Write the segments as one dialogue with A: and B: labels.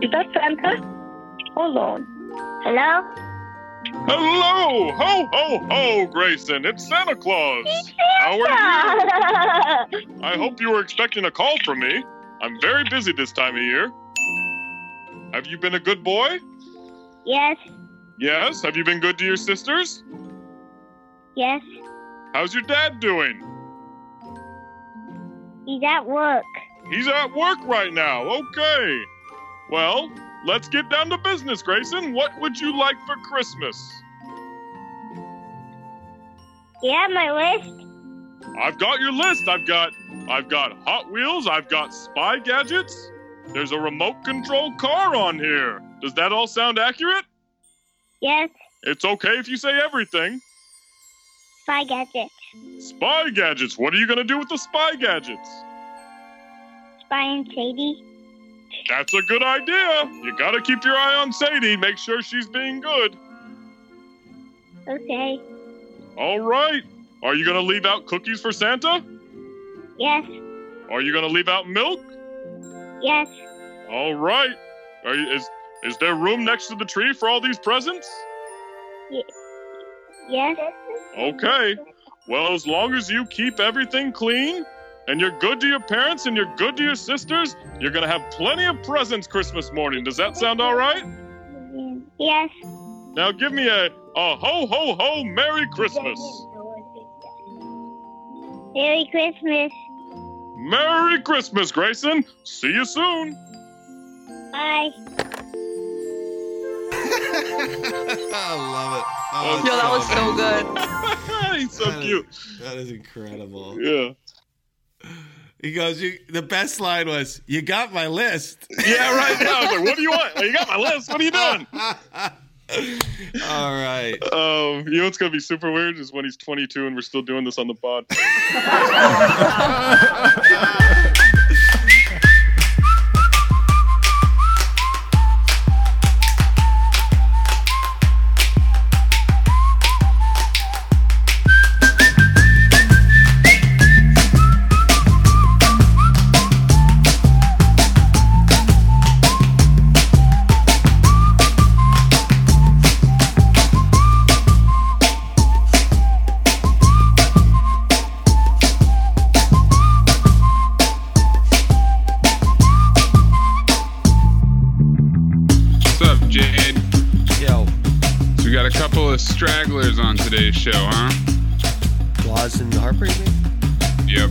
A: Is that Santa? Hold on.
B: Hello?
C: Hello! Ho, ho, ho, Grayson! It's Santa Claus! How are you? I hope you were expecting a call from me. I'm very busy this time of year. Have you been a good boy?
B: yes,
C: Yes. Have you been good to your sisters?
B: yes,
C: How's your dad doing?
B: he's at work.
C: He's at work right now. Okay. Well, let's get down to business, Grayson. What would you like for Christmas?
B: Do you have my list?
C: I've got your list. I've got I've got Hot Wheels, I've got spy gadgets. There's a remote control car on here. Does that all sound accurate?
B: Yes,
C: It's okay if you say everything.
B: spy gadget.
C: Spy gadgets. What are you going to do with the spy gadgets?
B: Spy and Sadie.
C: That's a good idea. You got to keep your eye on Sadie. Make sure she's being good.
B: Okay.
C: All right. Are you going to leave out cookies for Santa?
B: Yes,
C: Are you going to leave out milk?
B: yes,
C: All right. Are you, is is there room next to the tree for all these presents?
B: yes,
C: Okay. Well, as long as you keep everything clean and you're good to your parents and you're good to your sisters, you're going to have plenty of presents Christmas morning. Does that sound all right?
B: yes.
C: Now give me a, a ho ho ho Merry Christmas.
B: Merry Christmas.
C: Merry Christmas, Grayson. See you soon.
B: Bye.
D: I love it. Oh,
C: Yo,
D: that's
E: Yo, that was so good.
C: He's so
D: That is-
C: cute.
D: That is incredible.
C: Yeah.
D: He goes, you, the best line was, You got my list.
C: Yeah, right. Yeah, I was like, what do you want? You got my list. What are you doing?
D: All right.
C: Um, you know what's gonna be super weird is when he's 22 and we're still doing this on the pod.
F: What's up, Jade?
G: Yo,
F: So we got a couple of stragglers on today's show, huh?
G: Laws and Harper, you mean?
F: Yep.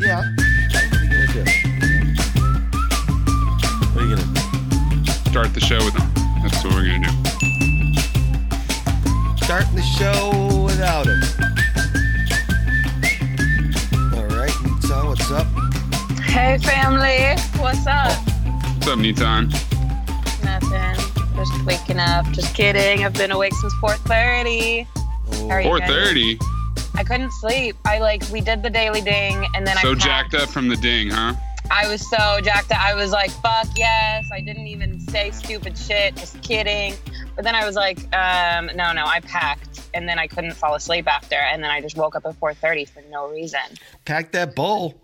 G: Yeah. What are you gonna do? What are you gonna
F: Start the show with them. That's what we're gonna do.
G: do? Starting the show without him. All right, Utah, what's up?
E: Hey, family. What's up?
F: What's up, Nitan?
E: Nothing. Just waking up. Just kidding. I've been awake since 4:30.
G: Oh,
E: How are you?
F: 4:30.
E: I couldn't sleep. I like we did the daily ding, and then I
F: So
E: packed.
F: jacked up from the ding, huh?
E: I was so jacked up. I was like, fuck yes. I didn't even say stupid shit. Just kidding. But then I was like, um, no, no, I packed. And then I couldn't fall asleep after. And then I just woke up at 4.30 for no reason.
G: Pack that bowl.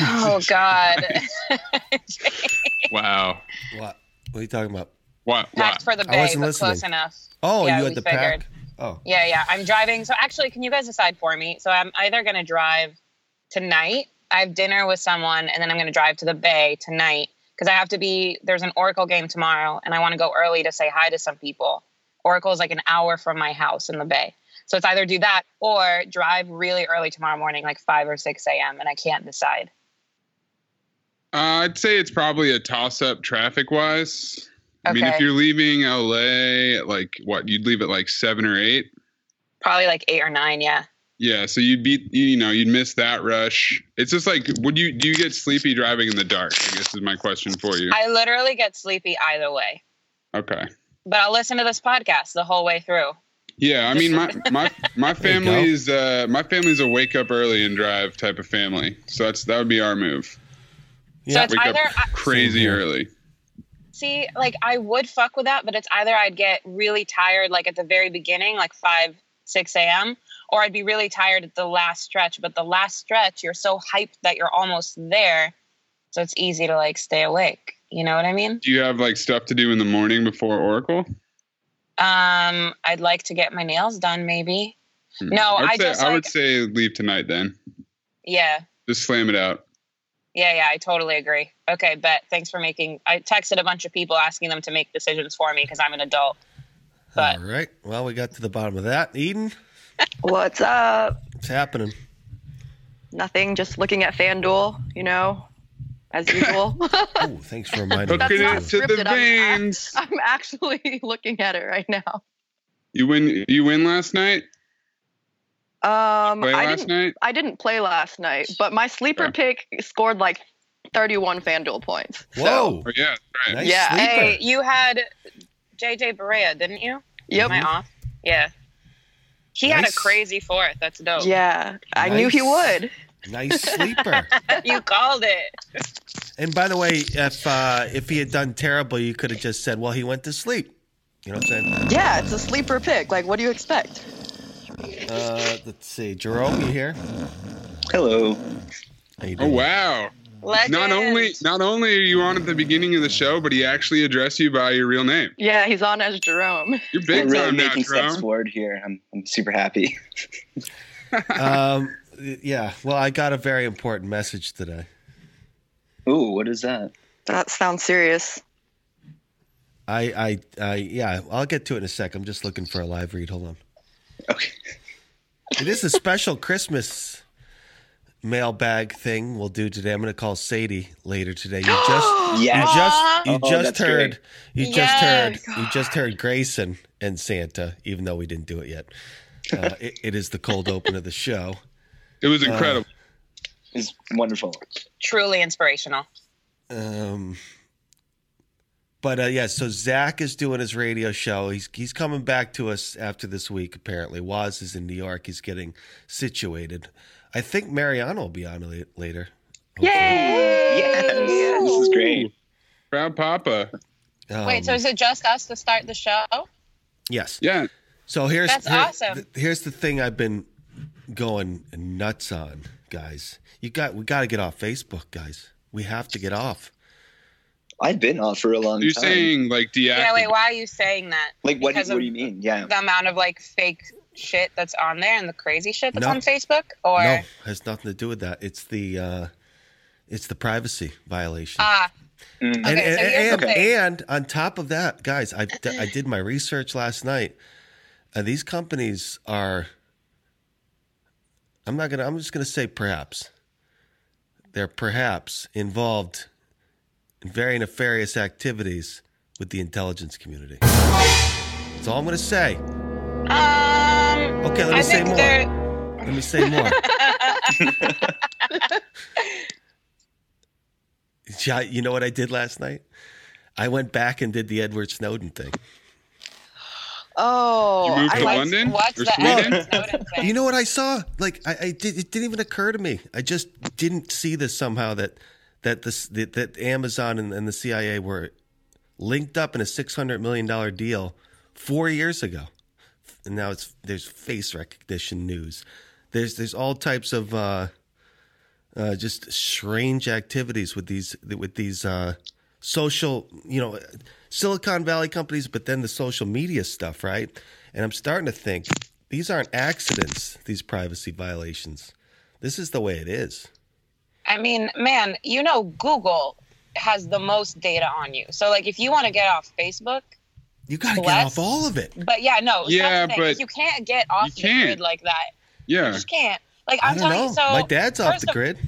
E: Oh, God.
F: Wow.
G: What? What are you talking about?
F: What? What?
E: packed for the
G: I
E: bay,
G: wasn't
E: but
G: listening.
E: close enough.
G: Oh,
E: Yeah,
G: you
E: we
G: had the
E: figured.
G: pack. Oh,
E: Yeah, yeah. I'm driving. So actually, can you guys decide for me? So I'm either going to drive tonight. I have dinner with someone, and then I'm going to drive to the Bay tonight because I have to be. There's an Oracle game tomorrow, and I want to go early to say hi to some people. Oracle is like an hour from my house in the Bay, so it's either do that or drive really early tomorrow morning, like five or six a.m. And I can't decide.
F: Uh, I'd say it's probably a toss-up traffic-wise. I mean, if
E: Okay.
F: you're leaving LA at like what, you'd leave at like seven or eight.
E: Probably like eight or nine. Yeah.
F: Yeah, so you'd be, you know, you'd miss that rush. It's just like, would you do you get sleepy driving in the dark? I guess is my question for you.
E: I literally get sleepy either way,
F: okay.
E: but I'll listen to this podcast the whole way through.
F: Yeah, I mean my my my
G: There you go.
F: family's uh my family's a wake up early and drive type of family. So that's that would be our move.
E: so
G: yeah.
E: it's
F: Wake up
E: either uh, I-
F: crazy
G: Same here.
F: early.
E: see, like I would fuck with that, but it's either I'd get really tired, like at the very beginning, like five, six a.m., or I'd be really tired at the last stretch. But the last stretch, you're so hyped that you're almost there, so it's easy to like stay awake. You know what I mean?
F: Do you have like stuff to do in the morning before Oracle?
E: Um, I'd like to get my nails done, maybe.
F: Hmm.
E: No,
F: would
E: I
F: say,
E: just,
F: I would
E: like-
F: say leave tonight then.
E: Yeah,
F: Just slam it out.
E: yeah, yeah. I totally agree. Okay, bet. Thanks for making. I texted a bunch of people asking them to make decisions for me because I'm an adult. But
G: All right. Well, we got to the bottom of that. Eden,
H: What's up?
G: what's happening?
H: Nothing. Just looking at FanDuel, you know, as usual.
G: Oh, thanks for reminding
H: That's
F: Hooking
H: not
F: it
G: me.
F: to the
H: scripted. I'm-
F: veins.
H: I'm actually looking at it right now.
F: You win. You win last night.
H: Um,
F: Play
H: I
F: last
H: didn't.
F: night.
H: I didn't play last night, but my sleeper pick scored like 31 FanDuel points. So,
G: Whoa.
F: Oh, yeah, that's right.
G: Nice
H: Yeah,
G: sleeper.
E: hey, you had JJ Barea, didn't you?
H: Yep.
E: Am I off? Yeah. He had a
G: Nice.
E: crazy fourth. That's dope.
H: Yeah, I knew he
G: Nice.
H: would.
G: Nice sleeper.
E: you called it.
G: and by the way, if uh, if he had done terrible, you could have just said, "Well, he went to sleep." You know what I'm saying?
H: Yeah, it's a sleeper pick. Like, what do you expect?
G: Uh, let's see, Jerome, you here?
B: Hello.
G: How you
F: Oh
G: doing?
F: wow!
E: Legend.
F: Not only not only are you on at the beginning of the show, but he actually addressed you by your real name.
H: Yeah, he's on as Jerome.
F: You're
B: We're
F: big
B: really
F: time now,
B: making steps
F: Jerome.
B: forward here. I'm, I'm super happy.
G: Um, yeah. Well, I got a very important message today.
B: Ooh, what is that?
H: That sounds serious.
G: I, I, I, yeah. I'll get to it in a sec. I'm just looking for a live read. Hold on.
B: Okay.
G: It is a special Christmas mailbag thing we'll do today. I'm going to call Sadie later today. You just, you
B: Yes.
G: just, you
B: Oh,
G: just
B: that's
G: heard, you just
E: Yes.
G: heard, you just heard Grayson and Santa, even though we didn't do it yet. Uh, it, it is the cold open of the show. Uh,
F: It was incredible.
B: It's wonderful.
E: truly inspirational.
G: Um, but uh, yeah, so Zach is doing his radio show. He's he's coming back to us after this week. Apparently, Waz is in New York. He's getting situated. I think Mariana will be on la- later. hopefully.
B: Yes. This is great.
F: Proud Papa.
G: Um,
E: Wait, so is it just us to start the show?
G: yes.
F: Yeah,
G: So here's
E: That's awesome.
G: th- here's the thing I've been going nuts on, guys. You got we got to get off Facebook, guys. We have to get off.
B: I've been off for a long
F: you're
B: time.
F: saying like deactivate.
E: Yeah, wait, why are you saying that?
B: like, what, do
E: because
B: you- what
E: of
B: do you mean? Yeah.
E: The amount of like fake shit that's on there and the crazy shit that's
G: No.
E: on Facebook? Or
G: No, has nothing to do with that. It's the uh, it's the privacy violation.
E: ah,
B: Mm.
G: and,
E: Okay, so
G: and-
E: here's
G: and,
E: the thing.
G: and on top of that, guys, I, d- I did my research last night, and these companies are. I'm not gonna. I'm just gonna say perhaps. They're perhaps involved in very nefarious activities with the intelligence community. That's all I'm gonna say.
E: um
G: Okay, let me
E: I
G: say
E: think
G: more.
E: they're
G: Let me say more. Yeah, you know what I did last night? I went back and did the Edward Snowden thing.
H: Oh,
E: Oh,
F: you moved
H: I
F: to
H: like-
F: London
E: what's
F: or
E: the
F: Sweden?
E: Edward Snowden thing?
G: You know what I saw? Like I, I did, it didn't even occur to me. I just didn't see this somehow that that this that, that Amazon and, and the CIA were linked up in a six hundred million dollar deal four years ago, and now it's there's face recognition news. There's there's all types of uh, uh, just strange activities with these with these uh, social you know Silicon Valley companies, but then the social media stuff, right? And I'm starting to think these aren't accidents, these privacy violations. This is the way it is.
E: I mean, man, you know Google has the most data on you. So like if you want to get off Facebook,
G: You got to get
E: Bless.
G: off all of it.
E: but yeah, no, that's the
F: Yeah,
E: thing.
F: but
E: you can't get off the
F: you can't.
E: grid like that. You
F: Yeah.
E: just can't. Like
G: I
E: I'm
G: don't
E: telling
G: know.
E: you, so
G: My dad's off
E: first
G: the
E: of-
G: grid.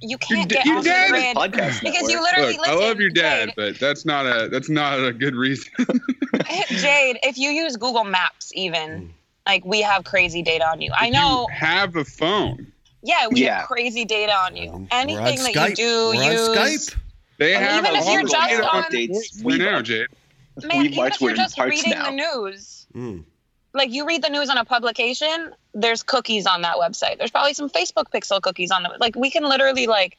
E: you can't
F: d-
E: get
F: your
E: off
F: dad
E: the
F: is
E: grid
B: Podcast
E: because
B: network.
E: you literally
F: Look, I
E: listen,
F: love your dad,
E: Jade,
F: but that's not a that's not a good reason.
E: Jade, if you use Google Maps,
G: Mm.
E: even like we have crazy data on you. I
F: If
E: know.
F: You have a phone.
E: yeah, we
B: Yeah.
E: have crazy data on you.
G: Um, We're on
E: Anything that
G: Skype.
E: you do,
G: We're on
E: use.
G: Skype.
F: They
B: I mean,
F: have
E: even if
F: all
E: you're
F: the
E: just
F: data
E: on-
B: updates,
F: right
B: we-
F: now, Jade.
E: Man,
B: We
E: even
B: march
E: if you're
B: within
E: just
B: parts
E: reading
B: now.
E: the news,
G: Mm.
E: like you read the news on a publication, there's cookies on that website. There's probably some Facebook pixel cookies on them. Like we can literally like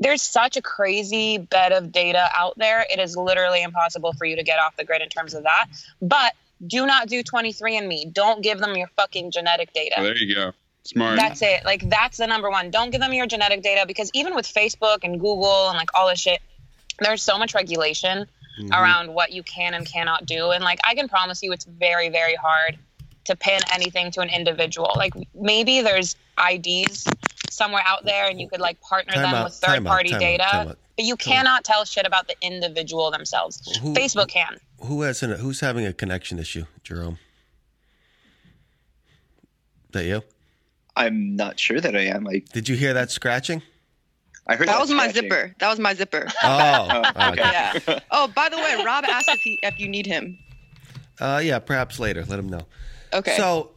E: there's such a crazy bed of data out there. It is literally impossible for you to get off the grid in terms of that. But do not do 23andMe. Don't give them your fucking genetic data.
F: Oh, there you go. Smart.
E: That's it. Like that's the number one. Don't give them your genetic data because even with Facebook and Google and like all this shit, there's so much regulation
G: Mhm.
E: around what you can and cannot do. And like I can promise you, it's very very hard to pin anything to an individual. Like maybe there's IDs somewhere out there, and you could like partner
G: Time
E: them
G: out,
E: with
G: time out,
E: third party
G: time out,
E: data,
G: time out.
E: but you cannot tell shit about the individual themselves.
G: Who-
E: Facebook can.
G: Who has an, who's having a connection issue, Jerome? Is that you?
B: I'm not sure that I am. I,
G: Did you hear that scratching?
B: I heard
H: That was my
B: scratching.
H: zipper. That was my zipper.
G: Oh,
B: Oh,
G: oh,
B: okay.
H: Yeah. Oh, by the way, Rob asked if, he, if you need him.
G: Uh, yeah, perhaps later. Let him know.
H: Okay.
G: So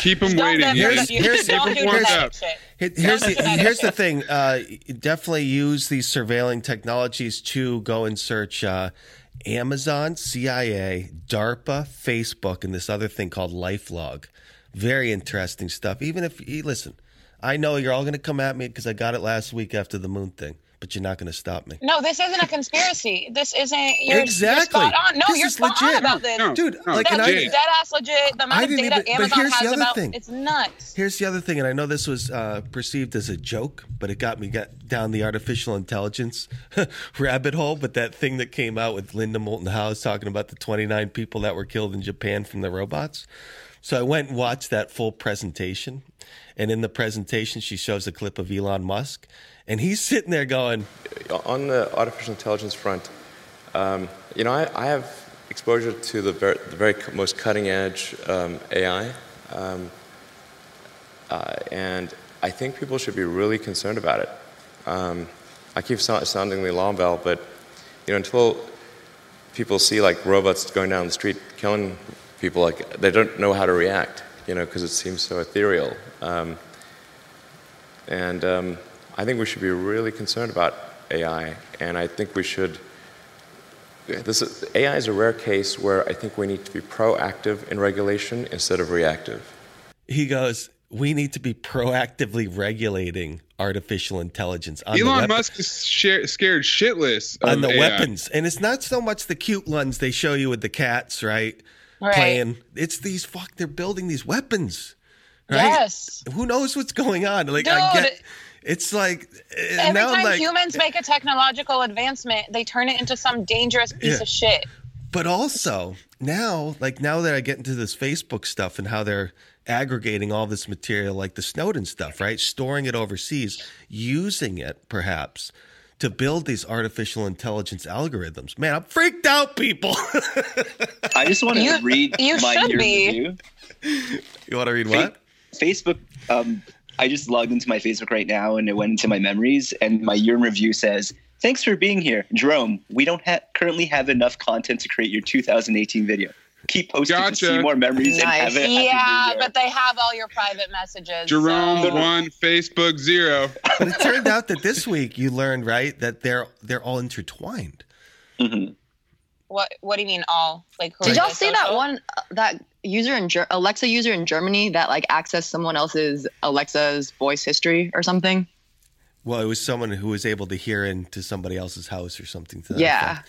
F: Keep them
E: Don't,
F: waiting.
E: get-
F: man.
G: Here's-
E: you-
G: here's-
E: don't do
F: here's-
E: genetic shit.
G: he- here's the,
E: Don't do that.
G: here's the thing. Uh, definitely use these surveilling technologies to go and search uh, Amazon, CIA, DARPA, Facebook, and this other thing called LifeLog. Very interesting stuff. Even if you listen, I know you're all going to come at me because I got it last week after the moon thing, but you're not going to stop me.
E: No, this isn't a conspiracy. This isn't. You're,
G: Exactly.
E: You're spot on. No,
G: This
E: you're
G: is
E: spot
G: legit.
E: on about this.
F: No,
G: Dude,
F: no,
G: like,
E: That
G: and
E: is
G: I-
F: legit.
E: dead ass legit. The amount
G: I
E: of
G: didn't
E: data
G: even- but
E: Amazon
G: here's the
E: has
G: other
E: about
G: thing.
E: it's nuts.
G: Here's the other thing, and I know this was uh, perceived as a joke, but it got me got down the artificial intelligence rabbit hole. But that thing that came out with Linda Moulton House talking about the 29 people that were killed in Japan from the robots. So I went and watched that full presentation. And in the presentation, she shows a clip of Elon Musk, and he's sitting there going,
I: on the artificial intelligence front, um, you know, I, I have exposure to the very, the very cu- most cutting edge um, AI, um, uh, and I think people should be really concerned about it. Um, I keep so- sounding the alarm bell, but you know, until people see like robots going down the street killing people, like they don't know how to react, you know, because it seems so ethereal. Um, and um, I think we should be really concerned about AI. And I think we should. This is, AI is a rare case where I think we need to be proactive in regulation instead of reactive.
G: he goes, we need to be proactively regulating artificial intelligence. On the
F: Elon
G: web-
F: Musk is share, scared shitless of
G: on the
F: AI.
G: weapons. And it's not so much the cute ones they show you with the cats, right?
E: Right.
G: Playing. It's these fuck. They're building these weapons. Right?
E: Yes.
G: Who knows what's going on? Like I
E: Dude.
G: get. It's like eh,
E: Every
G: now
E: time
G: I'm like, eh.
E: humans make a technological advancement, they turn it into some dangerous piece
G: Yeah.
E: of shit.
G: but also now, like now that I get into this Facebook stuff and how they're aggregating all this material, like the Snowden stuff, right? Storing it overseas, using it perhaps to build these artificial intelligence algorithms. Man, I'm freaked out, people.
B: I just want to
E: You-
B: read
E: you
B: my
E: should
B: year in
E: be.
B: review.
G: you want to read
B: Fa-
G: what?
B: Facebook. Um, I just logged into my Facebook right now, and it went into my memories. And my year in review says, "Thanks for being here, Jerome. We don't ha- currently have enough content to create your 2018 video. Keep posting
F: Gotcha.
B: to see more memories
H: Nice.
B: and have it."
E: Yeah, but they have all your private messages.
F: Jerome
E: so-
F: one, Facebook zero.
G: But it turned out that this week you learned right that they're they're all intertwined.
E: What What do you mean all? Like who
H: Did
E: are
H: y'all
E: they
H: see that
E: social?
H: one uh, that user in Ger- Alexa user in Germany that like accessed someone else's Alexa's voice history or something?
G: Well, it was someone who was able to hear into somebody else's house or something. To that
H: yeah.
G: effect.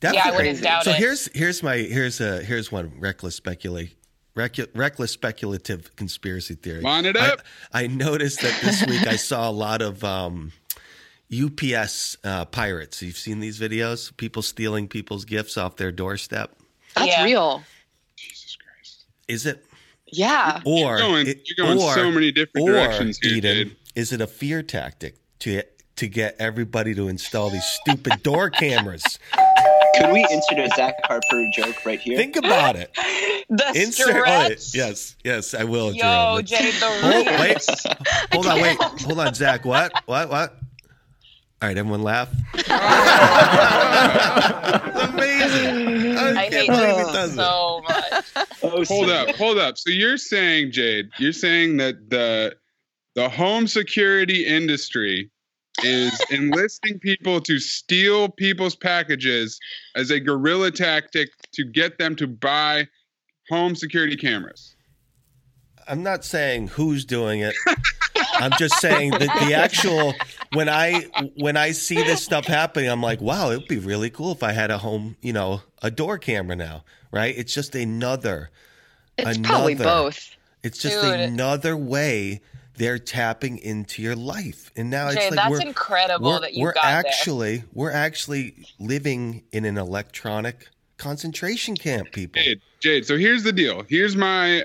G: That's
E: Yeah, I
G: crazy.
E: wouldn't doubt
G: so
E: it.
G: here's here's my here's a here's one reckless speculate. recu- Reckless speculative conspiracy theory.
F: Line it
G: I-
F: up.
G: I, noticed that this week I saw a lot of um, UPS uh, pirates. You've seen these videos? People stealing people's gifts off their doorstep.
H: That's
E: Yeah.
H: real.
G: Is it
H: Yeah.
G: or
F: You're going,
G: it-
F: you're going
G: or-
F: so many different
G: or,
F: directions here,
G: Eden,
F: dude.
G: is it a fear tactic to to get everybody to install these stupid door cameras?
B: Could we insert a Zach Harper joke right here?
G: Think about it.
E: The
G: Insert
E: stretch.
G: it. Yes, yes, I will.
E: Yo,
G: Jerome.
E: Jade, the
G: Hold,
E: real-
G: wait, hold on, wait, hold on, Zach. What? What? What? All right, everyone, laugh. Amazing. I,
E: I
G: can't
E: hate
G: believe he
E: this
G: does it.
E: so much.
B: oh,
F: Hold
B: sir.
F: up, hold up. So you're saying, Jade, you're saying that the the home security industry is enlisting people to steal people's packages as a guerrilla tactic to get them to buy home security cameras.
G: I'm not saying who's doing it. I'm just saying that the actual when I when I see this stuff happening, I'm like, wow, it would be really cool if I had a home, you know, a door camera now, right? It's just another.
H: It's probably
G: another-
H: both.
G: It's just
E: Dude.
G: another way they're tapping into your life, and now
E: Jay,
G: it's
E: that's
G: like we're
E: incredible
G: we're,
E: that you
G: we're
E: got
G: actually we're actually living in an electronic concentration camp, people.
F: Jade, Jade. So here's the deal. Here's my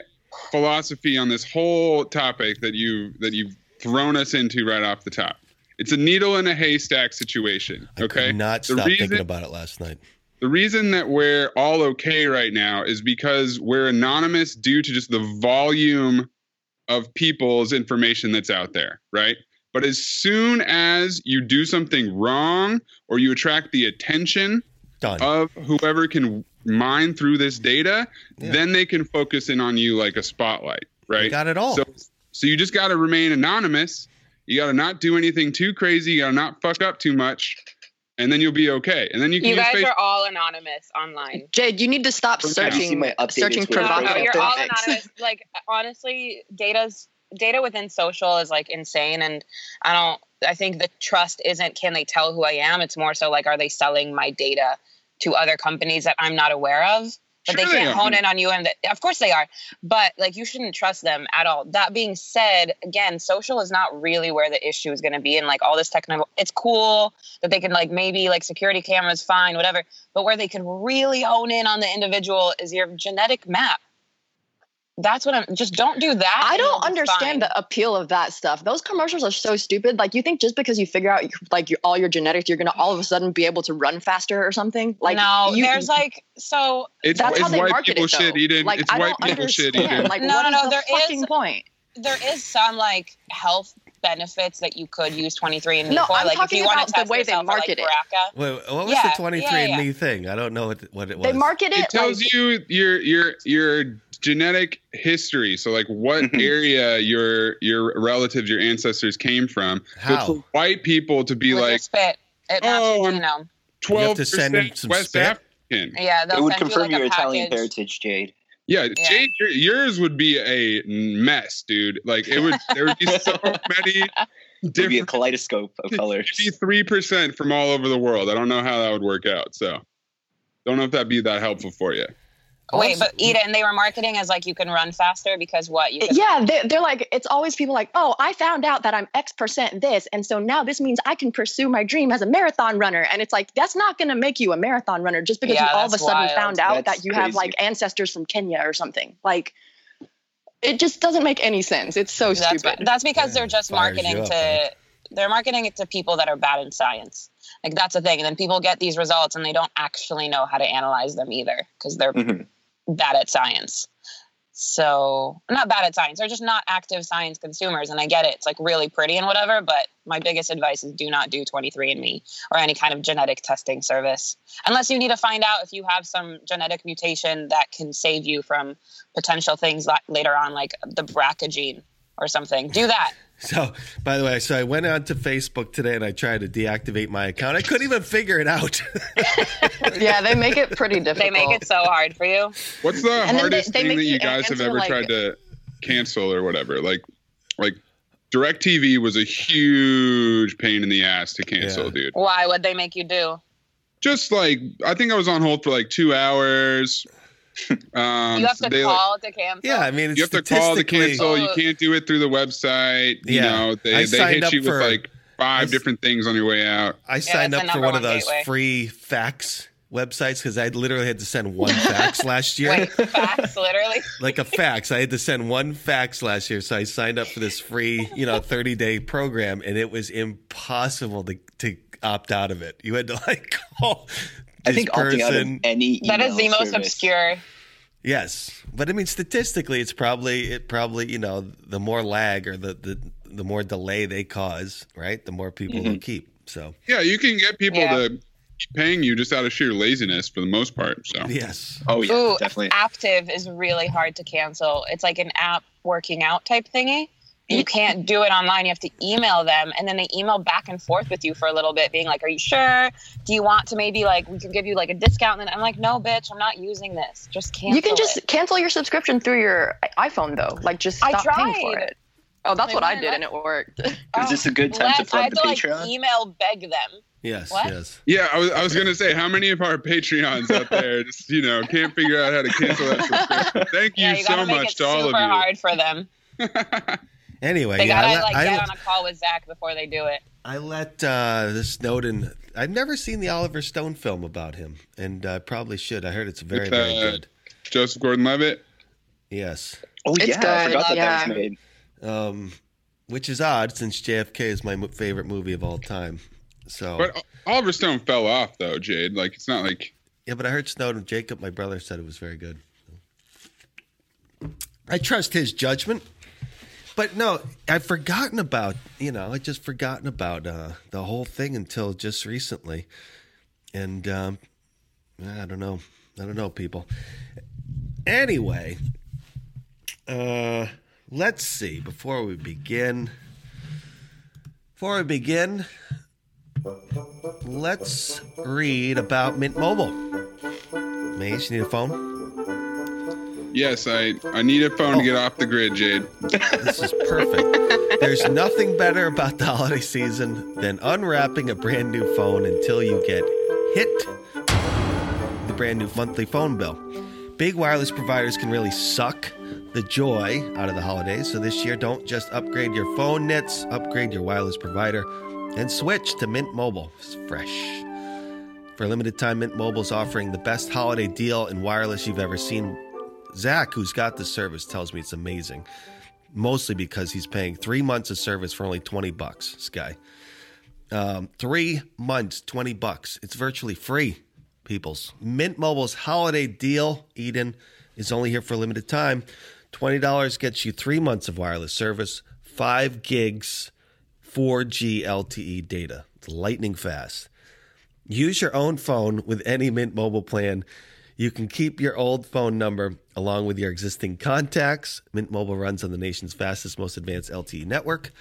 F: philosophy on this whole topic that you that you've thrown us into right off the top. It's a needle in a haystack situation.
G: I
F: okay.
G: could not
F: The
G: stop thinking
F: reason-
G: about it last night.
F: The reason that we're all okay right now is because we're anonymous due to just the volume of people's information that's out there, right? But as soon as you do something wrong or you attract the attention
G: Done.
F: of whoever can mine through this data,
G: Yeah.
F: then they can focus in on you like a spotlight, right?
G: Got it all.
F: So, so you just got to remain anonymous. You got to not do anything too crazy. You got to not fuck up too much, and then you'll be okay. And then you can
E: You
F: use
E: guys
F: Facebook.
E: are all anonymous online.
H: Jade, you need to stop
F: Have you seen
H: searching
B: my updated
H: searching for
B: Twitter
E: No,
B: profile?
H: provocative
E: you're all
H: topics.
E: anonymous. Like honestly, data's data within social is like insane, and I don't. I think the trust isn't can they tell who I am. It's more so like are they selling my data to other companies that I'm not aware of. But
F: Sure
E: they
F: they
E: can't
F: are.
E: hone in on you, and that- of course they are. But like, you shouldn't trust them at all. That being said, again, social is not really where the issue is going to be. And like all this technical, it's cool that they can like maybe like security cameras, fine, whatever. But where they can really hone in on the individual is your genetic map. That's what I'm. Just don't do that.
H: I
E: and you'll
H: don't
E: be fine.
H: understand the appeal of that stuff. Those commercials are so stupid. Like you think just because you figure out like your, all your genetics, you're gonna all of a sudden be able to run faster or something. Like
E: no,
H: you,
E: there's like so
F: It's,
H: that's
F: it's
H: how they
F: white
H: market
F: people
H: it. Though.
F: shit eating.
H: Like
F: it's
H: I
F: white
H: don't
F: people shit
H: understand.
F: eating.
H: Like
E: No,
H: what
E: no, no,
H: is the
E: there is-
H: fucking point?
E: there is some like health benefits that you could use 23 and
H: No,
E: for.
H: I'm
E: like
H: talking
E: if you want
H: about
E: to
H: the
E: test
H: way they
E: yourself for,
H: market it.
E: like, BRCA.
G: Wait, wait, what was
E: Yeah,
G: the 23andme
E: yeah, yeah.
G: thing? I don't know what, what it was.
H: They market it.
F: It tells
H: like,
F: you your your your genetic history. So like what
B: Mhm.
F: area your your relatives, your ancestors came from.
G: How?
F: So for white people to be
E: with your
F: like
E: spit. It maps
F: "Oh,
E: your
F: I'm-
E: genome.
G: You have
F: twelve
G: to send them
F: percent
G: some
F: West
G: spit?
F: African.
E: Yeah, they'll
B: it would
E: send you,
B: confirm
E: like, a
B: your Italian
E: package.
B: heritage, Jade.
F: Yeah,
E: Yeah.
F: Jade, your, yours would be a mess, dude. Like it would, there would be so many
B: It would be a
F: different.
B: kaleidoscope of colors.
F: Fifty-three percent from all over the world. I don't know how that would work out. So, don't know if that'd be that helpful for you.
E: Wait, but eat it, and they were marketing as like you can run faster because what you can
H: Yeah, they're, they're like it's always people like, oh, I found out that I'm X percent this, and so now this means I can pursue my dream as a marathon runner. And it's like that's not gonna make you a marathon runner just because
E: Yeah,
H: you all of a
E: that's
H: sudden
E: wild.
H: found out
B: That's
H: that you have
B: crazy.
H: like ancestors from Kenya or something. Like, it just doesn't make any sense. It's so
E: that's,
H: stupid.
E: that's because
G: Yeah,
E: they're just
G: fires you
E: marketing
G: up,
E: to
G: huh?
E: they're marketing it to people that are bad in science. Like that's the thing. And then people get these results and they don't actually know how to analyze them either because they're
B: Mhm.
G: Mm-hmm.
E: bad at science. So not bad at science. They're just not active science consumers. And I get it. It's like really pretty and whatever. But my biggest advice is do not do 23andMe or any kind of genetic testing service unless you need to find out if you have some genetic mutation that can save you from potential things like later on, like the BRCA gene or something. Do that.
G: So, by the way, so I went onto Facebook today and I tried to deactivate my account. I couldn't even figure it out.
H: yeah, they make it pretty difficult.
E: They make it so hard for you.
F: What's the
H: And then they-
F: hardest
H: they
F: thing
H: make
F: that
H: you
F: you guys have
H: answer,
F: ever
H: like-
F: tried to cancel or whatever? Like, like DirecTV was a huge pain in the ass to cancel,
G: Yeah.
F: dude.
E: Why would they make you do?
F: Just like I think I was on hold for like two hours. Um,
E: you have to
F: they, like,
E: call to cancel.
G: yeah, I mean, it's
F: you have to call to
G: statistically-
F: cancel. You
E: Oh.
F: can't do it through the website. You
G: Yeah.
F: know,
G: I
F: they, they
G: signed
F: hit
G: up
F: you
G: for-
F: with like
G: I
F: five
G: s-
F: different things on your way out.
G: I signed
E: that's
G: up
E: the
G: for
E: number
G: one of
E: one
G: those
E: gateway.
G: free fax websites because I literally had to send one fax last year.
E: Wait, facts, literally.
G: like a fax. I had to send one fax last year, so I signed up for this free, you know, thirty day program, and it was impossible to to opt out of it. You had to like call
B: I
G: this
B: think opting out of
G: person.
B: any
E: That is the
B: email
E: most
B: service-
E: obscure.
G: yes, but I mean, statistically, it's probably it probably you know the more lag or the the the more delay they cause, right? The more people they keep. So
F: Yeah, you can get people
E: Yeah.
F: to keep paying you just out of sheer laziness for the most part. So
G: yes,
B: Oh yeah,
E: Ooh,
B: definitely.
E: Aptiv is really hard to cancel. It's like an app working out type thingy. You can't do it online. You have to email them, and then they email back and forth with you for a little bit, being like, "Are you sure? Do you want to maybe like we can give you like a discount?" And then I'm like, "No, bitch, I'm not using this. Just cancel."
H: you can
E: it."
H: just cancel your subscription through your i- iPhone though. Like just
E: I
H: stop paying for
E: tried.
H: it. Oh, that's
E: Like,
H: what I
E: why
H: did,
E: not?
H: and it worked.
B: Is this a good time to
E: Let's- I
B: plug
E: have
B: the
E: to like
B: Patreon?
E: email beg them.
G: Yes,
E: What?
G: yes.
F: Yeah, I was, I was gonna say, how many of our Patreons out there just you know can't figure out how to cancel that subscription? Thank you,
E: yeah, you gotta
F: so
E: make
F: much
E: it
F: to all
E: super
F: of
E: hard for them.
G: Anyway,
E: They
G: yeah,
E: gotta
G: I,
E: like
G: I,
E: get on a call with Zach before they do it.
G: I let uh, the Snowden. I've never seen the Oliver Stone film about him, and I probably should. I heard it's very,
F: With,
G: very
F: uh,
G: good.
F: you. Joseph Gordon-Levitt.
G: Yes.
B: Oh
H: It's
B: yeah, I
H: good,
B: forgot that
H: yeah.
B: that was made.
G: Um, which is odd since JFK is my mo- favorite movie of all time. So,
F: But Oliver Stone fell off though, Jade. Like it's not like
G: yeah, but I heard Snowden. Jacob, my brother, said it was very good. I trust his judgment. But no, I've forgotten about, you know, I just forgotten about uh, the whole thing until just recently. And um, I don't know. I don't know, people. Anyway, uh, let's see. Before we begin, before we begin, let's read about Mint Mobile. Mace, you need a phone?
F: yes, I I need a
G: Oh.
F: phone to get off the grid, Jade.
G: This is perfect. There's nothing better about the holiday season than unwrapping a brand new phone until you get hit the brand new monthly phone bill. Big wireless providers can really suck the joy out of the holidays, so this year don't just upgrade your phone nets, upgrade your wireless provider and switch to Mint Mobile. It's fresh. For a limited time, Mint Mobile is offering the best holiday deal in wireless you've ever seen. Zach, who's got the service, tells me it's amazing mostly because he's paying three months of service for only 20 bucks sky um, three months 20 bucks it's virtually free peoples mint mobile's holiday deal eden is only here for a limited time $20 gets you three months of wireless service five gigs 4g lte E data it's lightning fast Use your own phone with any Mint Mobile plan. You can keep your old phone number along with your existing contacts. Mint Mobile runs on the nation's fastest, most advanced LTE network.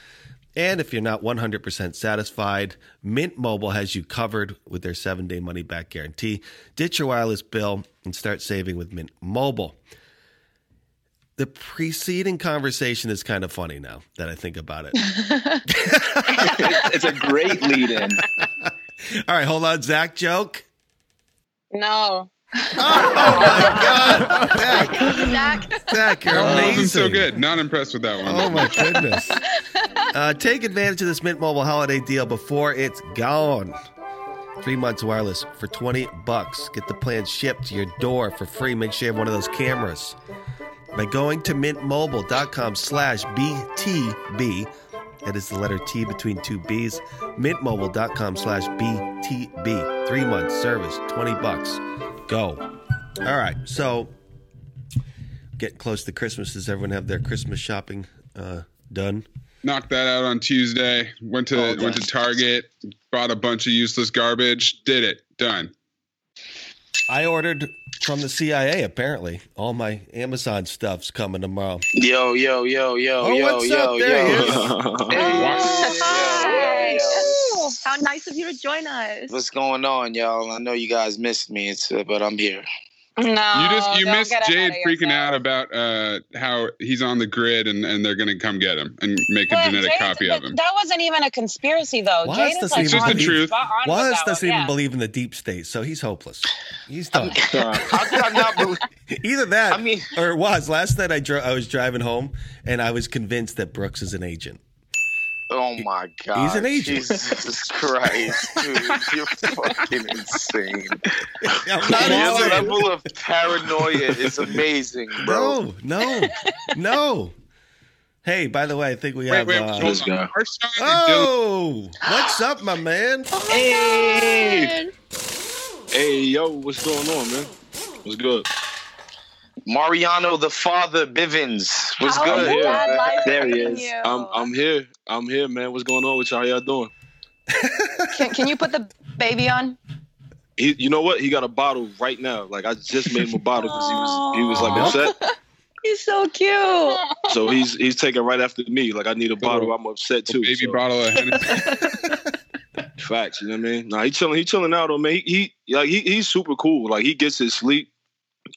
G: And if you're not 100% satisfied, Mint Mobile has you covered with their seven day money back guarantee. Ditch your wireless bill and start saving with Mint Mobile. The preceding conversation is kind of funny now that I think about it.
B: It's a great lead-in.
G: All right, hold on, Zach joke.
E: No.
G: Oh Zach, you're
F: That
G: amazing.
F: wasn't so good. Not impressed with that one.
G: Oh my goodness. uh, take advantage of this Mint Mobile holiday deal before it's gone. Three months wireless for 20 bucks. Get the plan shipped to your door for free. Make sure you have one of those cameras. By going to mintmobile.com slash BTB, that is the letter T between two B's, mintmobile.com slash BTB. Three months service, 20 bucks. Go. All right. So getting close to Christmas. Does everyone have their Christmas shopping uh, done?
F: Knocked that out on Tuesday. Went
E: Oh,
F: to
B: All
F: went to
B: done.
F: Target. Bought a bunch of useless garbage. Did it. Done.
G: I ordered from the CIA. Apparently, all my Amazon stuff's coming tomorrow.
J: Yo, yo, yo, yo,
G: Oh,
J: yo,
G: what's
J: yo,
G: up? There he
J: yo.
G: is.
J: Hey, yo, yo, yo.
K: Oh, How nice of you to join us.
J: What's going on, y'all? I know you guys missed me, it's, uh, but I'm here.
E: No.
F: you just you
E: Oh, don't
F: missed
E: get ahead
F: Jade
E: of
F: freaking
E: yourself.
F: out about uh, how he's on the grid and, and they're gonna come get him and make a
E: But
F: genetic
E: Jade-
F: copy
E: but
F: of him.
E: That wasn't even a conspiracy, though.
G: Waz
E: Jade Oh, is
G: doesn't
E: like
F: even
E: on-
F: believe- It's the
E: spot on with
G: Waz
E: that
G: doesn't
E: one,
G: even
E: yeah.
G: believe in the deep state, so he's hopeless. He's done.
J: How could I not believe?
G: Either that,
J: I mean-
G: or Waz. Last night I drove. I was driving home, and I was convinced that Brooks is an agent.
J: Oh my god,
G: an agent.
J: Jesus Christ, dude, you're fucking insane.
G: I'm not
J: Your
G: insane.
J: level of paranoia is amazing, bro.
G: No, no, no. Hey, by the way, I think we
F: Wait,
G: have.
F: wait,
G: uh,
F: hold
J: Let's
F: on.
J: go.
F: Our son Dylan-
G: oh, what's up, my man?
J: Hey,
L: Hey, yo, what's going on, man? What's good?
J: Mariano the father Bivens. What's
L: How
J: good?
L: is your dad
J: man?
B: There he is.
L: I'm I'm here. I'm here, man. What's going on with y'all? How y'all doing?
H: Can, can you put the baby on?
L: He, you know what? He got a bottle right now. Like I just made him a bottle because he was he was like upset.
H: He's so cute.
L: So he's he's taking right after me. Like I need a bottle. I'm upset too.
F: baby
L: so.
F: bottle of Hennessy.
L: Facts, you know what I mean? Nah, he chilling, he chilling out on man. He, he like he he's super cool. Like he gets his sleep,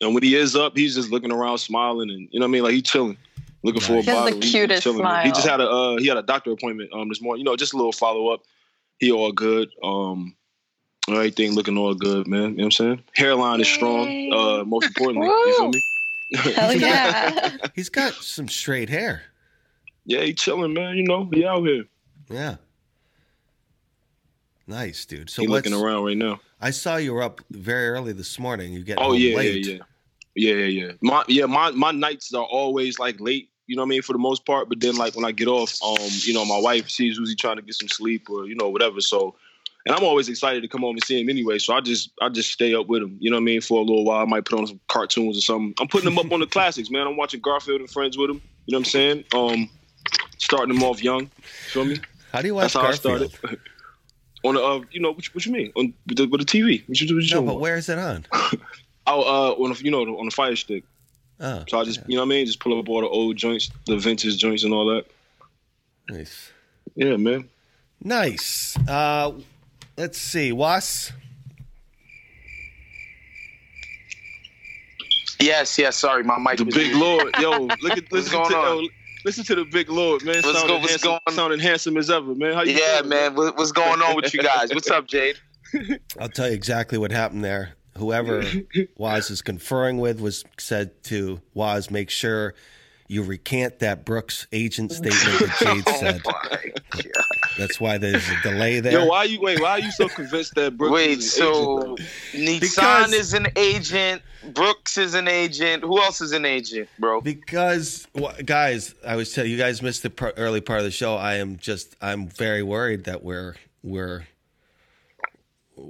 L: and when he is up, he's just looking around, smiling, and you know what I mean. Like he chilling. looking for a
M: He has the
L: bottle. He- he
M: cutest
L: chilling, man. He just
M: smile.
L: had a uh, he had a doctor appointment um this morning. You know, just a little follow up. He all good. Um, everything looking all good, man. You know what I'm saying? Hairline is strong. Uh, most importantly, you feel me?
G: Hell yeah. He's got some straight hair.
L: Yeah, he chilling, man. You know, he out here.
G: Yeah. Nice, dude. So
L: he
G: what's-
L: looking around right now.
G: I saw you were up very early this morning. You get
L: Oh
G: home
L: yeah,
G: late.
L: yeah, yeah, yeah, yeah, yeah. My yeah, my my nights are always like late. You know what I mean for the most part. But then like when I get off, um, you know, my wife she's usually trying to get some sleep or you know whatever. So, and I'm always excited to come home and see him anyway. So I just I just stay up with him. You know what I mean for a little while. I might put on some cartoons or something. I'm putting him up on the classics, man. I'm watching Garfield and Friends with him. You know what I'm saying? Um, starting him off young. Feel me?
G: How do you
L: watch
G: Garfield?
L: started. on the uh, you know what, you- what you mean on with the, with the TV? What you, what you
G: No,
L: doing?
G: but where is it on?
L: Oh, uh, on a, you know on the Fire Stick.
G: Oh,
L: So I just, you know what I mean? Just pull up all the old joints, the vintage joints and all that.
G: Nice.
L: Yeah, man.
G: nice. Uh, let's see, Was.
J: Yes, yes. Sorry, my mic.
L: The
J: was
L: Big
J: muted.
L: Lord. Yo, look at
J: What's
L: listen
J: going
L: to
J: on?
L: yo, listen to the Big Lord, man.
J: What's
L: sounding
J: go- what's
L: handsome,
J: going-
L: sounding handsome as ever, man. How you
J: Yeah,
L: doing,
J: man. What, what's going on with you guys? What's up, Jade?
G: I'll tell you exactly what happened there. Whoever Waz is conferring with was said to Waz, make sure you recant that Brooks agent statement that Jade said. That's why there's a delay there.
L: Oh Yo, why you wait? Why are you so convinced that Brooks?
J: Wait,
L: is an agent,
J: so
L: though?
J: Nissan
L: Because-
J: is an agent. Brooks is an agent. Who else is an agent, bro?
G: Because wh- guys, I was telling you guys missed the pr- early part of the show. I am just I'm very worried that we're we're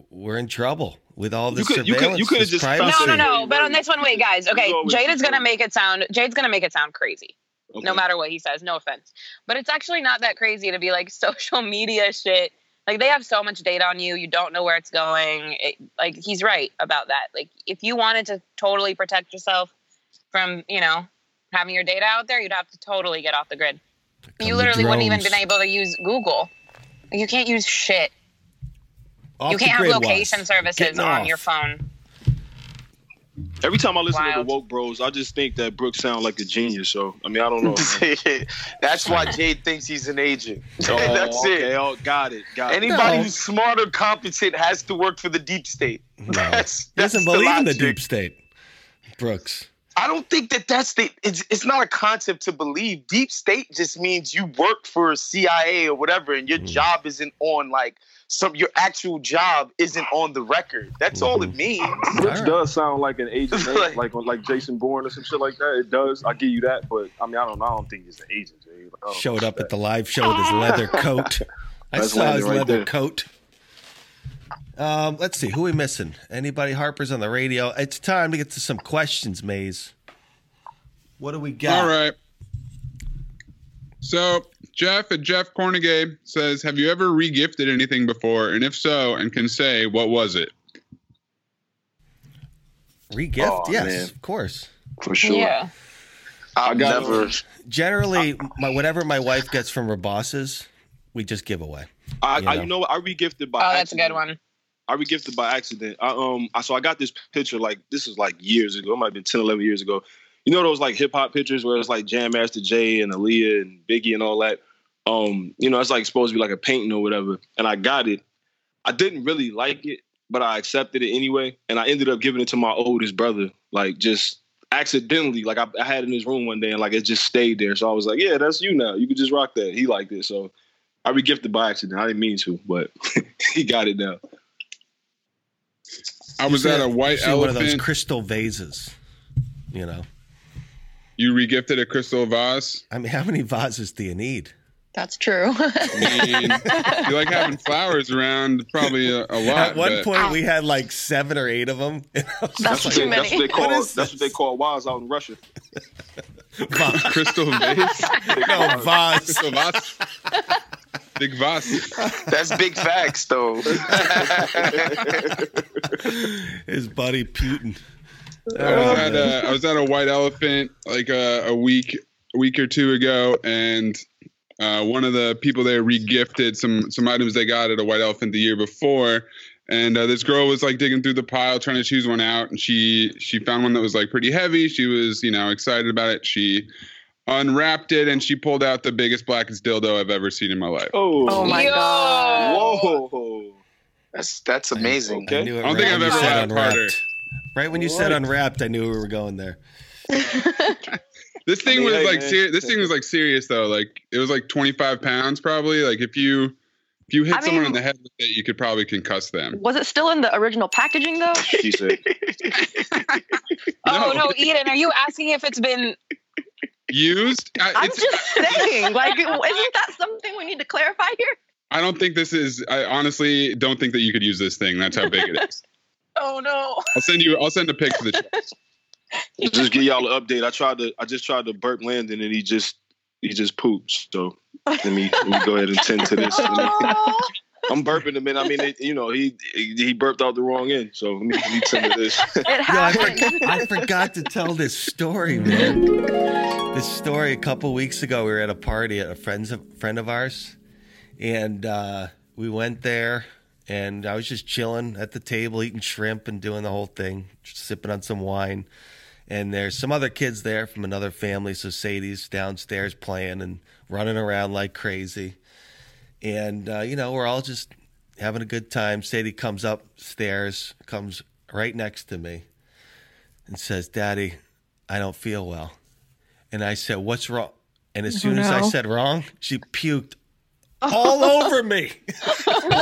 G: we're in trouble with all this
L: could- you could-
G: surveillance.
L: you could've
G: this
L: just
G: privacy.
E: No, no, no. But on this one, wait, guys. Okay,
G: There's always
E: Jade is
G: people.
E: gonna make it sound. Jade's gonna make it sound crazy. No matter what he says, no offense. But it's actually not that crazy to be like social media shit. Like they have so much data on you, you don't know where it's going. It, like he's right about that. Like if you wanted to totally protect yourself from, you know, having your data out there, you'd have to totally get off the grid. You
G: the
E: literally wouldn't even
G: drones.
E: been able to use Google. You can't use shit.
G: Off
E: you
G: the
E: can't have
G: grid,
E: location
G: Waz.
E: services
G: Getting
E: on
G: off.
E: your phone.
L: Every time I listen to
E: Wild.
L: the woke bros, I just think that Brooks sound like a genius. So I mean, I don't know. man.
J: That's why Jade thinks he's an agent. That's
L: okay.
J: it.
L: Oh, got it. Got
J: Anybody
L: it.
J: who's smart or competent has to work for the deep state. That's, that's
G: doesn't
J: the
G: believe in the
J: logic.
G: deep state, Brooks.
J: I don't think that that's the. It's it's not a concept to believe. Deep state just means you work for CIA or whatever, and your
F: Hmm.
J: job isn't on like some. Your actual job isn't on the record. That's all
F: Mm-hmm.
J: it means.
L: Brooks does sound like an agent, like, like like Jason Bourne or some shit like that. It does. I give you that, but I mean, I don't. know. I don't think he's an agent. Jay. Like, I don't-
G: Showed up at the live show with his leather coat. I
L: Oh, That's
G: saw his
L: landed right
G: leather
L: there.
G: coat. Um, let's see who we missing. Anybody? Harper's on the radio. It's time to get to some questions, Maze. What do we got?
F: All right. So Jeff at Jeff Cornegay says, "Have you ever regifted anything before? And if so, and can say what was it?"
G: Regift?
F: Aw,
G: yes,
F: man.
G: of course.
L: For
J: sure. Yeah.
L: I got
G: Generally, my, whatever my wife gets from her bosses, we just give away.
L: I,
G: You
L: I
G: know.
L: you know what? I regifted by.
E: Oh, that's a
L: accident.
E: good one.
L: I regifted by accident. I um I, so I got this picture like this is like years ago. It might have been 10, 11 years ago. You know those like hip hop pictures where it's like Jam Master Jay and Aaliyah and Biggie and all that. Um, you know, it's like supposed to be like a painting or whatever. And I got it. I didn't really like it, but I accepted it anyway. And I ended up giving it to my oldest brother, like just accidentally. Like I, I had it in his room one day and like it just stayed there. So I was like, Yeah, that's you now. You could just rock that. He liked it. So I regifted by accident. I didn't mean to, but he got it now.
F: I was at a white
G: See One of those
F: elephant.
G: crystal vases. You know,
F: You regifted a crystal vase.
G: I mean, how many vases do you need?
M: That's true.
F: I mean, you like having flowers around, probably a, a lot.
G: At one
F: but-
G: point, we had like seven or eight of them.
L: That's, what, they, that's what they call that's what they call wives out in Russia.
F: crystal vase.
G: No, vase.
F: Crystal vase. Big vase.
J: That's big facts, though.
G: His buddy Putin.
F: I
G: Um,
F: was, uh, at a, I was at a White Elephant like uh, a, a week, a week or two ago, and uh, one of the people there regifted some some items they got at a White Elephant the year before, and uh, this girl was like digging through the pile trying to choose one out, and she she found one that was like pretty heavy. She was you know excited about it. She unwrapped it, and she pulled out the biggest, blackest dildo I've ever seen in my life.
J: Oh,
L: Oh my Yo.
J: god! Whoa, that's that's amazing.
F: I knew it I don't think right I've when you ever said laughed harder.
G: unwrapped. Right when you said unwrapped, I knew we were going there.
F: This thing
G: mean,
F: was
G: hey,
F: like
G: man.
F: ser- this thing was like serious though. Like it was like 25 pounds probably. Like if you if you hit
H: I
F: someone
H: mean-
F: in the head with it, you could probably concuss them.
H: Was it still in the original packaging though?
F: She said.
E: Oh no, Eden, are you asking if it's been?
F: Used? I,
H: I'm
F: it's,
H: just saying, like, isn't that something we need to clarify here?
F: I don't think this is. I honestly don't think that you could use this thing. That's how big it is.
E: Oh no!
F: I'll send you. I'll send a pic to the. chat.
L: Just give y'all an update. I tried to. I just tried to burp Landon, and he just he just poops. So let me let me go ahead and tend to this. Let me- I'm burping him, and I mean, it, you know, he he burped out the wrong end. So let me, let me tend to this.
G: Yo, I, for- I forgot to tell this story, man. This story a couple weeks ago, we were at a party at a friend's friend of ours, and uh, we went there, and I was just chilling at the table, eating shrimp and doing the whole thing, just sipping on some wine. And there's some other kids there from another family, so Sadie's downstairs playing and running around like crazy and uh, you know we're all just having a good time. Sadie comes upstairs, comes right next to me, and says, "Daddy, I don't feel well." And I said, "What's wrong?" And as
M: Oh,
G: soon as I
M: no. Oh.
G: said wrong, she puked all over me.
E: Oh,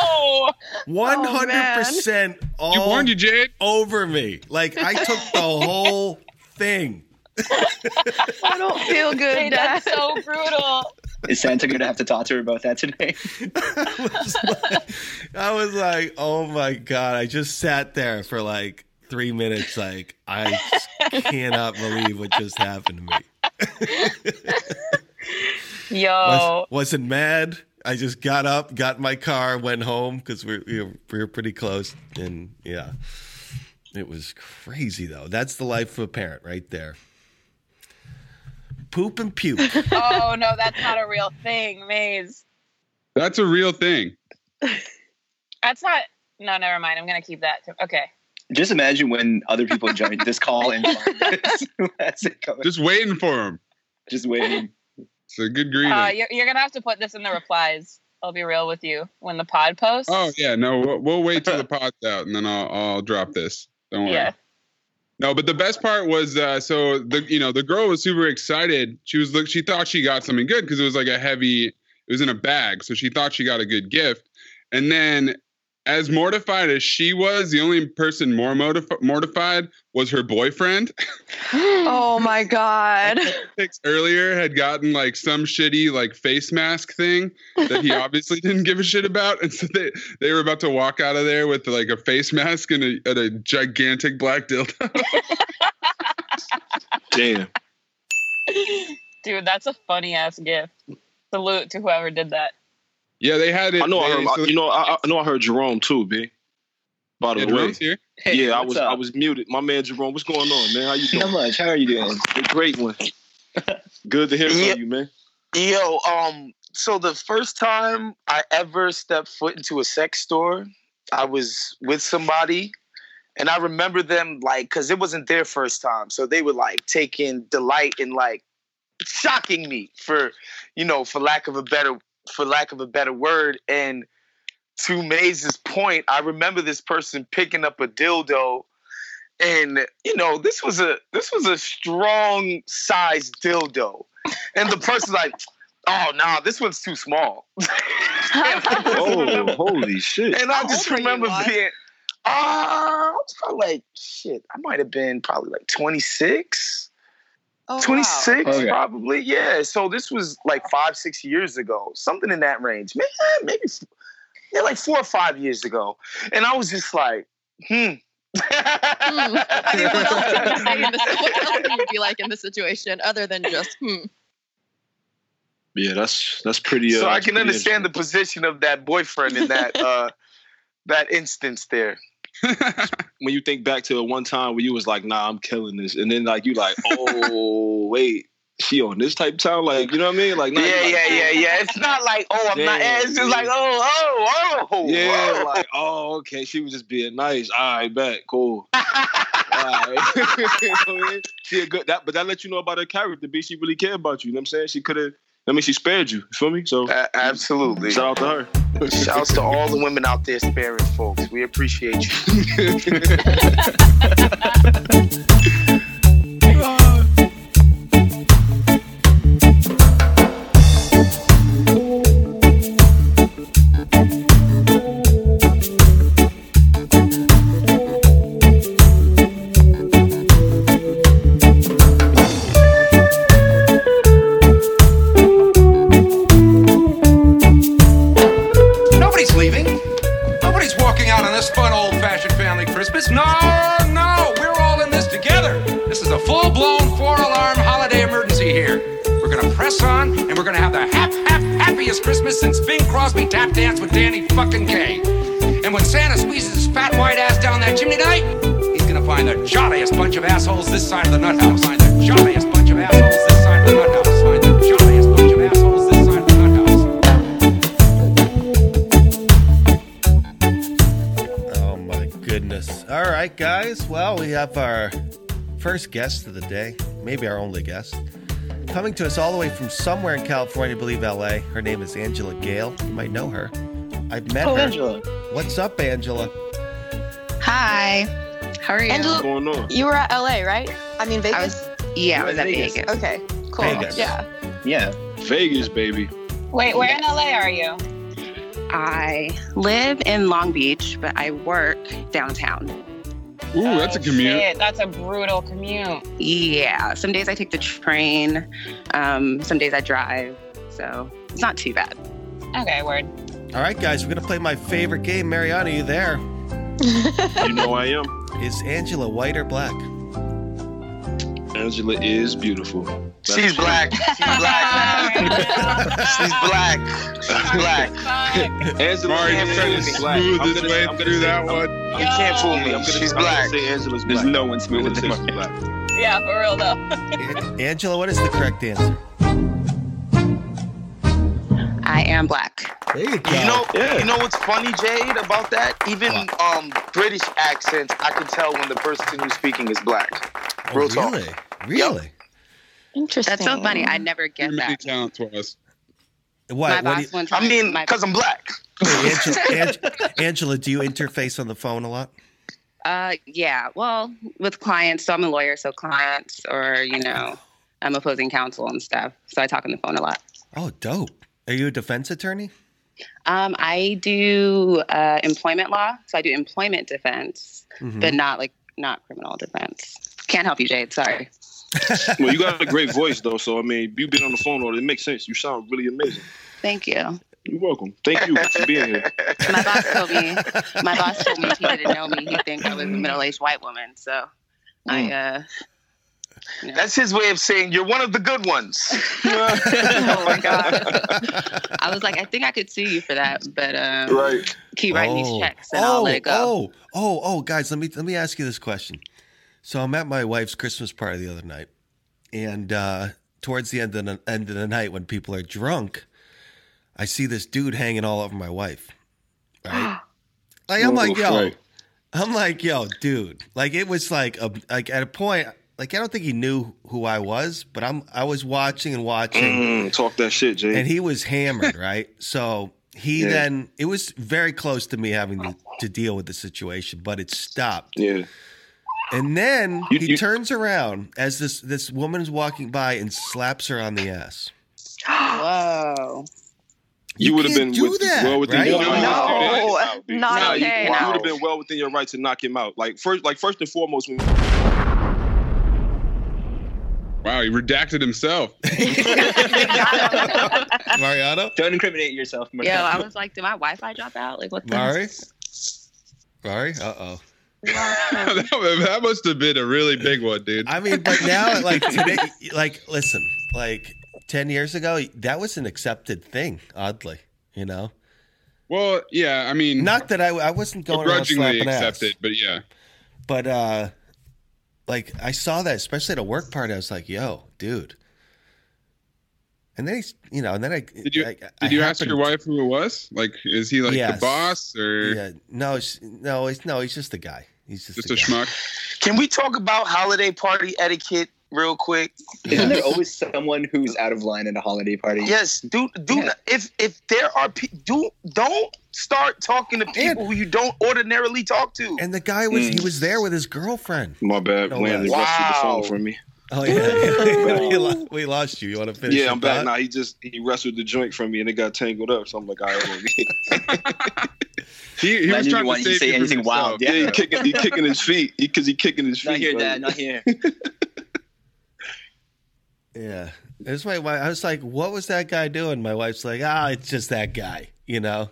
M: Oh,
G: One hundred percent all
F: You warned you, Jade.
G: over me. Like I took the whole thing.
H: I don't feel good.
E: Hey, that's so brutal.
B: Is Santa going to have to talk to her about that today?
G: I was like, oh my God. I just sat there for like three minutes, like, I cannot believe what just happened to me.
N: Oh.
E: Yo,
G: Was, not mad. I just got up, got in my car, went home because we we were, we were pretty close. And yeah, it was crazy though. That's the life of a parent right there. Poop and puke.
E: oh no, that's not a real thing, Maze.
F: That's a real thing.
E: That's not. No, never mind. I'm gonna keep that. Okay.
B: Just imagine when other people join this call and that's it coming.
F: Just waiting for him.
B: Just waiting.
F: It's a good greeting.
E: Uh, you're, you're gonna have to put this in the replies. I'll be real with you when the pod posts.
F: Oh yeah, no, we'll, we'll wait till the pod's out and then I'll I'll drop this. Don't worry.
E: Yeah.
F: No, but the best part was uh, so the you know the girl was super excited. She was look she thought she got something good because it was like a heavy. It was in a bag, so she thought she got a good gift. And then, as mortified as she was, the only person more mortif- mortified was her boyfriend.
H: oh my god.
F: Six earlier had gotten like some shitty like face mask thing that he obviously didn't give a shit about, and so they they were about to walk out of there with like a face mask and a, and a gigantic black dildo.
L: Damn.
E: Dude, that's a funny ass gift. Salute to whoever did that.
F: Yeah, they had it.
L: I know. I
F: they-
L: heard,
F: so-
L: you know. I, I know. I heard Jerome too, b. By the
F: Yeah,
L: way,
F: Jerome's here?
B: Hey,
L: yeah, I
B: what's
L: was
B: up?
L: I was muted. My man Jerome, what's going on, man? How you doing?
B: Not much. How are you doing?
L: The great one. Good to hear
J: Yeah.
L: from you, man.
J: Yo, um, so the first time I ever stepped foot into a sex store, I was with somebody, and I remember them like because it wasn't their first time, so they were like taking delight in like shocking me for, you know, for lack of a better for lack of a better word. And to Maze's point, I remember this person picking up a dildo and you know this was a this was a strong size dildo and the person's like oh nah this one's too small
L: Oh, holy shit!
J: and i just remember being ah i was probably like shit i might have been probably like 26 26
L: Okay.
J: probably yeah so this was like five six years ago something in that range maybe, maybe yeah like four or five years ago and i was just like hmm I didn't know what to
H: What else would you be like in this situation other than just hmm?
L: Yeah, that's that's pretty. Uh,
J: so I
L: that's
J: can
L: pretty
J: understand the position of that boyfriend in that uh, that instance there.
L: when you think back to one time where you was like, "Nah, I'm killing this," and then like you like, "Oh wait, she on this type of town, like you know what I mean? Like,
J: yeah,
L: not-
J: yeah, yeah, yeah. It's not like oh, I'm not.
L: Damn,
J: It's just
L: dude.
J: like oh, oh, oh,
L: yeah,
J: oh.
L: like oh, okay, she was just being nice. All right, bet, cool. All right, You know what I mean? she a good that, but that let you know about her character. B, she really cared about you. You know what I'm saying? She could have. I mean, she spared you. You feel me? So
J: absolutely.
L: Shout out to her.
J: Shouts to all the women out there sparing folks. We appreciate you.
M: Nobody's leaving. Nobody's walking out on this fun, old fashioned family Christmas. No, no, we're all in this together. This is a full blown, four alarm holiday emergency here. We're gonna press on, and we're gonna have the hap, hap, happiest Christmas since Bing Crosby tap danced with Danny fucking Kaye. And when Santa squeezes his fat white ass down that chimney night, he's gonna find the jolliest bunch of assholes this side of the nut house. Find the jolliest bunch of assholes this side of the nut house. Find the jolliest bunch of assholes this side of the nut house.
G: Oh my goodness. All right, guys. Well, we have our first guest of the day, maybe our only guest, coming to us all the way from somewhere in California, I believe LA. Her name is Angela Gale. You might know her. I've met
N: Oh,
G: her.
N: Angela.
G: What's up, Angela?
N: Hi. How are you?
H: Angela,
L: going on?
H: you were at LA, right? I mean, Vegas.
N: yeah, I was at Vegas.
H: Okay, cool.
L: Vegas.
H: Yeah.
L: Yeah, Vegas, baby.
E: Wait, where in LA are you?
N: I live in Long Beach, but I work downtown.
F: Ooh, that's
H: Oh,
F: a commute.
N: Yeah.
E: Shit, that's a brutal commute.
N: Some days I take the train. Um, some days I drive. So it's not too bad.
E: Okay, word.
G: All right, guys, we're going to play my favorite game. Mariana, you there?
L: you know I am.
G: Is Angela white or black?
L: Angela is beautiful.
J: She's black. She's black. She's black. She's black.
L: Angela
J: Mari
L: is
J: tried to
L: black.
J: smooth
L: I'm
J: his
L: gonna-
J: way
L: I'm gonna
J: through
L: say-
J: that
L: I'm-
J: one. You can't fool me.
L: I'm gonna-
J: She's
L: I'm gonna
J: black.
L: say Angela's
B: There's
L: black.
B: no one smoother than
L: She's black.
E: Yeah, for real though.
G: Angela, what is the correct answer?
N: I am black.
G: There you go.
J: You know, you know what's funny, Jade, about that? Even um, British accents, I can tell when the person who's speaking is black. Real talk.
G: Oh, Really? Really?
H: Interesting.
N: That's so funny. I never get
F: Many
N: that.
F: talents was.
N: My
G: What? what do
N: boss
G: you-
N: one time. I mean, because
J: I'm black.
G: Angela, Ang- Angela, do you interface on the phone a lot?
N: Uh, yeah. Well, with clients, so I'm a lawyer, so clients or you know, I'm opposing counsel and stuff. So I talk on the phone a lot.
G: Oh, dope. Are you a defense attorney?
N: Um, I do uh, employment law, so I do employment defense,
G: Mhm.
N: but not like not criminal defense. Can't help you, Jade. Sorry.
L: well, you got a great voice though, so I mean, you've been on the phone all. It makes sense. You sound really amazing.
N: Thank you.
L: You're welcome. Thank you for being here.
N: My boss told me. My boss told me he didn't know me. He think I was a middle-aged white woman. So I. Uh,
J: That's his way of saying you're one of the good ones.
N: oh my god! I was like, I think I could sue you for that, but um,
J: Right.
N: keep writing
G: Oh.
N: these checks and I'll let it go.
G: Oh, oh, oh, guys, let me let me ask you this question. So I'm at my wife's Christmas party the other night, and uh, towards the end of the end of the night, when people are drunk, I see this dude hanging all over my wife. Right? like I'm like, yo,
D: Right.
G: I'm like, yo, dude. Like it was like a like at a point. Like I don't think he knew who I was, but I'm I was watching and watching.
L: Mm, talk that shit, Jay.
G: And he was hammered, right? So he
L: Yeah.
G: then it was very close to me having to, to deal with the situation, but it stopped.
L: Yeah.
G: And then he turns around as this this woman's walking by and slaps her on the ass.
N: Whoa.
L: You, would have
G: can't
L: been
G: do
L: with,
G: that,
L: well within
G: right?
L: your
G: No,
L: rights to knock him
J: not
L: out, dude. you,
J: okay,
L: you
J: no.
L: would have been well within your right to knock him out. Like first, like first and foremost, when
F: Wow, he redacted himself.
G: Mariano?
B: Don't incriminate yourself,
N: Yo, I was like, did my Wi-Fi drop out? Like, what the?
G: Mari? Mari? Uh oh.
F: that, that must have been a really big one, dude.
G: I mean, but now like today like listen, like ten years ago, that was an accepted thing, oddly, you know?
F: Well, yeah, I mean
G: Not that I I wasn't going around
F: begrudgingly
G: slapping ass.
F: accepted, but yeah.
G: But uh like I saw that, especially at a work party, I was like, "Yo, dude, And then he's, you know, and then I
F: Did you
G: I,
F: did
G: I
F: you ask
G: happened-
F: your wife who it was? Like, is he like
G: Yes.
F: the boss or
G: Yeah, no, it's, no, it's, no, he's just a guy. He's just,
F: just
G: the
F: a
G: guy.
F: schmuck?
J: Can we talk about holiday party etiquette real quick?
B: Isn't there always someone who's out of line at a holiday party?
J: Yes, do do not- if if there are pe- do don't start talking to people who you don't ordinarily talk to.
G: And the guy was
B: Mm.
G: he was there with his girlfriend.
L: Hmm. My bad,
G: No
L: Landon
G: less.
L: rescued the
G: Wow.
L: phone from me.
G: Oh yeah, we, lo- we lost you. You want to finish?
L: yeah,
G: up
L: I'm back
G: that?
L: now. He just he wrestled the joint from me and it got tangled up. So I'm like, all right, well,
F: he,
B: was Imagine you trying to want- you save say you from anything yourself. wild,
L: Yeah,
B: yeah.
L: he kicking he kicking his feet because he, kicking his feet.
B: Not here,
L: bro.
B: Dad. Not here.
G: Yeah, that's my wife. I was like, "What was that guy doing?" My wife's like, "Ah, it's just that guy," you know.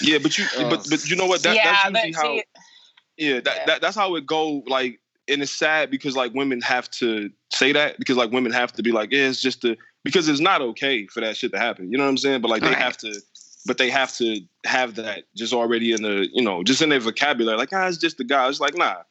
L: Yeah, but you, but but you know what? That,
E: yeah,
L: that's usually
E: but
L: how.
E: see,
L: yeah, that, That, that's how it go. Like, and it's sad because like women have to say that because like women have to be like, yeah, it's just the because it's not okay for that shit to happen. You know what I'm saying? But like they have to, but they have to have that just already in the you know just in their vocabulary. Like, ah, it's just the guy. It's like nah.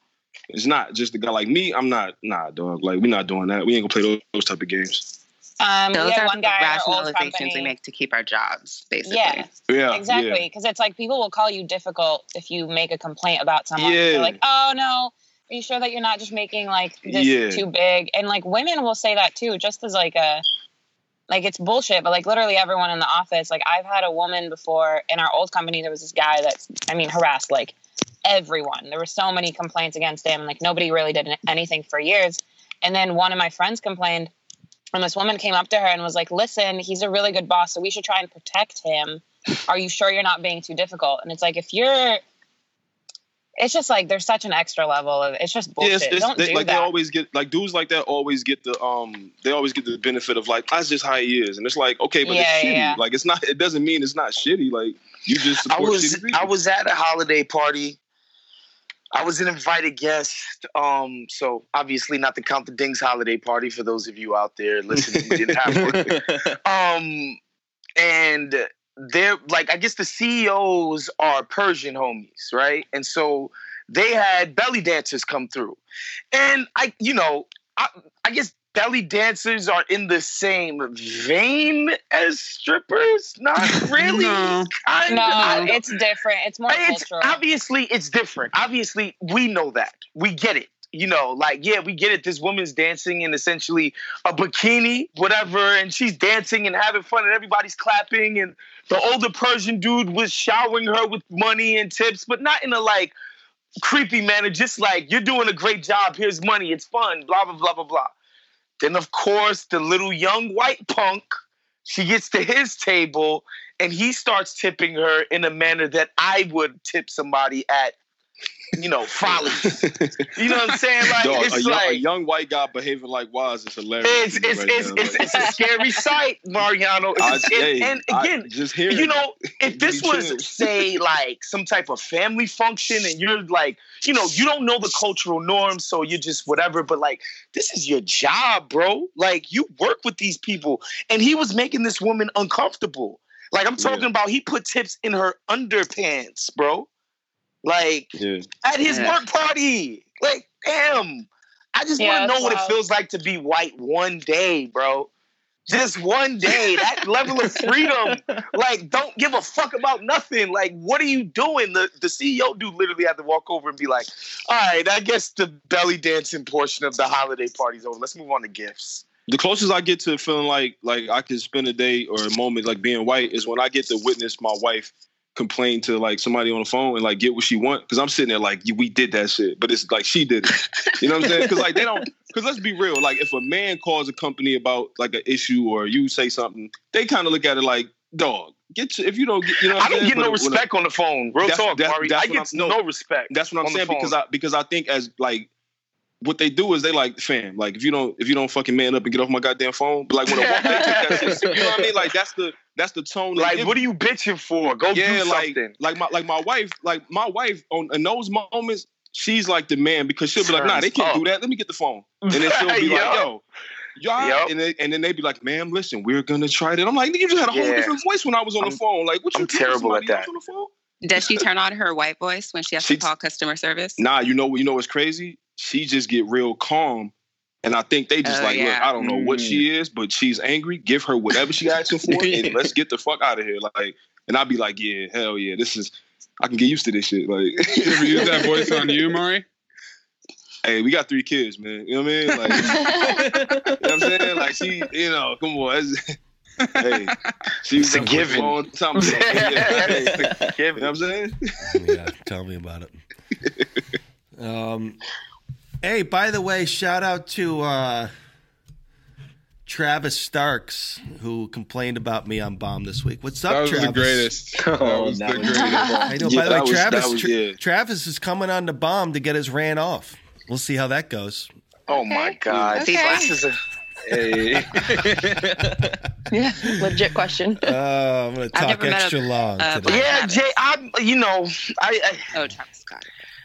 L: It's not just the guy like me. I'm not, nah, dog. Like we're not doing that. We ain't gonna play those, those type of games.
E: um,
N: Those
E: we had
N: are
E: one
N: the
E: guy at our old
N: rationalizations we
E: company-
N: make to keep our jobs, basically.
E: Yeah,
L: Yeah,
E: exactly. Because it's like people will call you difficult if you make a complaint about someone.
L: Yeah.
E: They're like, oh no, are you sure that you're not just making like this
L: Yeah.
E: too big? And like women will say that too, just as like a like it's bullshit. But like literally everyone in the office, like I've had a woman before in our old company. There was this guy that I mean harassed like everyone. There were so many complaints against him. Like nobody really did anything for years. And then one of my friends complained, and this woman came up to her and was like, "Listen, he's a really good boss, so we should try and protect him." are you sure you're not being too difficult? And it's like if you're it's just like there's such an extra level of it's just bullshit.
L: Yeah, it's, it's,
E: Don't
L: they,
E: do
L: like
E: that.
L: they always get like dudes like that always get the um they always get the benefit of like that's just how he is, and it's like okay, but
E: Yeah,
L: it's shitty.
E: yeah.
L: Like it's not it doesn't mean it's not shitty. Like you just
J: I
L: support
J: was
L: shitty people.
J: I was at a holiday party. I was an invited guest, um, so obviously not the Count the Dings holiday party for those of you out there listening who didn't have one. Um, and they're like, I guess the CEOs are Persian homies, right? And so they had belly dancers come through, and I, you know, I, I guess belly dancers are in the same vein as strippers, not really.
E: No.
J: Kinda.
E: no,
J: I-
E: it's different. It's more
J: it's
E: cultural.
J: obviously it's different. Obviously, we know that. We get it. You know, like yeah, we get it. This woman's dancing in essentially a bikini, whatever, and she's dancing and having fun, and everybody's clapping. And the older Persian dude was showering her with money and tips, but not in a like creepy manner. Just like you're doing a great job. Here's money. It's fun. Blah blah blah blah blah. Then of course the little young white punk, she gets to his table and he starts tipping her in a manner that I would tip somebody at, you know, folly. you know what I'm saying? Like
L: Dog,
J: it's
L: a, young, a
J: like
L: young white guy behaving like Waz is hilarious.
J: it's
L: to me
J: it's
L: right
J: it's,
L: now.
J: it's,
L: Like,
J: it's a scary sight, Mariano. It's,
L: I-
J: it-
L: hey,
J: and
L: I
J: again,
L: just hear
J: you
L: it.
J: know, if this
L: me
J: was
L: chills.
J: say like some type of family function, and you're like, you know, you don't know the cultural norms, so you're just whatever. But like, this is your job, bro. Like, you work with these people, and he was making this woman uncomfortable. Like, I'm talking about, he put tips in her underpants, bro. Like,
L: yeah.
J: at his
L: Yeah.
J: work party. Like, damn. I just
E: Yeah,
J: want to
E: that's
J: know what it
E: wild.
J: feels like to be white one day, bro. Just one day, that level of freedom. Like, don't give a fuck about nothing. Like, what are you doing? The the CEO dude literally had to walk over and be like, "All right, I guess the belly dancing portion of the holiday party's over. Let's move on to gifts."
L: the closest I get to feeling like like I can spend a day or a moment like being white is when I get to witness my wife complain to like somebody on the phone and like get what she want because I'm sitting there like "Yeah, we did that shit but it's like she did it you know what I'm saying because like they don't because let's be real like if a man calls a company about like an issue or you say something they kind of look at it like dog get your, if you don't get you know
J: I
L: what I'm
J: don't
L: saying?
J: get no
L: But when a-
J: respect on the phone. Real
L: That's-
J: talk,
L: that's-
J: Mari.
L: that's
J: I
L: what
J: get
L: I'm-
J: no,
L: no,
J: respect.
L: that's what I'm
J: on the
L: saying because
J: phone.
L: I because I think as like what they do is they like fam like if you don't if you don't fucking man up and get off my goddamn phone but like when a woman they take that shit, you know what I mean like that's the that's the tone they
J: like,
L: give
J: what are you bitching for? Go
L: yeah,
J: do
L: like,
J: something.
L: Like my like my wife, like my wife on in those moments, she's like the man because she'll be like, nah, they
J: Turns
L: can't
J: up.
L: do that. Let me get the phone. And then she'll be
J: oh. Yo.
L: like, yo. Y'all,
J: Yep.
L: and, then, and then they be like, "Ma'am, listen, we're gonna try that." I'm like, "Nigga, "You just had a whole
J: Yeah.
L: different voice when I was on the phone. Like, what you
J: I'm
L: doing to
J: terrible at
L: somebody
J: that.
L: else on the phone?"
N: Does she turn on her white voice when she has to call customer service?
L: Nah, you know what? You know what's crazy? She just get real calm And I think they just
J: Oh,
L: like, look,
J: yeah.
L: I don't know what she is, but she's angry. Give her whatever she asking for, and let's get the fuck out of here. Like, and I'd be like, yeah, hell yeah, this is. I can get used to this shit. Like, you ever
F: use that voice on you,
L: Mari? Hey, we got three kids, man. You know what I mean? Like, you know what I'm saying? Like, she, you know, come on. That's, hey, she
J: It's
L: was
J: a
L: up for
J: given.
L: long time. Yeah, hey, it's a given. You know what I'm saying?
G: yeah, tell me about it. Um, hey, by the way, shout out to uh, Travis Starks who complained about me on Bomb this week. What's up,
F: That was the
G: Travis?
F: greatest. That Oh, was that the was- greatest.
G: I
F: Yeah,
G: know. by the way,
F: that was- that
G: Travis
F: was-
G: Tra-
F: yeah.
G: Travis is coming on the Bomb to get his rant off. We'll see how that goes.
J: Oh my God.
G: Okay.
J: These glasses are.
H: yeah, legit question.
G: Uh, I'm gonna
J: I've
G: talk
J: never met
G: extra
J: a-
G: long
J: uh,
G: today.
J: Yeah, Jay, I you know, I, I Oh, Travis Scott.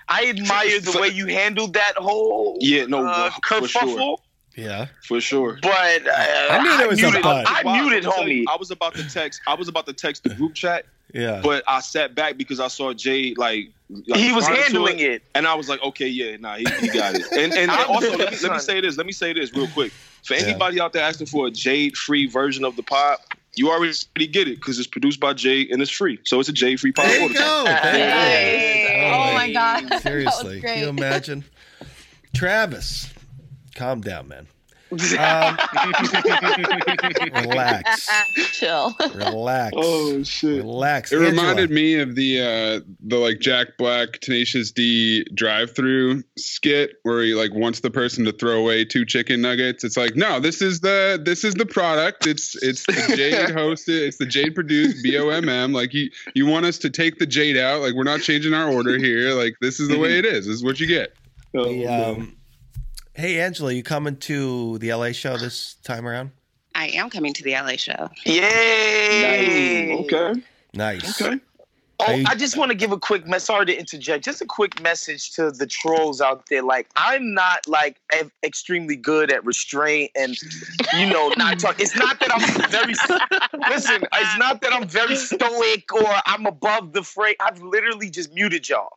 J: I admire the way you handled that whole
L: Yeah, no,
J: uh,
L: for sure.
J: kerfuffle,
G: Yeah,
L: for sure.
J: but uh, I
L: knew there was a
J: muted,
L: but.
J: I muted,
L: I'll tell you,
J: homie.
L: I was about to text. I was about to text the group chat,
G: Yeah.
L: but I sat back because I saw Jay like, like
J: He was
L: responding to
J: handling it.
L: and I was like, okay, yeah, nah, he, he got it. And and, and
J: I'm
L: also,
J: just
L: let me, let me
J: son.
L: say this. Let me say this real quick. For anybody out there asking for a Jade-free version of the pod, you already get it because it's produced by Jade and it's free, so it's a Jade-free pod. There you
G: go.
O: Oh my god.
G: Seriously, can you imagine? Travis, calm down, man. Um, Relax.
H: Chill.
G: Relax.
F: Oh
L: shit.
G: Relax.
F: It
G: Angela.
F: reminded me of the uh the like Jack Black Tenacious D drive through skit where he like wants the person to throw away two chicken nuggets. It's like, no, this is the this is the product. It's it's the Jade hosted, it's the Jade produced B O M M. Like you you want us to take the Jade out. Like we're not changing our order here. Like this is the way it is. This is what you get.
G: Hey, um, hey, Angela, you coming to the LA show this time around?
N: I am coming to the LA show.
J: Yay!
L: Okay.
G: Nice.
J: Okay.
G: Are
J: Oh,
G: you-
J: I just want to give a quick mess. Sorry to interject. Just a quick message to the trolls out there. Like, I'm not like e- extremely good at restraint and you know not talk. It's not that I'm very listen. It's not that I'm very stoic or I'm above the fray. I've literally just muted y'all.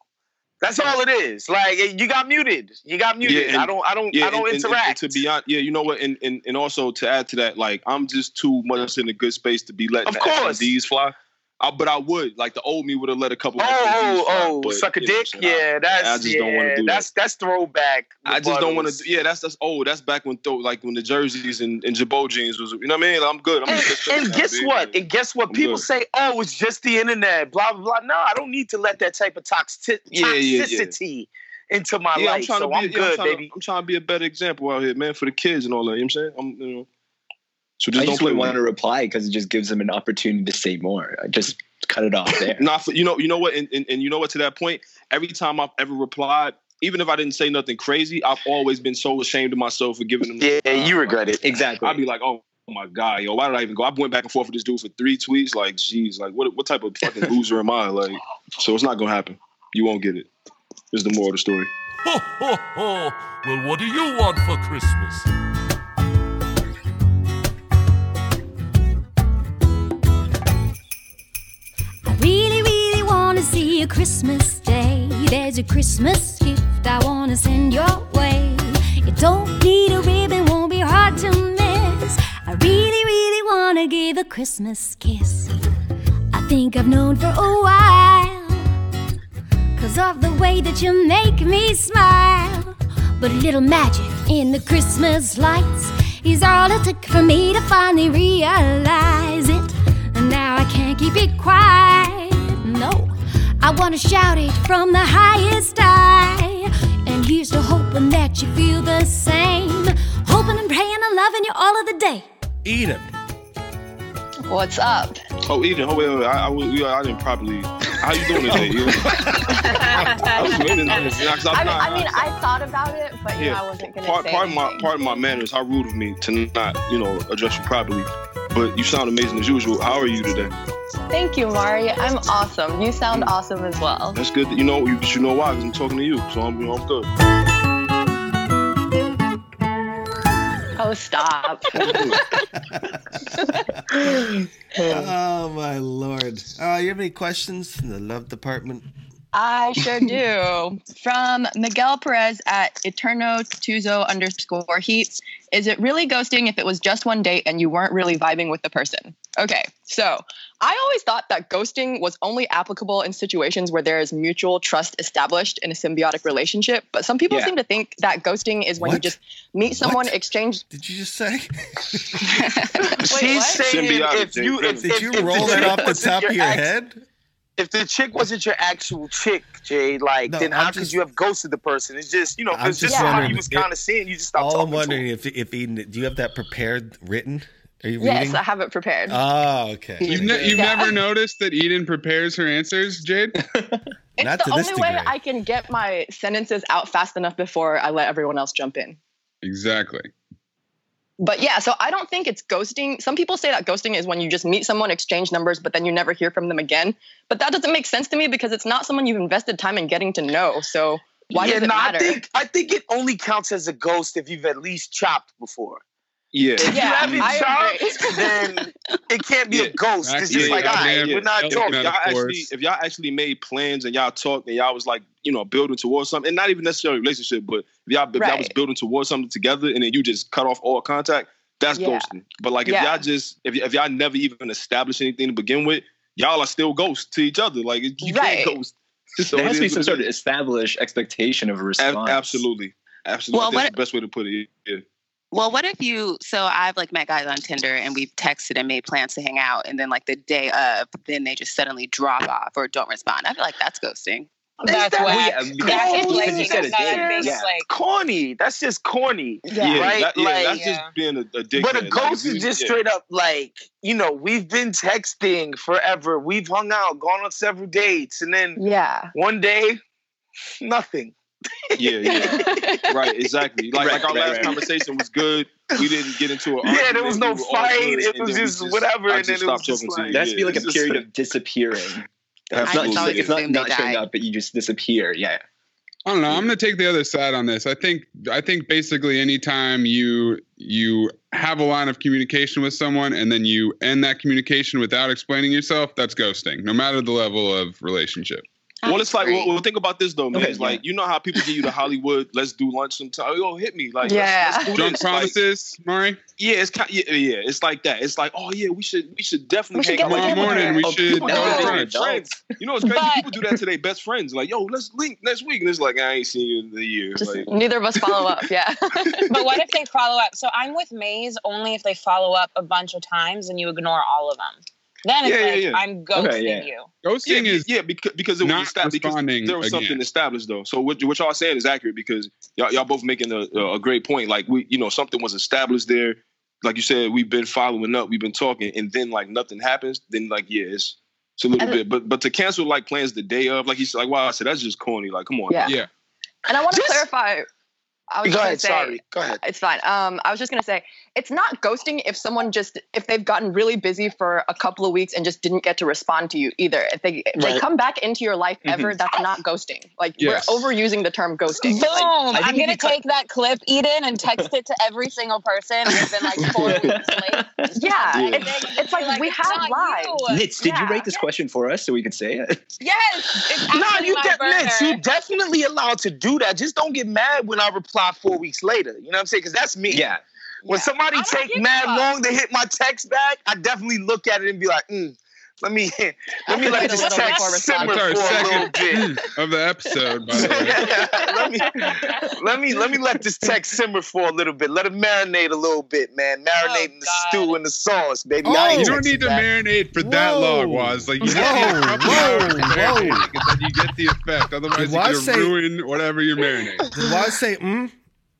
J: That's all it is. Like you got muted. You got muted.
L: and-
J: I don't. I don't.
L: yeah,
J: I don't
L: and- and- and-
J: interact.
L: and to be honest, yeah, you know what, and, and and also to add to that, like I'm just too much in a good space to be letting
J: Of
L: the
J: course.
L: SMDs fly. I, but I would like the old me would have let a couple.
J: Oh,
L: SMDs
J: oh,
L: fly,
J: oh,
L: but,
J: suck a
L: you know what
J: dick.
L: I'm saying, I-
J: yeah, that's
L: I just don't want
J: yeah,
L: to do
J: That's
L: that.
J: that's throwback.
L: I just don't want
J: rebuttals.
L: to. Yeah, that's that's old. That's back when though, like when the jerseys and, and Jabot jeans was. You know what I mean? I'm good. I'm
J: and,
L: just
J: and guess what? And guess what?
L: I'm
J: People
L: good.
J: say, "Oh, it's just the internet." Blah blah blah. No, I don't need to let that type of toxi-
L: Yeah, yeah, yeah.
J: toxicity into my
L: yeah,
J: life.
L: I'm trying
J: so
L: to be.
J: I'm
L: yeah,
J: good,
L: trying to-
J: baby.
L: I'm trying to be a better example out here, man, for the kids and all that. You know what I'm saying? I'm, you know. So just
B: I
L: don't
B: just
L: play
B: wouldn't
L: with
B: want
L: me.
B: to reply because it just gives them an opportunity to say more. I just cut it off there.
L: Not for, you know, you know what, and, and, and you know what. To that point, every time I've ever replied, even if I didn't say nothing crazy, I've always been so ashamed of myself for giving them.
J: Yeah, you regret it
B: exactly.
L: I'd be like, oh my god, yo, why did I even go? I went back and forth with this dude for three tweets. Like, geez, like what what type of fucking loser am I? Like, so it's not gonna happen. You won't get it. Is the moral of the story?
P: Ho, ho, ho! Well, what do you want for Christmas?
Q: I really, really want to see a Christmas day. There's a Christmas gift I want to send your way. You don't need a ribbon, won't be hard to miss. I really, really want to give a Christmas kiss. I think I've known for a while, cause of the way that you make me smile. But a little magic in the Christmas lights is all it took for me to finally realize it. And now I can't keep it quiet. No, I wanna shout it from the highest high. And here's to hoping that you feel the same. Hoping and praying and loving you all of the day.
G: Eden.
H: What's up?
L: Oh, Eden, oh wait, wait, wait. I, I, was- we- I didn't properly. How you doing today? Eden? I was waiting. on this. Yeah, 'cause I'm
H: I mean,
L: not- uh,
H: I mean, I thought about it, but you know, I wasn't gonna
L: part,
H: say
L: part of my
H: anything.
L: part of my manners. How rude of me to not, you know, address you properly. But you sound amazing as usual. How are you today?
H: Thank you, Mari. I'm awesome. You sound awesome as well.
L: That's good. That, you know, you, but you know why? Because I'm talking to you, so I'm, you know, I'm good.
H: Oh, stop.
G: oh my lord! Uh, you have any questions in the love department?
O: I sure do. From Miguel Perez at Eterno Tuzo underscore heat. Is it really ghosting if it was just one date and you weren't really vibing with the person? Okay, so
H: I always thought that ghosting was only applicable in situations where there is mutual trust established in a symbiotic relationship, but some people
O: Yeah.
H: seem to think that ghosting is when you
O: What?
H: just meet someone,
G: What?
H: exchange.
G: Did you just say?
J: She's saying
G: Symbiotic,
J: if you
G: Jay.
J: if,
G: Did
J: if-
G: you
J: if the
G: roll that
J: chick
G: off the
J: wasn't
G: top of your
J: act-
G: head?
J: If the chick wasn't your actual chick, Jay, like
G: No,
J: then
G: I'm
J: how could you have ghosted the person? It's just you know,
G: I'm
J: it's just
G: just
J: somebody
G: wondering
J: you was
G: if-
J: kind of seeing. You just stopped
G: All I'm
J: talking.
G: wondering if if Eden, do you have that prepared written? Are you reading?
H: Yes, I have it prepared.
G: Oh, okay.
F: You've, ne- you've
H: Yeah.
F: never noticed that Eden prepares her answers, Jade?
H: It's the only way I can get my sentences out fast enough before I let everyone else jump in.
F: Exactly.
H: But yeah, so I don't think it's ghosting. Some people say that ghosting is when you just meet someone, exchange numbers, but then you never hear from them again. But that doesn't make sense to me because it's not someone you've invested time in getting to know. So why
J: yeah,
H: does it
J: no,
H: matter?
J: I think I think it only counts as a ghost if you've at least chopped before.
L: Yeah.
J: If
H: Yeah,
J: you haven't
H: I
J: chopped, then it can't be a ghost. It's just like, all right, we're not
L: if,
J: talking.
L: Y'all actually, if y'all actually made plans and y'all talked and y'all was like, you know, building towards something, and not even necessarily a relationship, but if y'all, if y'all was
J: Right.
L: building towards something together and then you just cut off all contact, that's
J: Yeah.
L: ghosting. But like, if
J: Yeah.
L: y'all just, if, y- if y'all never even established anything to begin with, y'all are still ghosts to each other. Like, you
J: Right.
L: can't ghost.
B: there has
L: it
B: to be
L: is
B: some
L: what
B: sort
L: it
B: of established expectation of a
L: is. Ab-
B: response.
L: absolutely. Absolutely.
N: Well,
L: that's
N: what-
L: the best way to put it. Yeah.
N: Well, what if you? So I've like met guys on Tinder and we've texted and made plans to hang out, and then like the day of, then they just suddenly drop off or don't respond. I feel like that's ghosting.
E: That's
J: that-
E: whack.
J: Yeah, I mean,
E: That's
J: uh, because
E: like
J: you
E: you
J: said
E: guys
J: it
E: gotta
J: did.
E: think,
J: Yeah.
E: like
J: corny. That's just corny.
L: Yeah,
J: right.
L: that- yeah,
J: like,
L: that's just being a, a dickhead.
J: But a
L: Like,
J: ghost
L: you-
J: is just
L: yeah.
J: straight up like, you know, we've been texting forever. We've hung out, gone on several dates, and then
H: yeah,
J: one day, nothing.
L: Yeah, yeah. right, exactly. Like
J: Right,
L: like our
J: right,
L: last
J: right.
L: conversation was good. We didn't get into it.
J: Yeah, there was no fight. It was just whatever, and then it was just like-
B: There has to be like a period of disappearing. It's not,
F: just
B: it's not,
F: always
B: it's not,
F: assumed they
B: not showing
F: died.
B: up, but you just disappear. Yeah.
F: I don't know. I'm going to take the other side on this. I think I think basically anytime you you have a line of communication with someone and then you end that communication without explaining yourself, that's ghosting, no matter the level of relationship.
L: Well, it's like well, well, think about this though, man.
F: Okay,
L: it's like you know how people give you the Hollywood, let's do lunch sometime. Oh, yo, hit me, like
F: Yeah.
L: let's, let's do
F: Drunk
L: this.
F: promises, like, Mari.
L: Yeah, it's kind. Yeah, yeah, it's like that. It's like, oh yeah, we should we should definitely
F: We should
L: hang
F: get
L: out.
F: together. Tomorrow morning, we
L: Oh,
F: should
L: people
F: go
L: do
F: to
L: that to
F: brunch.
L: their friends. You know, it's crazy. people do that to their best friends. Like, yo, let's link next week, and it's like I ain't seen you in a year. Like,
H: Neither of us follow up. Yeah. Oh
E: but what if they follow up? So I'm with Maze only if they follow up a bunch of times and you ignore all of them. Then it's like I'm ghosting you.
F: Ghosting
L: yeah, is yeah because because it
F: not
L: was established because
F: responding
L: there was
F: again.
L: something established though. So what, what y'all are saying is accurate because y'all, y'all both making a, a great point. Like we you know something was established there. Like you said, we've been following up, we've been talking, and then like nothing happens. Then like yeah, it's it's a little bit. But but to cancel like plans the day of, like he's like wow, I said that's just corny. Like come on,
H: Yeah. Yeah. And I want to clarify. I was just
L: Go
H: gonna
L: ahead,
H: Say,
L: sorry. Go ahead.
H: It's fine. Um, I was just gonna say it's not ghosting if someone just if they've gotten really busy for a couple of weeks and just didn't get to respond to you either. If they if they
B: Right.
H: come back into your life ever,
L: Mm-hmm.
B: Mhm.
H: that's not ghosting. Like
B: Yes.
H: we're overusing the term ghosting.
E: Boom!
H: Like,
E: I'm gonna take that clip, Eden, and text it to every single person. And then like four weeks later,
H: Yeah,
B: Yeah.
H: It's, it's like, we
E: it's
H: have
E: not
H: lives.
E: you.
B: Nitz, did you write this question for us so we could say it?
E: Yes, it's
J: No,
E: actually
J: you
E: my
J: get
E: burner.
J: Nitz, You definitely allowed to do that. Just don't get mad when I reply four weeks later. You know what I'm saying? Because that's me.
B: Yeah.
J: When somebody take mad long to hit my text back, I definitely look at it and be like, mm, let me let me let
F: That's
J: this
F: our
J: text simmer for a little
F: second
J: bit.
E: "Mm."
F: of the episode, by the way.
J: let me let me let me let this text simmer for a little bit. Let it marinate a little bit, man.
E: Oh,
J: Marinate in the stew and the sauce, baby. I
F: Oh.
J: ain't
F: you don't
J: texting
F: need to
J: back.
F: marinate for that
J: Whoa.
F: long, Waz. Like you just
J: Whoa,
F: need a couple
J: whoa,
F: hours to
J: whoa.
F: marinate, because then you get the effect. Otherwise,
G: Waz
F: you
G: say-
F: can ruin whatever you marinate.
G: Did Waz say mm? Oh,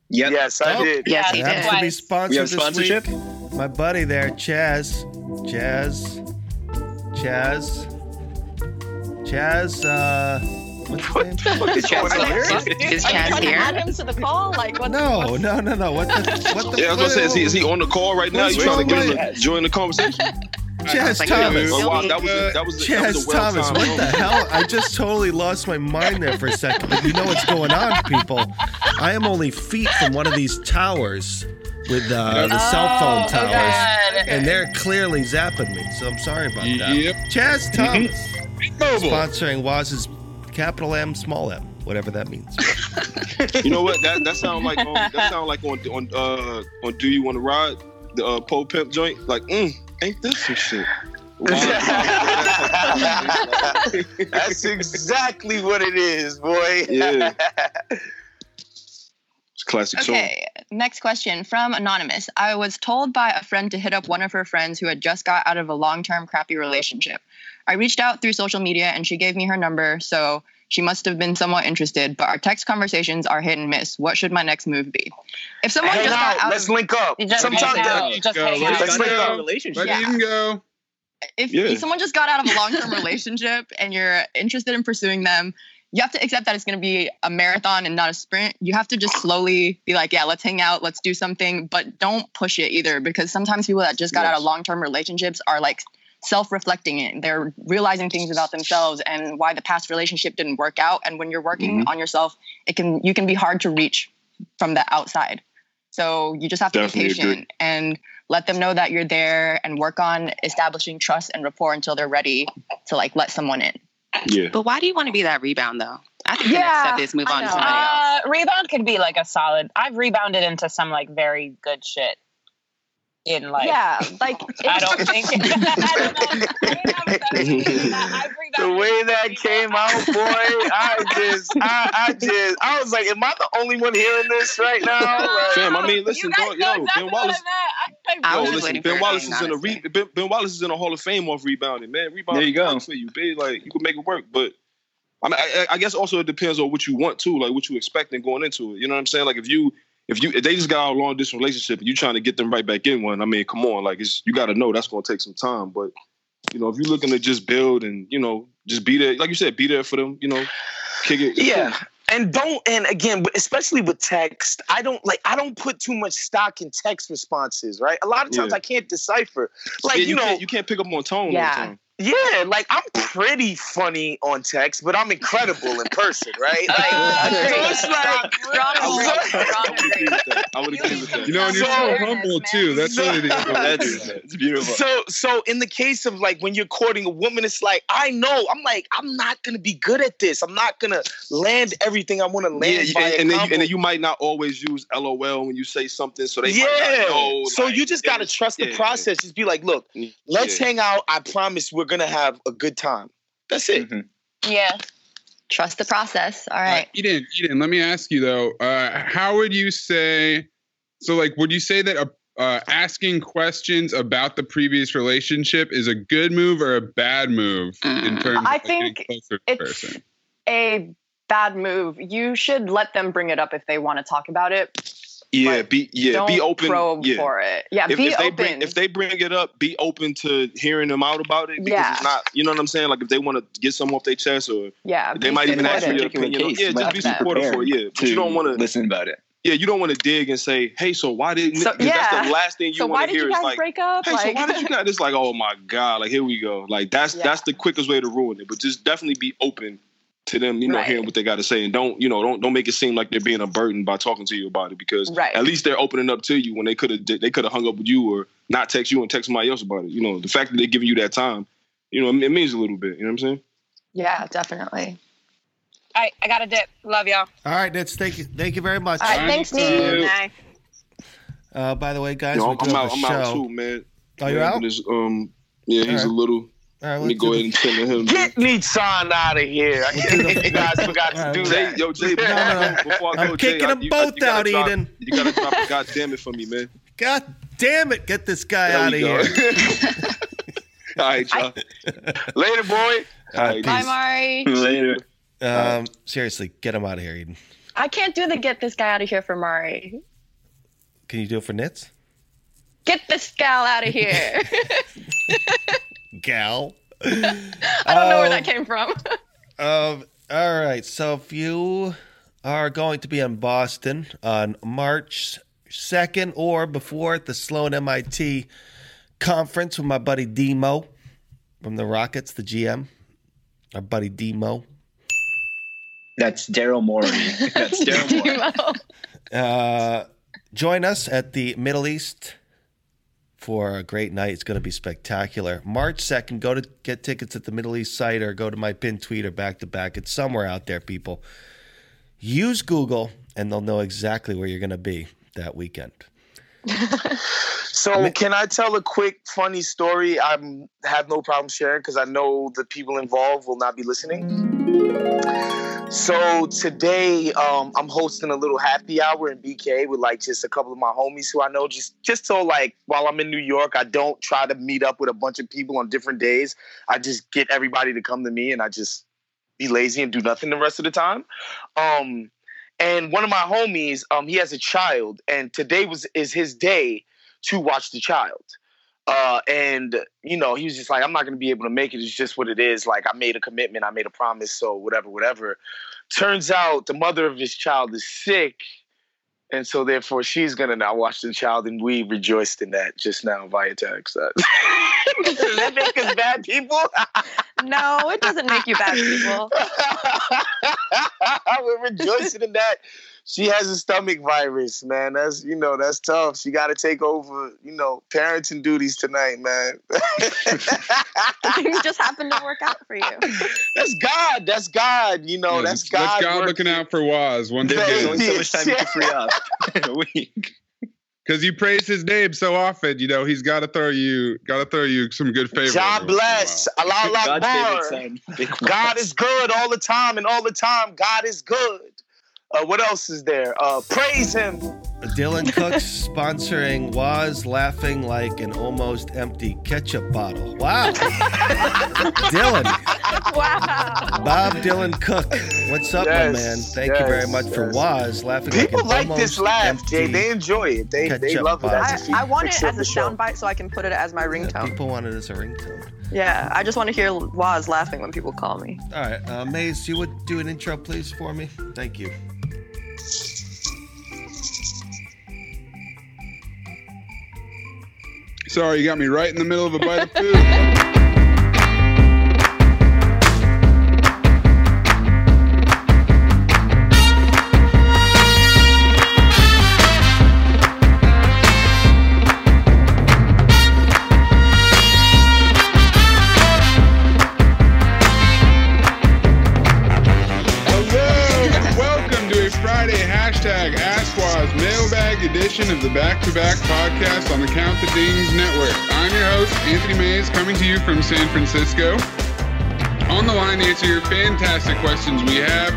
J: Yes, I did.
G: Yes,
J: Yes,
G: he
J: he
G: happens
J: did.
G: to be sponsored
J: We have
G: this
J: sponsorship?
G: week. My buddy there, Chaz, Chaz, Chaz, Chaz. Uh, what's his name?
B: Is Chaz here?
N: Is
H: Are you
N: Chaz
H: trying to
N: here?
H: add him to the call? Like what?
G: No, no, no, no. What the? What the?
L: Yeah, I was gonna say, is he, is he on the call right now?
G: What's
L: You trying to
G: wrong
L: get
G: with
L: him to join the conversation?
G: Chaz Thomas.
L: Oh, wow, that was a, that was a, that was
G: Chaz
L: a well-timed
G: Thomas, what the
L: moment.
G: hell? I just totally lost my mind there for a second. But you know what's going on, people. I am only feet from one of these towers with uh, the cell phone
D: Oh,
G: towers,
D: God.
G: and they're clearly
L: Mm-hmm.
G: zapping me. So I'm sorry about that.
D: Yep.
G: Chaz Thomas sponsoring Waz's capital M, small m, whatever that means.
L: You know what? That that sound like on, that sound like on on uh on Do You Want to Ride the uh, Poe Pimp joint. Like, mm, ain't this some shit?
J: That's exactly what it is, boy.
L: Yeah. It's a classic song.
H: Okay, next question from Anonymous. I was told by a friend to hit up one of her friends who had just got out of a long term crappy relationship. I reached out through social media and she gave me her number, so she must have been somewhat interested, but our text conversations are hit and miss. What should my next move be? If someone
J: Hang
H: just
J: out.
H: got out
J: Let's
H: of
J: link up.
H: You just
J: Sometimes
H: hang out.
J: that-
H: Just hang out.
J: Let's link up.
H: Relationship. Let Eden
F: go.
H: if,
J: Yeah.
H: if someone just got out of a long-term relationship and you're interested in pursuing them you have to accept that it's going to be a marathon and not a sprint you have to just slowly be like yeah let's hang out let's do something but don't push it either because sometimes people that just got out of long-term relationships are like self-reflecting it they're realizing things about themselves and why the past relationship didn't work out and when you're working
L: Mhm.
H: on yourself it can you can be hard to reach from the outside so you just have to
L: Definitely
H: be
L: agree.
H: patient and let them know that you're there and work on establishing trust and rapport until they're ready to like let someone in.
L: Yeah.
N: But why do you want to be that rebound though? I think the next
E: Yeah,
N: step is move
E: I
N: on to
E: know.
N: somebody else.
E: Uh, rebound could be like a solid. I've rebounded into some like very good shit in life.
H: Yeah, like
E: I don't think.
J: the way that came out, boy, I just, I, I just, I was like, am I the only one hearing this right
H: uh,
J: now?
L: Fam, I mean, listen, dog, yo, Ben Wallace.
J: I
L: Yo,
J: was just
L: listen,
J: waiting
L: Ben
J: for a
L: Wallace
J: name,
L: is in a re- ben, ben Wallace is in a Hall of Fame off rebounding, man. Rebounding
B: There you go.
L: works for you, big. Like you can make it work, but I, mean, I, I I guess also it depends on what you want too, like what you expecting going into it. You know what I'm saying? Like if you if you if they just got a long distance relationship, and you trying to get them right back in one. I mean, come on, like it's you got to know that's gonna take some time, but. You know, if you're looking to just build and you know, just be there, like you said, be there for them. You know, kick it.
J: Yeah. And don't, and again, but especially with text, I don't like, I don't put too much stock in text responses, right? A lot of times
L: Yeah.
J: I can't decipher. Like,
L: Yeah,
J: you, know,
L: can't, you can't pick up on tone. All the
J: Yeah.
L: time.
J: Yeah, like I'm pretty funny on text, but I'm incredible in person, right? Like, so it's like,
L: I would agree with that.
F: You know, and you're so humble too. That's really the
L: That's- it's beautiful.
J: So, so in the case of like when you're courting a woman, it's like I know I'm like I'm not gonna be good at this. I'm not gonna land everything I want to
L: Yeah,
J: land.
L: you-
J: by
L: and,
J: a
L: and, then you,
J: combo.
L: and then you might not always use LOL when you say something, so they might
J: yeah.
L: not know.
J: so
L: like,
J: you just gotta trust the
L: yeah. Mm,
J: process. Just be like, look, let's
L: Yeah.
J: hang out. I promise we're gonna have a good time. That's it.
L: Mm-hmm.
E: Yeah.
H: Trust the process. All
F: right. Eden, Eden, let me ask you though. Uh, how would you say? So, like, would you say that uh uh, asking questions about the previous relationship is a good move or a bad move in terms of
H: I
F: like, getting
H: think
F: closer to the
H: it's-
F: person?
H: A bad move. You should let them bring it up if they want to talk about it.
L: Yeah, be yeah, be
H: don't
L: open
H: probe
L: yeah.
H: for it. Yeah,
L: if,
H: be
L: if they Bring,
H: open.
L: if they bring it up, be open to hearing them out about it because
H: Yeah.
L: it's not. You know what I'm saying? Like if they want to get something off their chest, or
H: Yeah,
L: they
H: be
L: might even ask for your
H: supportive.
L: opinion. on- Yeah,
B: might
L: just be
B: be
L: supportive for it.
B: prepared
L: Yeah, but you don't want to
B: listen about it.
L: Yeah, you don't want to dig and say, "Hey, so why didn't?"
H: So-
L: 'cause that's
H: yeah.
L: the last thing you
H: So why
L: want
H: did
L: to
H: you
L: hear. is
H: guys
L: like,
H: break up?
L: Hey, so why
H: Like-
L: did you guys? It's like, oh my god, like here we go. Like that's
H: Yeah.
L: that's the quickest way to ruin it. But just definitely be open to them, you know,
H: Right.
L: hearing what they got to say, and don't you know, don't don't make it seem like they're being a burden by talking to you about it because
H: Right.
L: at least they're opening up to you when they could have they could have hung up with you or not text you and text somebody else about it. You know, the fact that they're giving you that time, you know, it means a little bit. You know what I'm saying?
H: Yeah, definitely.
E: I, I got a dip. Love y'all.
G: All right, Nitz, thank you, thank you very much.
E: All right, thanks, Nitz. Bye.
G: Uh, by the way, guys,
L: No,
G: we
L: I'm,
G: do
L: I'm
G: have
L: out.
G: a
L: I'm
G: show.
L: out too, man.
G: Oh, you're
L: Yeah,
G: out?
L: but it's, Um, yeah, he's
G: All
L: a little.
G: All right,
L: let me
G: let's
L: go
G: do
L: ahead and send him.
J: Get Nissan out of here. I can't you guys forgot to do
L: Jay,
J: that.
L: yo, Jay,
J: No,
L: before
J: no,
L: I go,
G: I'm
L: Jay,
G: kicking
L: I-
G: them
L: you-
G: both
L: you gotta
G: out,
L: drop-
G: Eden.
L: You gotta drop a goddamn it for me, man.
G: God damn it, get this guy
L: There
G: out of
L: we go.
G: here.
L: All right, y'all. Later, boy.
H: Bye, Mari.
L: Later.
G: Um, seriously, get him out of here, Eden.
H: I can't do the get this guy out of here for Mari.
G: Can you do it for Nitz?
H: Get this gal out of here.
G: Gal.
H: I don't know where that came from.
G: Um, all right. So if you are going to be in Boston on March 2nd or before at the Sloan MIT conference with my buddy Demo from the Rockets, the GM, our buddy Demo.
B: That's Daryl Morey. That's Daryl Morey.
G: Uh, join us at the Middle East for a great night. It's going to be spectacular. March 2nd, go to get tickets at the Middle East site or go to my pinned tweet or back to back. It's somewhere out there, people. Use Google and they'll know exactly where you're going to be that weekend.
J: So can I tell a quick funny story? I am have no problem sharing because I know the people involved will not be listening. So today um, I'm hosting a little happy hour in BK with like just a couple of my homies who I know just just so like while I'm in New York I don't try to meet up with a bunch of people on different days. I just get everybody to come to me and I just be lazy and do nothing the rest of the time. Um, and one of my homies um, he has a child and today was is his day to watch the child. Uh, and you know, he was just like, I'm not gonna be able to make it. It's just what it is. Like I made a commitment, I made a promise, so whatever, whatever. Turns out the mother of his child is sick, and so therefore she's gonna now watch the child, and we rejoiced in that just now via text. Does that make us bad people?
K: no, it doesn't make you bad people.
J: We're rejoicing in that. She has a stomach virus, man. That's you know, that's tough. She gotta take over, you know, parenting duties tonight, man.
K: Things just happen to work out for you.
J: That's God. That's God. You know,
F: Yeah,
J: that's
F: that's-
J: God.
F: that's God looking out for Waz once
J: That
F: again.
J: is Only so much time you can free up
F: in a week. Because you praise his name so often, you know he's got to throw you, got to throw you some good favor.
J: God
F: every once in a
J: bless.
F: while.
J: Allah Allah God is good all the time, and all the time, God is good. Uh, what else is there? Uh, praise Him.
G: Dylan Cooks sponsoring Waz laughing like an almost empty ketchup bottle. Wow. Dylan.
K: Wow.
G: Bob Dylan Cook. What's up, my
J: Yes,
G: man? Thank you
J: yes,
G: very much for
J: yes.
G: Waz laughing
J: People
G: like an
J: like this
G: almost
J: laugh, Jay.
G: empty
J: They enjoy it. They, they
G: ketchup
J: love it.
G: bottle.
J: That's a
G: I-
O: I want it
J: fixer of
O: as a
J: the show.
O: soundbite so I can put it as my ringtone.
G: People wanted as a ringtone.
O: Yeah, I just want to hear Waz laughing when people call me.
G: All right, uh, Maze, you would do an intro, please, for me. Thank you.
F: Sorry, you got me right in the middle of a bite of food. Hello, welcome to a Friday hashtag AskWise mailbag edition of the Back to Back podcast on the Count the Dings Network. I'm your host, Anthony Mays, coming to you from San Francisco. On the line to answer your fantastic questions we have.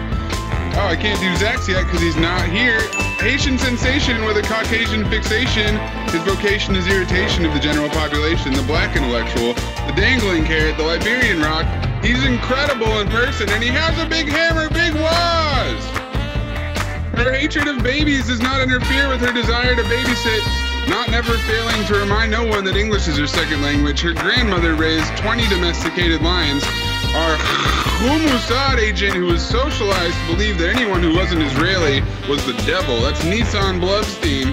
F: Oh, I can't do Zach's yet because he's not here. Haitian sensation with a Caucasian fixation. His vocation is irritation of the general population, the black intellectual, the dangling carrot, the Liberian rock. He's incredible in person, and he has a big hammer, big was. Her hatred of babies does not interfere with her desire to babysit, not never failing to remind no one that English is her second language. Her grandmother raised 20 domesticated lions. Our Humusad agent, who was socialized to believe that anyone who wasn't Israeli was the devil. That's Nissan Blubstein.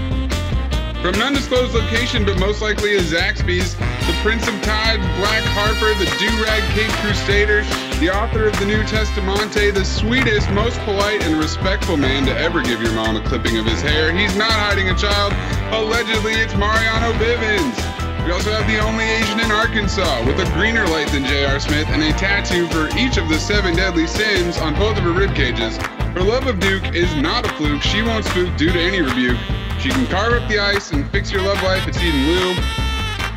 F: From an undisclosed location, but most likely a Zaxby's, the Prince of Tides, Black Harper, the Do-Rag Cape Crusader, the author of the New Testamente, the sweetest, most polite, and respectful man to ever give your mom a clipping of his hair. He's not hiding a child. Allegedly, it's Mariano Bivens. We also have the only Asian in Arkansas with a greener light than J.R. Smith and a tattoo for each of the seven deadly sins on both of her rib cages. Her love of Duke is not a fluke. She won't spook due to any rebuke. She can carve up the ice and fix your love life at Eden Lou.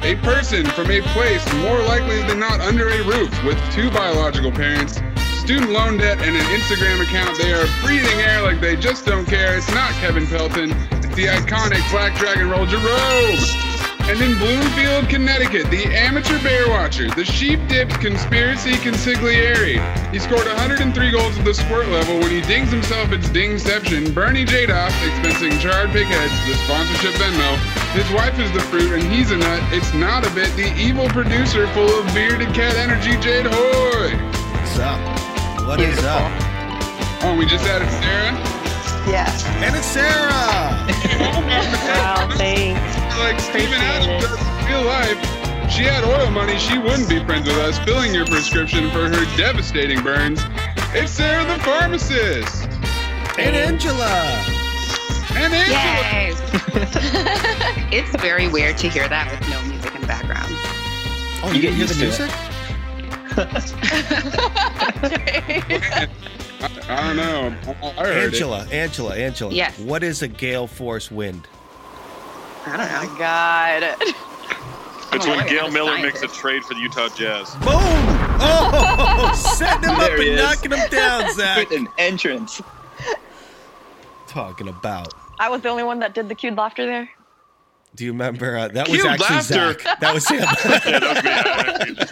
F: A person from a place more likely than not under a roof with two biological parents, student loan debt, and an Instagram account. They are breathing air like they just don't care. It's not Kevin Pelton. It's the iconic Black Dragon Roll Jerome. And in Bloomfield, Connecticut, the amateur bear watcher, the sheep dipped conspiracy consigliere. He scored 103 goals at the squirt level when he dings himself at Dingception. Bernie Jadoff expensing charred pig heads, the sponsorship Venmo. His wife is the fruit and he's a nut. It's not a bit the evil producer full of bearded cat energy, Jade Hoy.
G: What's up? What is up?
F: Oh, and we just added Sarah?
O: Yeah.
G: And it's Sarah!
F: wow, thanks. Like Steven Adams does in real life. She had oil money, she wouldn't be friends with us, filling your prescription for her devastating burns. It's Sarah the pharmacist.
G: And Angela.
F: And
N: Yay. it's very weird to hear that with no music in the background.
G: Oh, you, didn't hear the music?
F: I don't know. I heard it.
G: Angela, Angela, Angela.
N: Yes.
G: What is a gale force wind?
N: I
K: Oh
N: don't know.
H: my God.
R: It's
H: Oh,
R: when
H: yeah,
R: Gail
H: the
R: Miller makes a trade for the Utah Jazz.
G: Boom! Oh, setting him up
B: There he
G: and
B: is.
G: knocking him down, Zach.
B: With an entrance.
G: Talking about.
H: I was the only one that did the cued laughter there.
G: Do you remember uh, that
H: Cute
G: was actually
H: laughter.
G: Zach? That was him.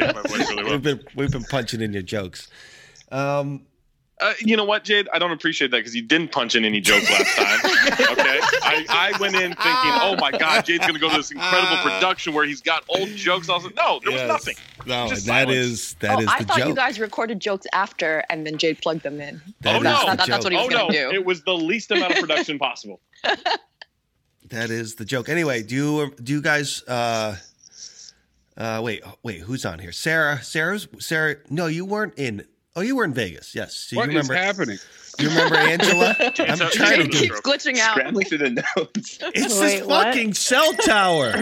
H: Yeah, that was me.
G: we've been we've been punching in your jokes. Um,
R: Uh, you know what, Jade? I don't appreciate that because you didn't punch in any jokes last time. Okay, I, I went in thinking, oh my god, Jade's going to go to this
H: Uh.
R: incredible production where he's got old jokes. Also, no, there
G: Yes.
R: was nothing.
G: No,
R: Just
G: Oh, that
R: silence.
G: is that
H: oh,
G: is
H: I
G: the
H: thought
G: joke.
H: you guys recorded jokes after, and then Jade plugged them in.
G: That
H: I thought-
G: is the
H: I thought that's what he was
R: oh
H: gonna
R: no,
H: do.
R: it was the least amount of production possible.
G: That is the joke. Anyway, do you do you guys? Uh, uh, wait, wait, who's on here? Sarah, Sarah's, Sarah. No, you weren't in. Oh, you were in Vegas. Yes. So
F: What
G: you
F: is
G: remember,
F: happening?
G: You remember Angela? I'm trying to do.
H: glitching
B: out. Scrambling through the notes.
G: It's this fucking cell tower.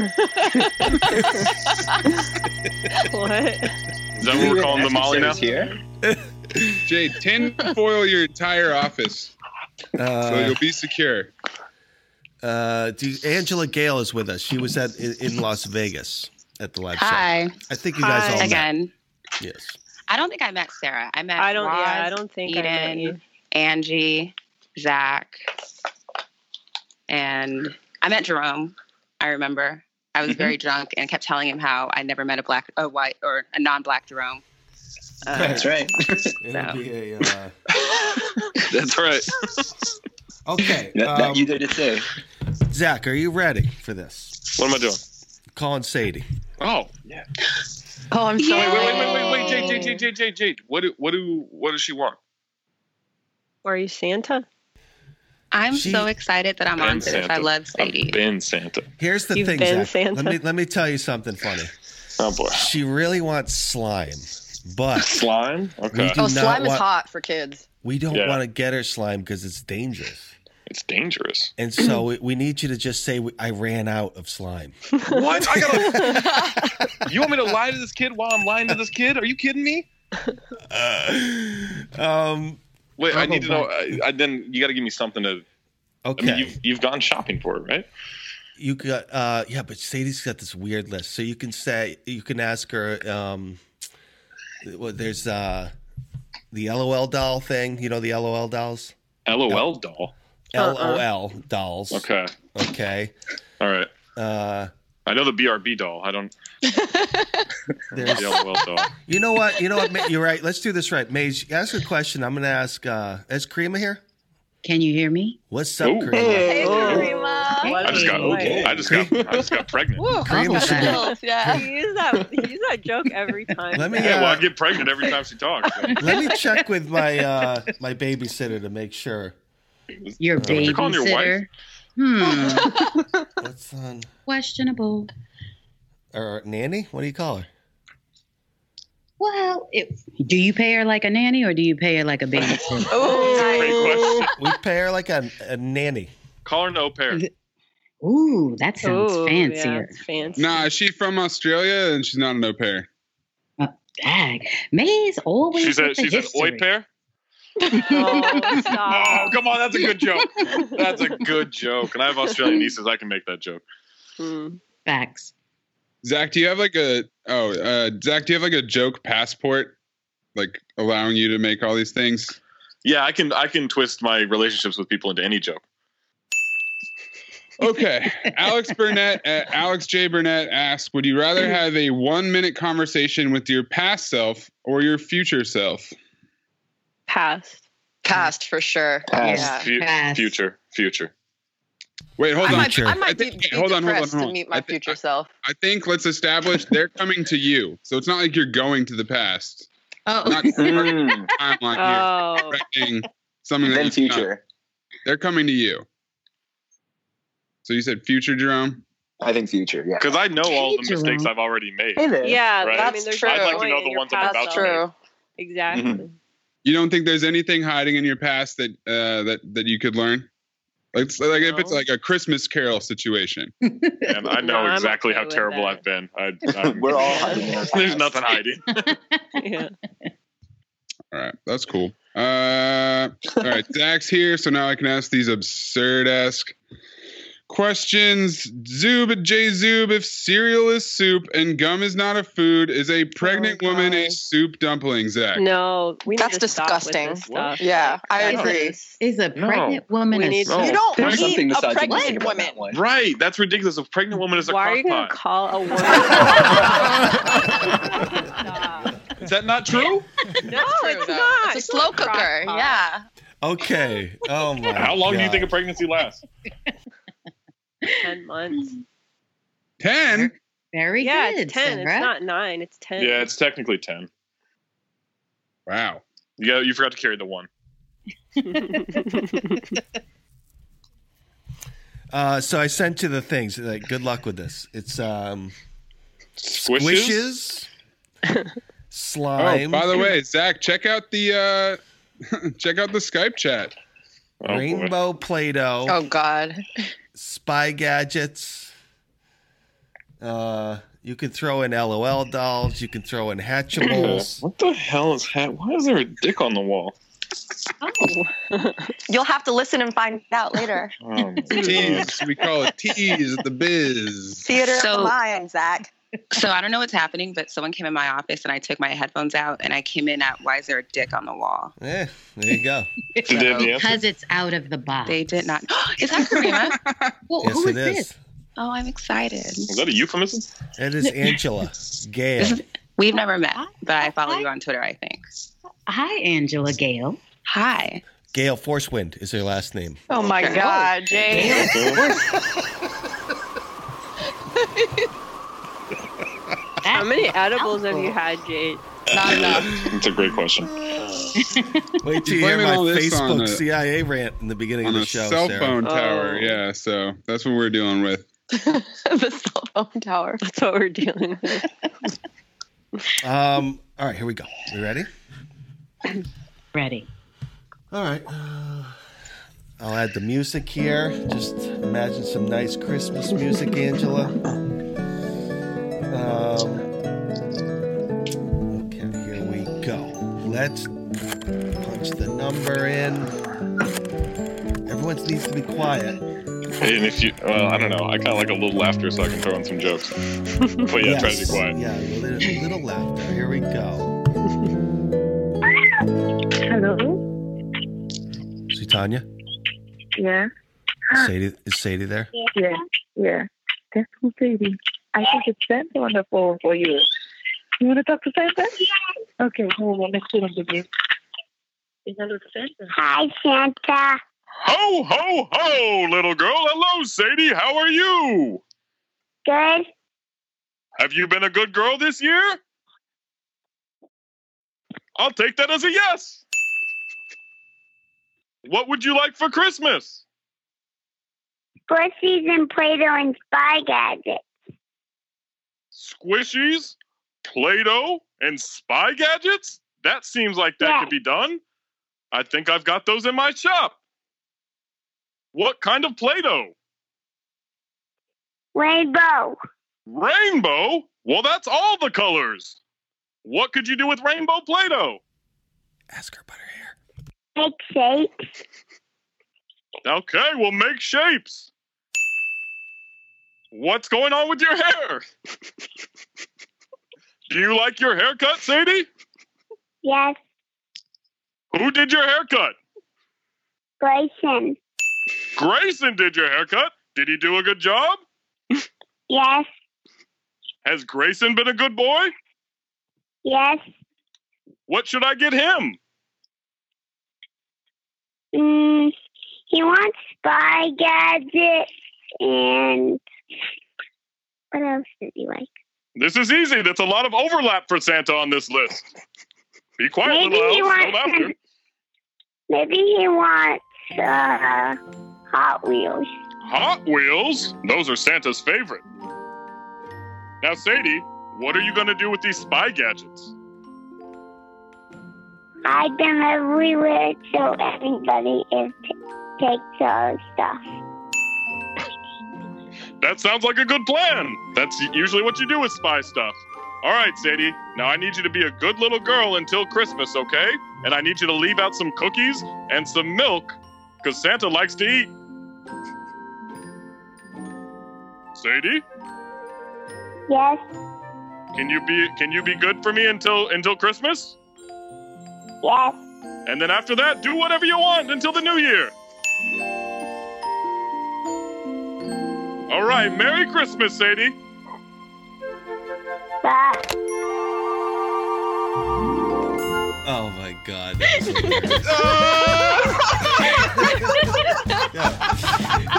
H: what?
R: Is that what we're calling the Molly now?
F: Jade, tin foil your entire office so
G: Uh,
F: you'll be secure.
G: uh, do you- Angela Gale is with us. She was at in, in Las Vegas at the live
N: Hi.
G: show. I think you guys
N: Hi.
G: all met.
N: Again.
G: Yes.
N: I don't think I met Sarah. I met
K: I don't- yeah,
N: Roz,
K: I don't think I
N: Eden,
K: met you.
N: Angie, Zach, and I met Jerome. I remember I
G: Mm-hmm.
N: was very drunk and kept telling him how I never met a black, a white, or a non-black Jerome. Uh,
B: That's right.
N: It'll
G: be a, uh,
B: That's right.
G: Okay.
B: Not, not
G: um,
B: you there to say.
G: Zach, are you ready for this?
R: What am I doing?
G: Calling Sadie.
R: Oh,
H: Oh, I'm
R: wait, wait, wait, wait, wait, wait, Jade, Jade, Jade, Jade, Jade, Jade. What do, what do, what does she want?
K: Are you Santa?
N: I'm
G: She-
N: so excited that I'm
R: Been
N: on to this. I
R: Santa.
N: love Sadie.
R: I've been Santa.
G: Here's the
N: You've
G: thing,
N: been
G: Zach.
N: Santa.
G: Let me let me tell you something funny.
R: Oh boy.
G: She really wants slime, but
R: slime.
G: We
R: Okay.
G: do
H: Oh,
G: not
H: slime is
G: want-
H: hot for kids.
G: We don't
R: Yeah.
G: want to get her slime because it's dangerous.
R: It's dangerous.
G: And so we, we need you to just say we, I ran out of slime.
R: What? I gotta. you want me to lie to this kid while I'm lying to this kid? Are you kidding me?
G: Uh, Um.
R: Wait, I
G: I'll
R: need
G: go
R: to know. I, I, then you got to give me something to.
G: Okay.
R: I mean, you've, you've gone shopping for it, right?
G: You got uh yeah, but Sadie's got this weird list. So you can say you can ask her um well, there's uh the LOL doll thing, you know the LOL dolls?
R: LOL doll.
G: LOL dolls.
R: Okay.
G: Okay.
R: All right.
G: Uh
R: I know the BRB doll. I don't.
G: There's-
R: the LOL doll.
G: you know what? You know what? Ma- You're right. Let's do this right. Mage, ask a question. I'm going to ask uh is Karima here?
N: Can you hear me?
G: What's up,
N: Ooh.
G: Karima?
N: Hey,
R: I just got.
G: Okay.
R: I just got. I just got pregnant.
G: Karima should be-
K: yeah. You use that. You use that joke every time.
G: Let me,
R: Yeah, well, I
G: uh,
R: get pregnant every time she talks.
G: Let me check with my uh my babysitter to make sure.
N: Your
R: what you calling your wife?
N: babysitter? Hmm.
G: That's on
N: Questionable.
G: or nanny? What do you call her?
N: Well, it, do you pay her like a nanny or do you pay her like a babysitter?
H: Oh,
R: Great
G: We pay her like a, a nanny.
R: Call her no pair.
N: Ooh, that sounds
K: Ooh, yeah,
N: fancier.
K: it's fancy.
F: Nah, is she from Australia and she's not an au pair.
N: Dag. Uh, May's always.
F: She's a-
N: with the
F: she's an
N: history.
F: oi
R: pair?
K: Oh,
R: Oh, come on, that's a good joke. That's a good joke. And I have Australian nieces. I can make that joke.
S: Hmm.
N: Facts.
F: Zach, do you have like a oh uh, Zach, do you have like a joke passport, like allowing you to make all these things?
R: Yeah, I can. I can twist my relationships with people into any joke.
F: Okay, Alex Burnett, uh, Alex J Burnett asks, would you rather have a one-minute conversation with your past self or your future self?
K: Past.
H: Past for sure.
R: Past, fu-
H: Yeah.
R: Future. Future.
F: Wait, hold
H: I
F: on.
H: might, I might
F: think-
H: be, be
F: hold on, hold on,
H: depressed
F: hold
H: to
F: on.
H: meet my
F: I thi-
H: future self.
F: I think let's establish they're coming to you, so it's not like you're going to the past.
N: Oh.
F: Not
B: Mm.
F: timeline
K: Oh.
F: here. Correcting something that
B: Then
F: you've done.
B: future.
F: They're coming to you. So you said future, Jerome?
B: I think future, yeah.
R: Because I know all the
F: Hey, Jerome.
R: mistakes I've already made.
B: Hey there.
K: Yeah,
R: Right?
K: I mean, there's
R: I'd
K: no
R: like to
K: point
R: know
K: in
R: the
K: your
R: ones I'm
K: past
R: about
K: self.
R: to make.
K: Exactly.
F: Mm-hmm. You don't think there's anything hiding in your past that uh, that that you could learn? Like, it's- like if it's like a Christmas Carol situation.
C: And I know exactly how terrible I've been. I, I'm,
F: We're all
C: There's nothing hiding.
T: yeah.
F: All right, that's cool. Uh, all right, Zach's here, so now I can ask these absurd ass questions. Zoob, J Zoob, if cereal is soup and gum is not a food, is a pregnant woman a soup dumpling, Zach?
T: No, we
H: That's
T: need to stop with
H: disgusting.
T: this stuff.
H: Yeah, I
T: Like,
H: agree.
R: Is a
C: No.
R: pregnant woman
T: We
R: a
T: need-
R: slut?
T: You don't
C: There's
T: eat
C: something
T: a
C: misogynistic
T: pregnant
C: about
T: woman.
C: that one. Right. That's ridiculous. A pregnant woman is a
T: Why are you gonna
C: cockpot.
T: call a woman?
C: Is that not true?
T: no, it's
H: not. It's a slow cooker. Yeah.
U: Okay. Oh my.
C: How long do you
U: God.
C: think a pregnancy lasts?
T: ten months.
F: Ten.
R: Very
T: yeah,
R: good,
T: it's ten.
R: Sarah.
T: It's not nine. It's ten.
C: Yeah, it's technically ten.
F: Wow.
C: Yeah, you forgot to carry the one.
B: Oh.
G: Uh, so I sent you the things. Like, good luck with this. It's um,
F: Squishes?
G: squishes,
F: Oh,
G: slime.
F: by the way, Zach, check out the uh, check out the Skype chat.
C: Oh,
G: rainbow Play-Doh.
H: Oh God.
G: Spy gadgets. Uh, you can throw in LOL dolls. You can throw in Hatchimals.
C: what the hell is hat? Why is there a dick on the wall?
S: Oh.
H: You'll have to listen and find out later.
F: Tease. we call it tease at the biz.
H: Theater
N: So-
H: of the mind, Zach.
N: So I don't know what's happening, but someone came in my office and I took my headphones out and I came in at why is there a dick on the wall?
G: Yeah, Eh, there you go.
R: Because it's out of the box.
N: They did not. is that Karima?
R: Well,
G: Yes,
R: who
G: it
R: is this?
G: is.
N: Oh, I'm excited.
C: Is that a euphemism?
G: It is Angela Gale.
N: We've never met, but I follow you on Twitter, I think.
R: Hi, Angela Gale.
N: Hi.
G: Gale Forcewind is her last name.
H: Oh my God, Jay.
T: How many edibles have you had, Jade?
H: Not
C: That's a great question.
G: Wait till
F: She's
G: you hear
F: blaming
G: my
F: all this on
G: Facebook
F: a-
G: CIA rant in the beginning
F: on
G: of
F: a
G: the show.
F: cell
G: Sarah.
F: phone tower.
S: Oh.
H: Oh.
F: Yeah, so that's what we're dealing with.
H: the cell phone tower.
T: That's what we're dealing with.
G: Um. All right, here we go. We ready?
R: Ready.
G: All right. uh, I'll add the music here. Just imagine some nice Christmas music, Angela. Um, okay, here we go. Let's punch the number in. Everyone needs to be quiet.
C: And if you, well, I don't know. I kind of like a little laughter so I can throw in some jokes. But yeah, try to be
G: Yes.
C: quiet.
G: Yeah, a little, a little laughter. Here we go.
B: Hello.
G: See Tanya?
B: Yeah.
G: Sadie, is Sadie there?
B: Yeah. Yeah. That's who, baby. I think it's Santa on the phone for you. You want to talk to Santa? Okay, hold on. Let's put on the game.
C: Hi, Santa. Ho, ho, ho, little girl. Hello, Sadie. How are you?
B: Good.
C: Have you been a good girl this year? I'll take that as a yes. What would you like for Christmas?
S: Pussies and Play-Doh and Spy Gadget.
C: Squishies, Play Doh, and spy gadgets? That seems like that could be done. I think I've got those in my shop. What kind of Play Doh?
S: Rainbow.
C: Rainbow? Well, that's all the colors. What could you do with rainbow Play Doh?
S: Make shapes.
C: Okay, we'll make shapes. What's going on with your hair? Do you like your haircut, Sadie?
S: Yes.
C: Who did your haircut?
S: Grayson.
C: Grayson did your haircut. Did he do a good job?
S: Yes.
C: Has Grayson been a good boy?
S: Yes.
C: What should I get him?
S: Mm, he wants Spy Gadget and what else did he like?
C: This is easy. That's a lot of overlap for Santa on this list. Be quiet,
S: Maybe
C: little
S: he
C: elf. Don't
S: wants
C: laugh.
S: some- Maybe he wants uh, Hot Wheels.
C: Hot Wheels? Those are Santa's favorite. Now, Sadie, what are you going to do with these spy gadgets?
S: Hide them everywhere so everybody is
C: takes all the stuff.
R: That sounds like a good plan. That's usually what you do with spy stuff. All right, Sadie. Now I need you to be a good little girl until Christmas, okay? And I need you to leave out some cookies and some milk, because Santa likes to eat. Sadie,
C: Yes,
R: can you be can you be good for me until until Christmas?
C: yes.
R: And then after that, do whatever you want until the new year. All right, Merry Christmas, Sadie.
C: Bye.
D: Oh my god.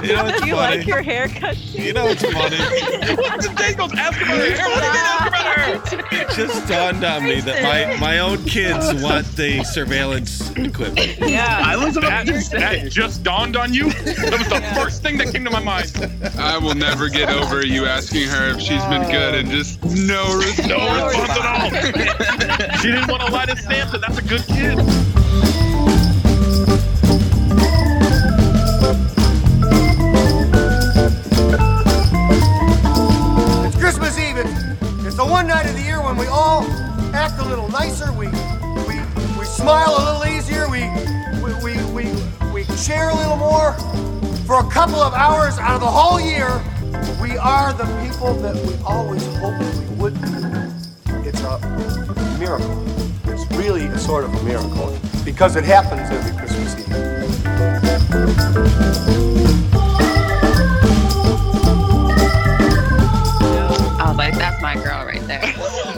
D: You know, it's
K: Do you
D: funny.
K: like your haircut? You
D: know, it's funny.
K: what did Dangles ask about her hair? What did
D: It just dawned on me that my, my own kids want the surveillance equipment.
K: Yeah.
R: I was about that, that just dawned on you. That was the first thing that came to my mind.
F: I will never get over you asking her if she's been good and just no, res- no response at all.
R: she didn't want to light a stamp, and that's a good kid.
V: It's Christmas Eve. It's, it's the one night of the year when we all act a little nicer. We we we smile a little easier. We we we we, we share a little more. For a couple of hours out of the whole year, we are the people that we always hoped we would be. It's a miracle. It's really a sort of a miracle because it happens every Christmas Eve.
N: I was like, that's my girl right there.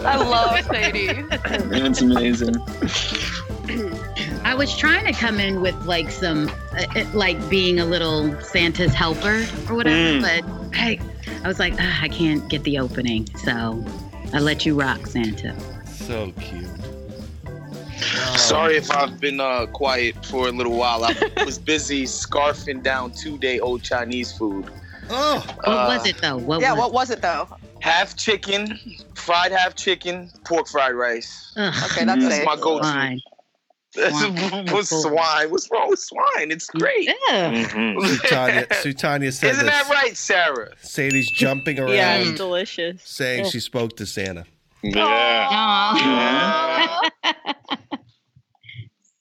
N: I love Sadie.
B: That's amazing.
S: I was trying to come in with like some, uh, uh, like being a little Santa's helper or whatever,
K: Mm.
S: but I, I was like, "Ugh, I can't get the opening, so I let you rock, Santa.
D: So cute. Oh.
J: Sorry if I've been uh, quiet for a little while. I was busy scarfing down two day old Chinese food.
D: Oh,
S: what was it though? What
H: yeah,
S: was
H: what was it though?
J: Half chicken, fried half chicken, pork fried rice.
H: Okay, that's
J: that's
H: safe.
J: my go to.
S: Swine.
J: That's what's swine. What's wrong with swine? It's great.
D: Mm-hmm.
G: Sutanya, Sutanya said
J: Mm-hmm. Isn't
G: this.
J: that right, Sarah?
G: Sadie's jumping around
K: Yeah,
B: Mm.
K: it's delicious.
G: saying
K: Yeah.
G: she spoke to Santa.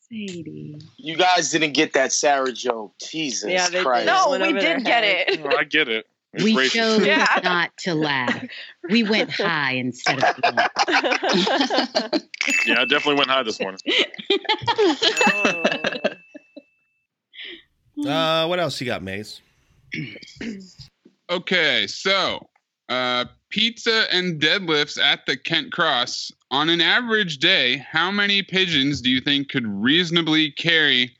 S: Sadie.
J: You guys didn't get that Sarah joke. Jesus
K: Yeah, they did.
J: Christ.
K: No, Went we over did their get head.
J: it.
R: I get it.
S: We chose not to laugh. We went high instead of low.
R: Yeah, I definitely went high this morning.
G: Uh, what else you got, Maze?
F: Okay, so uh, pizza and deadlifts at the Kent Cross. On an average day, how many pigeons do you think could reasonably carry?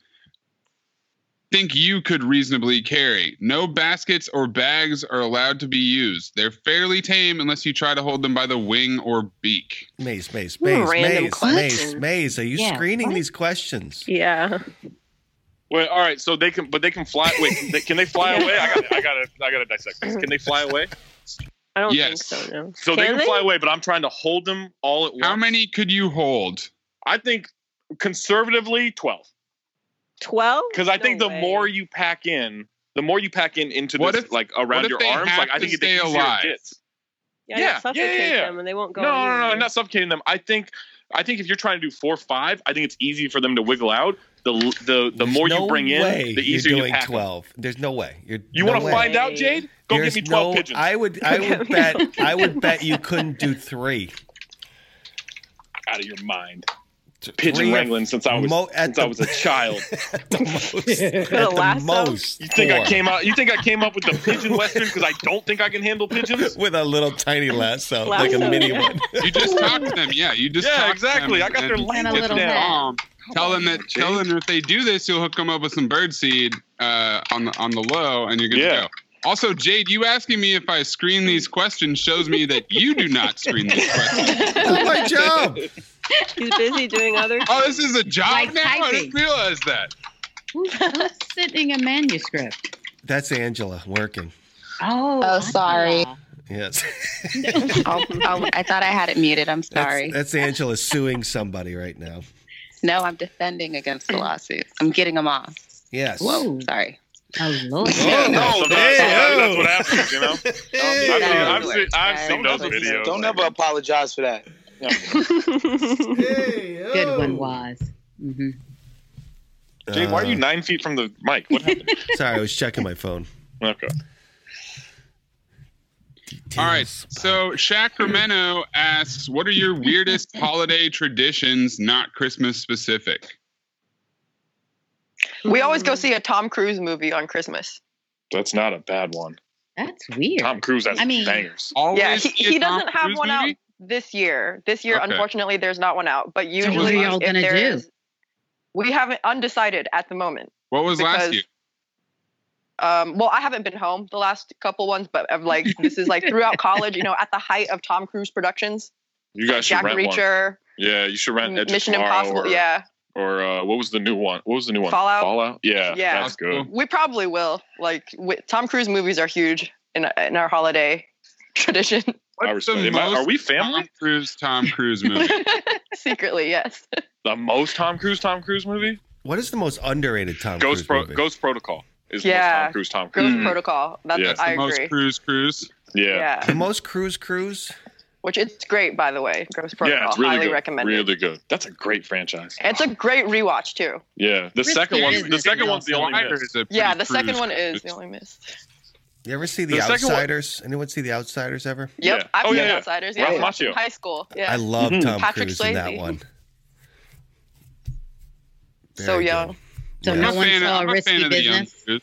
F: Think you could reasonably carry? No baskets or bags are allowed to be used. They're fairly tame unless you try to hold them by the wing or beak.
G: Maze, Maze,
F: Ooh,
G: Maze,
F: random
G: Maze, Maze,
F: question.
G: Maze. Are you
F: Yeah,
G: screening
F: what?
G: these questions?
K: Yeah.
R: Wait, all right. So they can, but they can fly. Wait, they, can they fly away? I got, I got to, I got to dissect this. Can they fly away?
K: I don't
R: Yes.
K: think so. No.
R: So they can fly away, but I'm trying to hold them all at once. How
F: many could you hold?
R: I think conservatively twelve.
K: Twelve?
R: Because I think the more you pack in, the more you pack in into
F: What
R: this,
F: if-
R: like
F: what
R: around
F: if
R: your
F: they
R: arms,
F: have
R: like I
F: to
R: think it- the
F: stay
R: easier
F: alive?
R: it gets.
K: Yeah, yeah, suffocate them and they won't go
R: No, no, no,
K: anywhere.
R: not suffocating them. I think, I think if you're trying to do four, five, I think it's easy for them to wiggle out. The l- the the more
G: There's
R: you
G: no
R: bring
G: way
R: in, the
G: you're
R: easier you
G: doing
R: pack. 'em.
G: twelve. There's no way. You're,
R: You
G: no
R: want to
G: way.
R: find out, Jade? Go
G: There's
R: get me twelve
G: no-
R: pigeons.
G: I would, I would bet, I would bet you couldn't do three.
R: out of your mind. Pigeon
G: Three or-
R: wrangling since I was
G: mo- at
R: since I
G: the-
R: was a child.
G: At
R: the
G: the most,
R: You think I
G: four.
R: came out? You think I came up with the pigeon western because I don't think I can handle pigeons?
G: with a little tiny
R: Uh,
G: lasso, like a mini one?
F: You just talk to them. Yeah, you just
R: Yeah,
F: talk
R: exactly. I got their language And a little down.
F: Tell them that. Tell them if they do this, you'll hook them up with some bird seed uh, on the on the low, and you're good
R: Yeah.
F: to go. Also, Jade, you asking me if I screen these questions shows me that you do not screen these questions.
G: my job.
K: He's busy doing other
F: Oh, this is a job
S: Like
F: now. I
S: typing.
F: didn't realize that.
S: Who, who's sending a manuscript?
G: That's Angela working.
S: Oh,
N: oh, sorry.
G: Yes,
N: I'll, I'll, Oh, I thought I had it muted. I'm sorry.
G: that's Angela suing somebody right now.
N: No, I'm defending against the lawsuits. I'm getting them off.
G: Yes.
S: Whoa.
N: Sorry.
S: Oh lord.
R: Oh,
B: oh.
R: no, that's, that's what happens, you know?
J: I've seen-
R: I've seen- I've seen
J: Oh, Don't
R: those
J: ever-
R: videos.
J: Don't ever apologize for that.
S: Good one, Waz.
R: Jade, why are
G: Uh,
R: you nine feet from the mic? What happened?
G: Sorry, I was checking my phone.
R: Okay.
F: All right. So Sacramento asks, "What are your weirdest holiday traditions, not Christmas specific?"
H: We always go see a Tom Cruise movie on Christmas.
R: That's not a bad one.
S: That's weird.
R: Tom Cruise has bangers.
H: yeah, he, he doesn't have one out this year. This year,
R: Okay.
H: unfortunately, there's not one out. But
S: what
H: usually,
S: are y'all
H: if
S: gonna
H: there
S: do?
H: is- we haven't undecided at the moment.
F: What was last
H: Because-
F: year?
H: Um, well, I haven't been home the last couple ones, but i like this is like throughout college, you know, at the height of Tom Cruise productions,
R: You guys should
H: Jack
R: rent
H: Reacher, Mm,
R: one. Yeah, you should rent Edge of
H: Mission
R: Tomorrow
H: Impossible,
R: Or,
H: yeah.
R: Or uh, what was the new one? What was the new one?
H: Fallout?
R: Fallout. Yeah,
H: Yeah.
R: that's good.
H: We probably will. Like wi- Tom Cruise movies are huge in in our holiday tradition.
R: I respect. Am I- are we family?
F: Tom Cruise. Tom Cruise movie.
H: Secretly, yes.
R: the most Tom Cruise Tom Cruise movie?
G: What is the most underrated Tom
R: Ghost
G: Cruise
R: Pro-
G: movie?
R: Ghost Protocol is the
H: Yeah.
R: most Tom Cruise Tom Cruise.
H: Ghost Protocol. That's I agree.
F: Cruise Cruise.
R: Yeah.
H: Yeah.
G: The most Cruise Cruise.
H: Which it's great, by the way. Ghost Protocol.
R: Yeah, it's really
H: Highly
R: good.
H: recommended.
R: Really good. That's a great franchise.
H: And It's a great rewatch too.
R: Yeah, the
H: Risk
R: second
H: there
R: one.
H: is
R: The second one's the only.
F: Survivor
R: miss.
F: is a
H: Yeah, the second one is the only miss.
G: You ever see The,
R: The second one-
G: Outsiders? Anyone see The Outsiders ever?
H: Yep,
R: Oh,
H: I've seen Outsiders. Yeah, yeah. From high school. Yeah.
G: I love
R: Hmm. Mm-hmm.
G: Tom
H: Patrick
G: Cruise
H: Swayze.
G: in that one.
H: So young.
S: So
G: Yeah.
S: no
G: I'm a
S: one
G: fan of-
S: saw
G: I'm a
S: risky
G: fan of the young
S: business.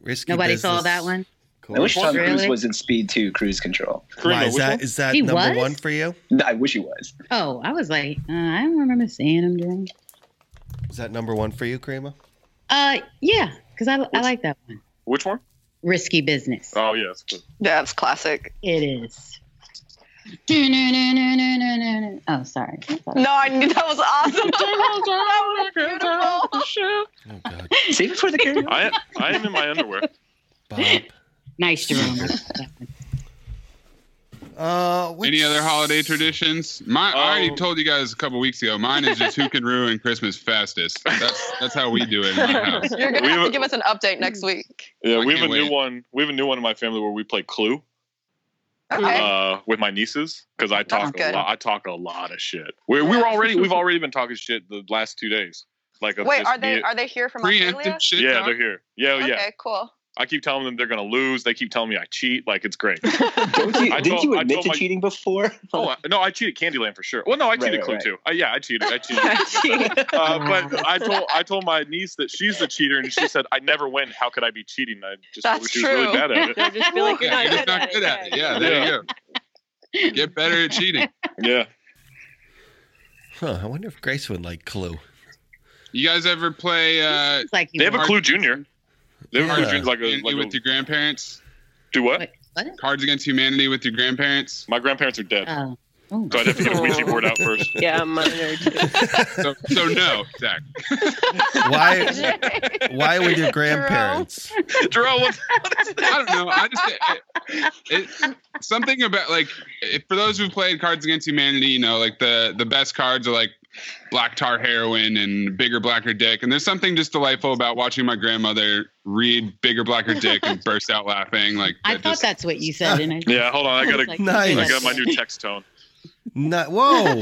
G: Risky
S: Nobody saw
G: Business.
S: that one.
B: I wish Tom Cruise
S: Really?
B: was in Speed 2 Cruise Control.
G: Why, is that is that
S: He
G: number
S: was?
G: one for you?
B: I wish he was.
S: Oh, I was like, uh, I don't remember seeing him during.
G: Is that number one for you, Crema?
S: Uh, yeah, because I, I like that one.
R: Which one?
S: Risky business.
R: Oh yeah, that's good.
H: Yeah, it's classic.
S: It is. Du-nu-nu-nu-nu-nu-nu. Oh, sorry.
H: No, I knew that was awesome. that was
B: Save it for the karaoke.
R: I I am in my underwear.
S: Nice, Jerome.
G: Uh,
F: Any other holiday traditions? My, I
R: Oh.
F: already told you guys a couple weeks ago. Mine is just who can ruin Christmas fastest. That's that's how we do it in my house.
H: You're gonna have to give us an update
G: Hmm.
H: next week.
R: Yeah, we have a
F: I can't
R: new
F: wait.
R: one. We have a new one in my family where we play Clue
H: Okay.
R: uh, with my nieces because I
H: That's
R: talk a
H: good.
R: lot. I talk a lot of shit. We we were already we've already been talking shit the last two days. Like of
H: Wait,
R: just
H: are they
R: me-
H: are they here from Australia?
R: Yeah, they're here. Yeah, yeah.
H: Okay, cool.
R: I keep telling them they're gonna lose. They keep telling me I cheat. Like it's great.
B: Don't you,
R: I
B: didn't
R: told-
B: you
R: I
B: admit
R: told
B: to
R: my-
B: cheating before?
R: Oh I, no, I cheated Candyland for sure. Well, no, I
B: Right,
R: cheated
B: right,
R: Clue
B: right.
R: too. Uh, yeah, I cheated. I cheated. uh, but I told I told my niece that she's the cheater, and she said I never win. How could I be cheating? I just
F: That's
R: she was really
F: true.
R: bad at it.
F: They'll just be like, "You're Yeah, not you're good not at it." good at it. Yeah, there you
R: you
F: go. Get better at cheating.
R: Yeah.
G: Huh, I wonder if Grace would like Clue.
F: You guys ever play? Uh,
S: like
R: They have a Clue Junior. They have a Clue
F: Yeah.
R: Junior like a like
F: with
R: a,
F: your grandparents.
R: Do what?
F: Cards Against Humanity with your grandparents.
R: My grandparents are dead.
T: Uh,
S: Oh.
R: So I'd have to get a Ouija board out first.
E: Yeah, mine are too.
F: so, so no, Zach.
G: Why? why would your grandparents?
R: Jerome, what,
F: what is that? I don't know. I just it, it- something about like if, for those who played Cards Against Humanity, you know, like the the best cards are like black tar heroin and bigger blacker dick, and there's something just delightful about watching my grandmother read bigger blacker dick and burst out laughing. Like
S: I thought that's what you said. And I,
R: Yeah, hold on. I gotta.
S: was like,
R: I
G: Nice.
R: got my new text tone.
G: Not whoa.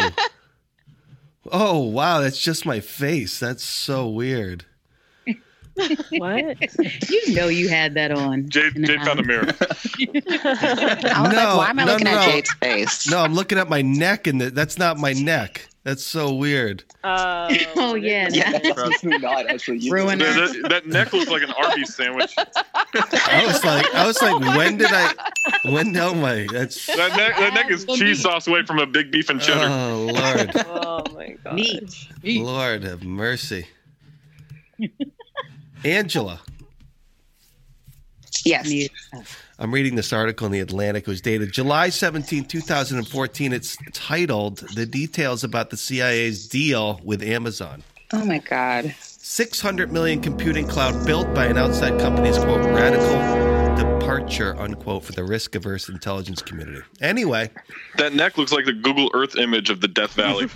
G: oh wow, that's just my face. That's so weird.
S: what? You know you had that on.
R: Jade, Jade found a mirror.
N: I was like, why am I looking at Jade's face?
G: No, I'm looking at my neck, and the, that's not my neck. That's so weird.
S: oh yeah.
B: It's not actually. You
S: Ruin
R: That, that- that neck looks like an Arby's sandwich.
G: I was like, I was like, when did I? When? Oh my, that's
R: That neck, that neck is cheese sauce away from a big beef and cheddar.
G: Oh lord,
E: Oh my god.
G: Lord have mercy. Angela,
N: Yes.
G: I'm reading this article in the Atlantic. It was dated July 17, 2014. It's titled "The Details About the CIA's Deal with Amazon."
N: Oh my God.
G: 600 million computing cloud built by an outside company's quote radical departure, unquote, for the risk averse intelligence community. Anyway,
R: That neck looks like the Google Earth image of the Death Valley.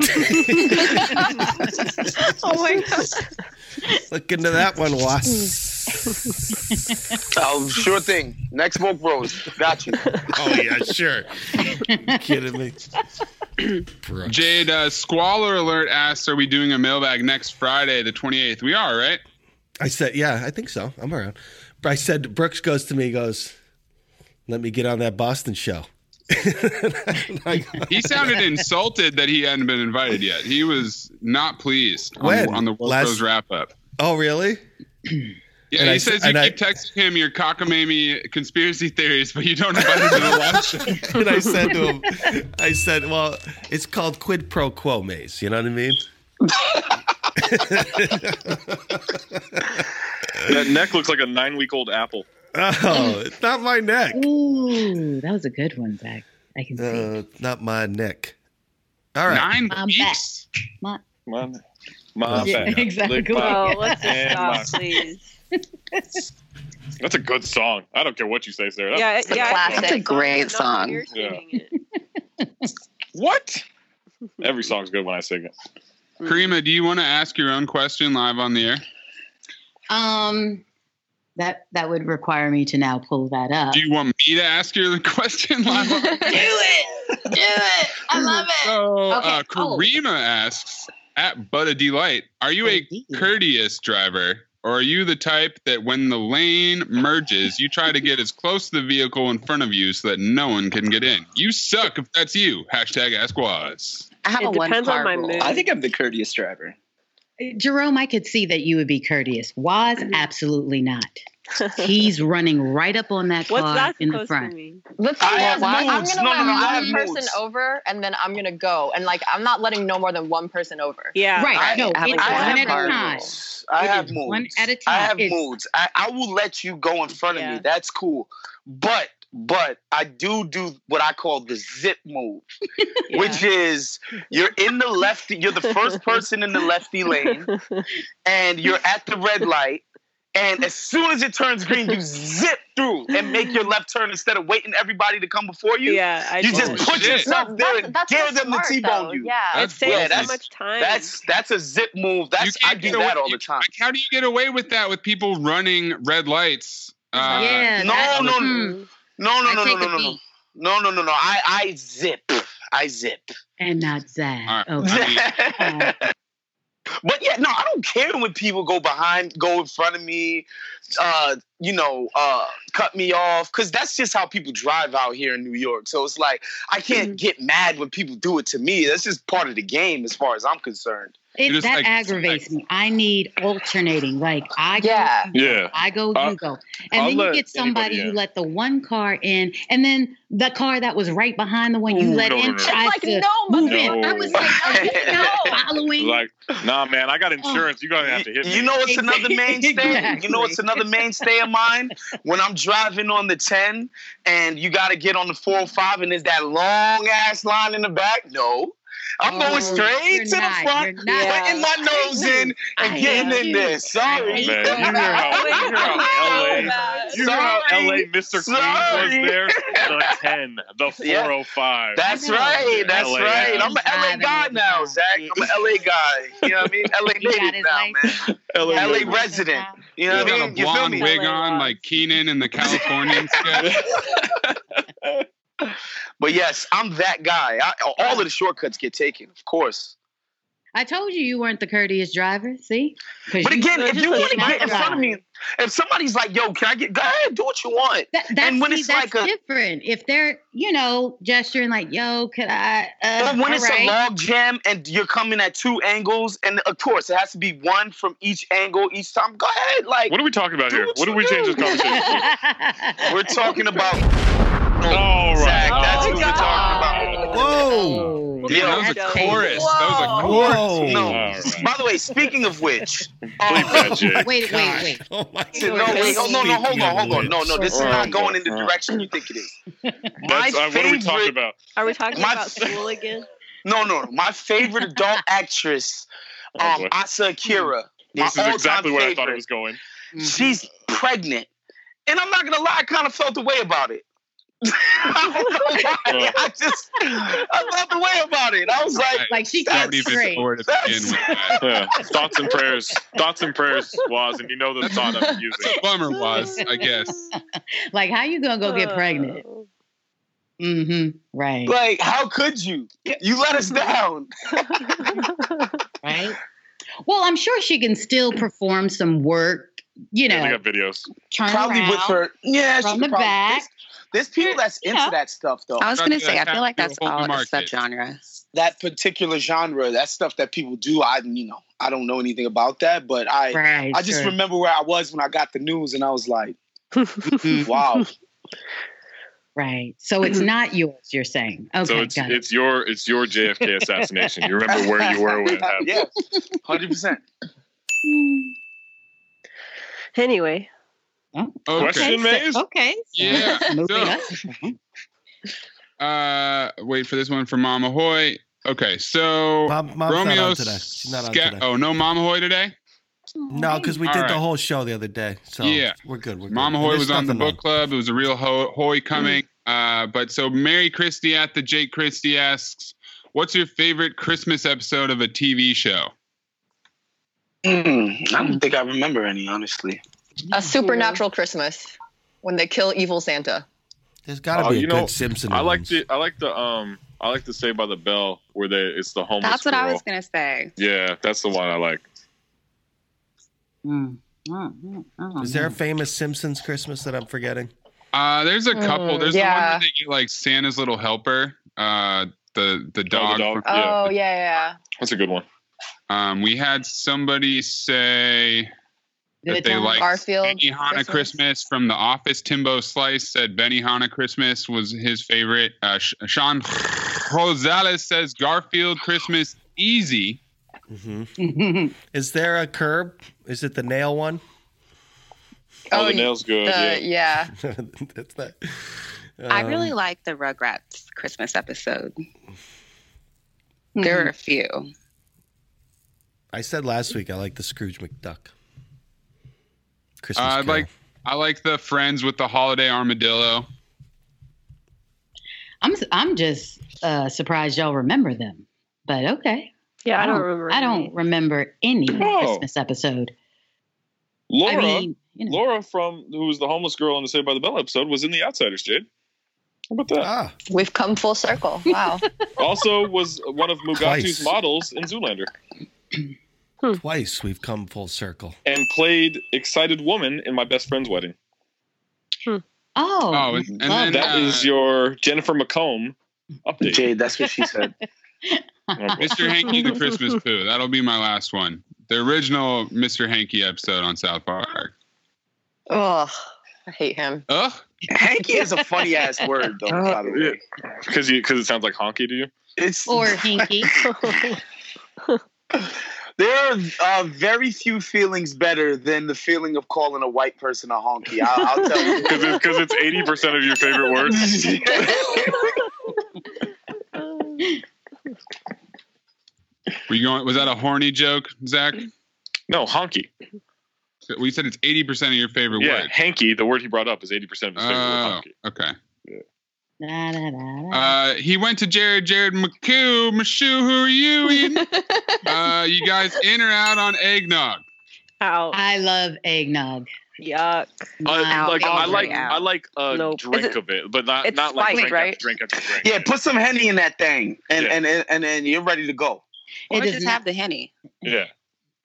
K: oh my god.
G: look into that one, Wasp.
J: oh, sure thing. Next smoke rose. Got you.
G: oh yeah, sure. kidding me?
F: Jade, uh, Squalor Alert asks, are we doing a mailbag next Friday, the 28th? We are, right?
G: I said, yeah, I think so. I'm around. I said, Brooks goes to me, he goes, let me get on that Boston show.
F: he sounded insulted that he hadn't been invited yet. He was not pleased on,
G: When?
F: the- on the World
G: Last-
F: Pros wrap up.
G: Oh, really?
F: Yeah, he
G: And I-
F: says you
G: and
F: keep
G: I-
F: texting him your cockamamie conspiracy theories, but you don't invite him to the live show.
G: and I said to him, I said, well, it's called quid pro quo maze. You know what I mean?
R: that neck looks like a nine week old apple.
G: Oh, it's not my neck.
S: Ooh, that was a good one, Zach. I can see.
G: Uh, not my neck. All right.
S: Mom weeks. Back.
R: Mom.
G: Mom
S: Yeah,
G: back.
S: exactly.
R: Lick my-
S: Oh, let's just
R: and
S: stop,
R: my-
K: please.
R: That's a good song. I don't care what you say, Sarah.
K: Yeah,
R: That's
K: yeah, I think
N: That's a great song.
R: Yeah. What? Every song's good when I sing it.
F: Karima, do you want to ask your own question live on the air?
S: Um, that that would require me to now pull that up.
F: Do you want me to ask your question live on the air?
S: Do it. Do it. I love it.
F: So,
S: Okay.
F: uh,
J: Oh.
G: Oh,
F: Karima asks at But a Delight, are you a courteous driver or are you the type that when the lane merges, you try to get as close to the vehicle in front of you so that no one can get in? You suck if that's you. Hashtag ask was.
N: I have
K: It a depends on one-car my rule. mood. I think
B: I'm the courteous driver.
S: Jerome, I could see that you would be courteous. Waz, absolutely not. He's running right up on that
K: What's
S: car
K: that
S: in the
K: supposed
S: front.
H: Let's
S: I have
H: I'm gonna
S: moods.
H: let
S: No, no, no, I have
H: one person
S: moods.
H: over, and then I'm gonna go. And like, I'm not letting no more than one person over.
K: Yeah,
S: Right.
H: I,
S: no,
H: I have
S: it's
H: a-
S: one at a
H: I have
S: time.
J: I
S: It
J: have
S: is
J: moods.
S: One at a
J: I
S: time.
J: have
S: It's-
J: moods. I, I will let you go in front of me. That's cool. But but I do do what I call the zip move, which is you're in the lefty. You're the first person in the lefty lane, and you're at the red light. And as soon as it turns green, you zip through and make your left turn instead of waiting everybody to come before you.
K: Yeah, I
J: you
K: do.
J: just put
K: Shit.
J: yourself
K: No,
J: there
K: that's-
J: and
K: that's
J: dare
K: so
J: them
K: smart,
J: to t-bone
K: though.
J: you.
K: Yeah, it That's saves so
J: that's-
K: much time.
J: That's that's a zip move. That's I do that all the time.
F: How do you get away with that with people running red lights? Uh,
S: Yeah,
J: No,
S: that's-
J: no,
S: hmm.
J: No, no,
S: I
J: no, no,
S: take
J: no,
S: a
J: no, no.
S: beat.
J: No, no, no, no. I, I zip. I zip.
S: And not Zach. Okay.
J: but yeah, no, I don't care when people go behind, go in front of me, uh, you know, uh, cut me off, because that's just how people drive out here in New York. So it's like I
S: Mm-hmm.
J: can't get mad when people do it to me. That's just part of the game, as far as I'm concerned.
S: It, that aggravates me. I need alternating. Like I go, you go,
J: Yeah.
S: I go,
J: I-
S: you go, and
J: I'll
S: then you
J: let
S: get somebody.
J: anybody
S: You
J: in.
S: let the one car in, and then the car that was right behind the one you
R: Ooh,
S: let
R: no, no,
S: in
R: no.
S: tries
R: Like,
S: to
R: no,
S: move
R: mother-
S: in. I was like, are you not following?
R: Like, nah, man, I
S: Oh.
R: got insurance. You're going to have to hit me. Oh,
J: You know it's another mainstay. You know it's another mainstay of mine when I'm driving on the 10 and you got to get on the 405 and there's that long ass line in the back. No. I'm
S: Oh,
J: going
S: you're
J: straight to
S: not,
J: the
S: you're
J: front, putting
S: not.
J: my nose in and
S: I
J: getting
S: hate
J: in
S: you.
J: there.
S: I
J: Sorry.
S: hate you. You know how- you know how
R: LA You know how LA Mr. Clean was
J: Sorry.
R: there? The 10. The
J: Yeah.
R: 405.
J: That's right. That's
R: LA.
J: right. I'm an LA guy now, Zach. I'm an LA guy. You know what I mean? LA native now, man. LA, resident. You know what I
F: got
J: mean?
F: a
J: You feel
F: blonde
J: me?
F: wig on like Keenan in the Californian sketch.
J: But yes, I'm that guy. I, all of the shortcuts get taken, of course.
S: I told you you weren't the courteous driver. See, 'Cause
J: But
S: you-
J: again, if you want to
S: Not
J: get in front of
S: drive.
J: me, if somebody's like, "Yo, can I get?" Go ahead, do what you want. and when
S: See,
J: it's
S: that's
J: like a,
S: different. If they're, you know, gesturing like, "Yo, could I?" Uh,
J: But when
S: all
J: it's
S: right.
J: a log jam and you're coming at two angles, and of course it has to be one from each angle each time. Go ahead, like.
R: What are we talking about
J: do
R: here? What
J: you
R: did we change this
J: do.
R: conversation
J: we're talking about.
R: All right.
J: Zach,
S: Oh,
J: that's what we're talking about.
G: Whoa.
J: Yeah,
F: that was a chorus. That was a chorus.
J: Whoa. No. By the way, speaking of which,
S: wait, wait, wait.
G: Oh my
J: no, wait, oh, no, no, hold on, hold on, no, no, this is not
K: Oh,
J: going in the direction you think it is.
R: That's, uh, what are we talking about?
K: Are we talking
J: My-
K: about school again?
J: No, no, no. My favorite adult actress, um, Asa Akira.
R: Oh, Hmm. This
J: my
R: is
J: all-time
R: exactly where I thought
J: favorite.
R: it was going.
J: She's pregnant. And I'm not gonna lie, I kind of felt the way about it. I don't know why. I just I felt the way about it. I was like,
S: Like, she
R: I
S: can't
R: don't even
S: straight.
R: know Yeah. Thoughts and prayers. Thoughts and prayers, Waz, and you know the thought I'm using.
F: bummer, Waz, I guess.
S: Like, how you gonna go get pregnant?
J: Uh.
O: Mm-hmm. Right.
J: Like, how could you? You let us down.
S: right? Well, I'm sure she can still perform some work. You know,
R: they got videos.
S: turn
J: probably
S: around
J: with her. Yeah,
S: from
J: she
S: the
J: could probably-
S: back.
J: There's, there's people that's into
S: Yeah.
J: that stuff though.
N: I was gonna say, I feel like that's all a subgenre.
J: That particular genre, that stuff that people do, I you know, I don't know anything about that, but I
S: Right,
J: I just
S: sure.
J: remember where I was when I got the news and I was like, wow.
S: Right. So it's not yours. You're saying. Okay.
R: so it's
S: got it.
R: it's your it's your JFK assassination. You remember where you were when it happened.
J: Yeah, hundred percent.
K: Anyway.
F: Okay. Question, Maze?
K: Okay.
F: Yeah. Uh, wait for this one from Mama Hoy. Okay, so
G: not on
F: Romeo's
G: today. She's not on
F: Sca-
G: today.
F: Oh no, Mama Hoy today.
G: No, because we
F: All
G: did
F: right.
G: the whole show the other day, so
F: Yeah.
G: we're good. We're good.
F: Mama
G: And
F: Hoy
G: there's
F: was on the
G: nothing Mm.
F: book club. It was a real ho- Hoy coming. Uh, but so Mary Christie at the Jake Christie asks, "What's your favorite Christmas episode of a TV show?"
J: Mm, I don't think I remember any, honestly.
H: A supernatural Christmas when they kill evil Santa.
G: There's gotta
R: Oh,
G: be a
R: you
G: good
R: know,
G: Simpson.
R: I like the I like the um I like to say by the bell where they it's the homeless.
N: That's what I
R: girl.
N: was gonna say.
R: Yeah, that's the one I like.
N: Mm,
G: Is there a famous Simpsons Christmas that I'm forgetting?
F: Uh, there's a couple.
G: Mm,
F: There's the one
G: yeah.
F: where they get like Santa's little helper. Uh, the the dog.
R: dog,
F: from-
H: Oh yeah, yeah.
R: That's a good one.
F: Um, we had somebody say that they like
H: Garfield.
F: Benihana Christmas. from The Office. Timbo Slice said Benihana Christmas was his favorite. Uh, Sh- Sean Rosales says Garfield Christmas easy.
G: Mm-hmm. Is there a curb? Is it the nail one?
N: Oh, the nail's
R: good.
N: uh, yeah.
G: That's that.
N: I really
G: Um,
N: like the Rugrats Christmas episode. There were a few.
G: I said last week I like the Scrooge McDuck.
F: Uh,
G: Christmas.
F: I Uh, like I like the Friends with the Holiday Armadillo.
S: I'm I'm just uh, surprised y'all remember them. But okay. Oh,
K: Yeah, I don't remember
S: I don't remember any
R: Oh.
S: Christmas episode.
R: Laura,
S: mean,
R: Laura from who was the homeless girl on the Saved by the Bell episode was in The Outsiders, Jade. How about that?
S: Ah.
H: We've come full circle. Wow.
R: Also was one of Mugatu's
G: Twice.
R: models in Zoolander
G: Twice we've come full circle.
R: and played excited woman in my best friend's wedding.
S: Oh.
F: Oh, and, and then
R: That
F: uh,
R: is your Jennifer McComb update.
J: Jade, that's what she said.
F: Mr. Hanky the Christmas Pooh. That'll be my last one. The original Mr. Hanky episode on South Park.
H: Ugh. I hate him.
F: Ugh.
J: Hanky is a funny ass word though, by the way.
R: Because you because it sounds like honky to you.
J: It's
S: Or hinky.
J: There are uh, very few feelings better than the feeling of calling a white person a honky. I'll, I'll tell you.
R: Because it's eighty percent of your favorite words.
F: Were you going? Was that a horny joke, Zach?
R: No, honky.
F: We said it's eighty percent of your favorite
R: Yeah,
F: word.
R: hanky. The word he brought up is eighty percent of his favorite word. Honky.
F: Oh, okay.
S: Da, da, da, da.
F: Uh, he went to Jared. Jared McCoo. Mashu, who are you? Ian? uh, you guys in or out on eggnog?
K: Out.
S: I love eggnog.
K: Yuck.
R: Uh, like I
K: Out.
R: like
K: Out.
R: I like a
K: Nope.
R: drink
K: Is it-
R: of it, but not
K: it's
R: not like
K: spiked,
R: drink,
K: right?
R: after drink after drink.
J: yeah, put some henny in that thing, and and, and and and you're ready to go.
N: Or just have the henny.
R: Yeah.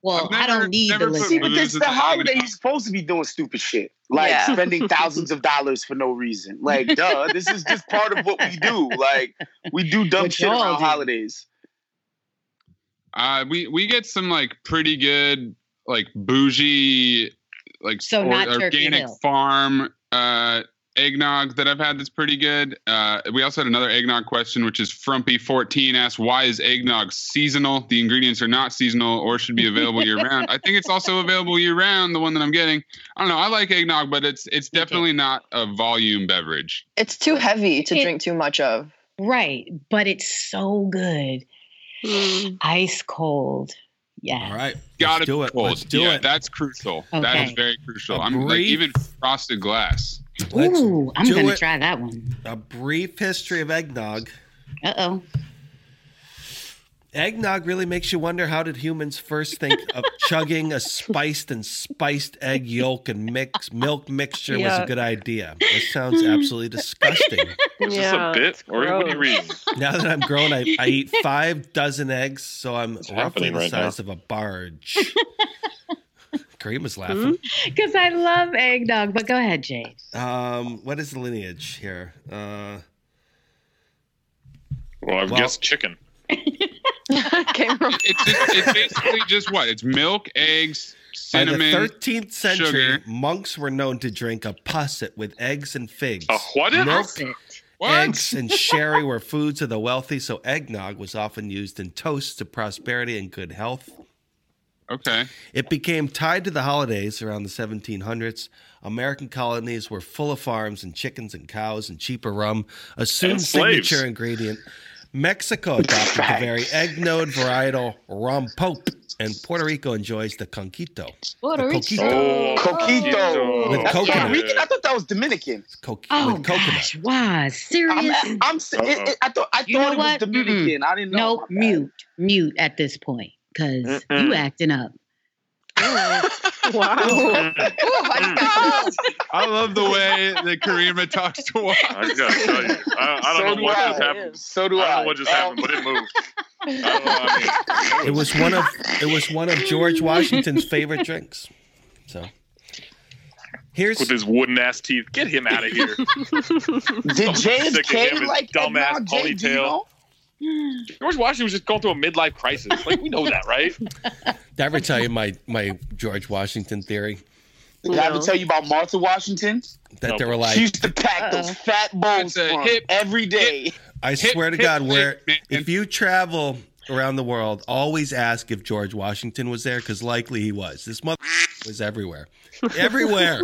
S: Well,
J: I don't
S: need
J: the
S: liquor.
J: See, but
S: booze
J: this
S: in
J: the
S: the
J: holiday. You're supposed to be doing stupid shit, like
N: Yeah.
J: spending thousands of dollars for no reason. Like, duh, this is just part of what we do. Like, we do dumb shit
F: y'all
J: around
F: do.
J: holidays.
F: Uh, we we get some like pretty good like bougie like
S: So
F: or-
S: not Turkey
F: organic
S: Hill.
F: farm uh eggnog that I've had that's pretty good. Uh, we also had another eggnog question, which is Frumpy fourteen asked why is eggnog seasonal? The ingredients are not seasonal or should be available year round. I think it's also available year round. The one that I'm getting, I don't know. I like eggnog, but it's it's definitely not a volume beverage.
H: It's too heavy to
S: It-
H: drink too much of.
S: Right, but it's so good. Ice cold. Yeah.
G: All right.
F: Got to
G: do
F: it. Cold.
G: Let's do
F: yeah,
G: it.
F: That's crucial. That
S: Okay.
F: is very crucial.
G: A
F: I'm like
G: brief-
F: even frosted glass.
S: Ooh, I'm
G: do
S: gonna
G: it.
S: try that one.
G: A brief history of eggnog.
S: Uh oh.
G: Eggnog really makes you wonder how did humans first think of chugging a spiced and spiced egg yolk and mix milk mixture was
B: Yeah.
G: a good idea. This sounds absolutely disgusting.
R: Was this a bit, or what are you reading?
G: Now that I'm grown, I, I eat five dozen eggs, so I'm roughly
R: happening
G: the
R: right
G: size of a barge. Kareem was
K: Hmm?
G: laughing.
S: Because I love eggnog, but go ahead, Jade.
G: Um, what is the lineage here? Uh,
R: Well, I've
G: Well-
R: guessed chicken.
F: It's, just, it's basically just what? It's milk, eggs, cinnamon.
G: By the 13th century,
F: sugar.
G: monks were known to drink a posset with eggs and figs.
F: A what?
G: Milk,
F: Posset?
G: eggs, and sherry were foods of the wealthy, so eggnog was often used in toasts to prosperity and good health.
F: Okay.
G: It became tied to the holidays around the 1700s. American colonies were full of farms and chickens and cows and cheaper rum, a soon
B: And slaves.
G: signature ingredient. Mexico adopted the very eggnode varietal rum pope, and Puerto Rico enjoys the conquito.
S: Puerto
G: The
S: Rico.
R: Oh,
J: Oh,
G: coquito.
J: Coquito.
G: With
J: That's
G: coconut.
J: Puerto Rican? I thought that was Dominican.
S: Oh
G: with coconut.
S: gosh, wow, serious.
J: I'm, I'm si- it- it- I thought I
S: You
J: thought
S: know
J: it was
S: what?
J: Dominican. I didn't know.
S: Nope, mute, mute at this point, because you acting up.
F: Wow.
S: I
F: I love the way that Karima talks to us.
R: I gotta tell you, I, I don't
F: So
R: know
F: do
R: what
F: I.
R: just happened.
J: So do
R: I. don't know what just happened, but it
F: Oh.
R: moved.
G: It was one of it was one of George Washington's favorite drinks. So here's
R: with his wooden ass teeth. Get him out of here.
J: Did
R: Sick of him, his
J: JFK like
R: dumbass
J: eggnog, Jay, do
R: ponytail?
J: you know?
R: George Washington was just going through a midlife crisis. Like we know that, right?
G: did I ever tell you my my George Washington theory
J: Did I ever tell you about Martha Washington?
G: that there were like
J: she used to pack those fat bowls for him every day.
G: I swear to God, where if you travel around the world, always ask if George Washington was there because likely he was. This mother was everywhere, everywhere.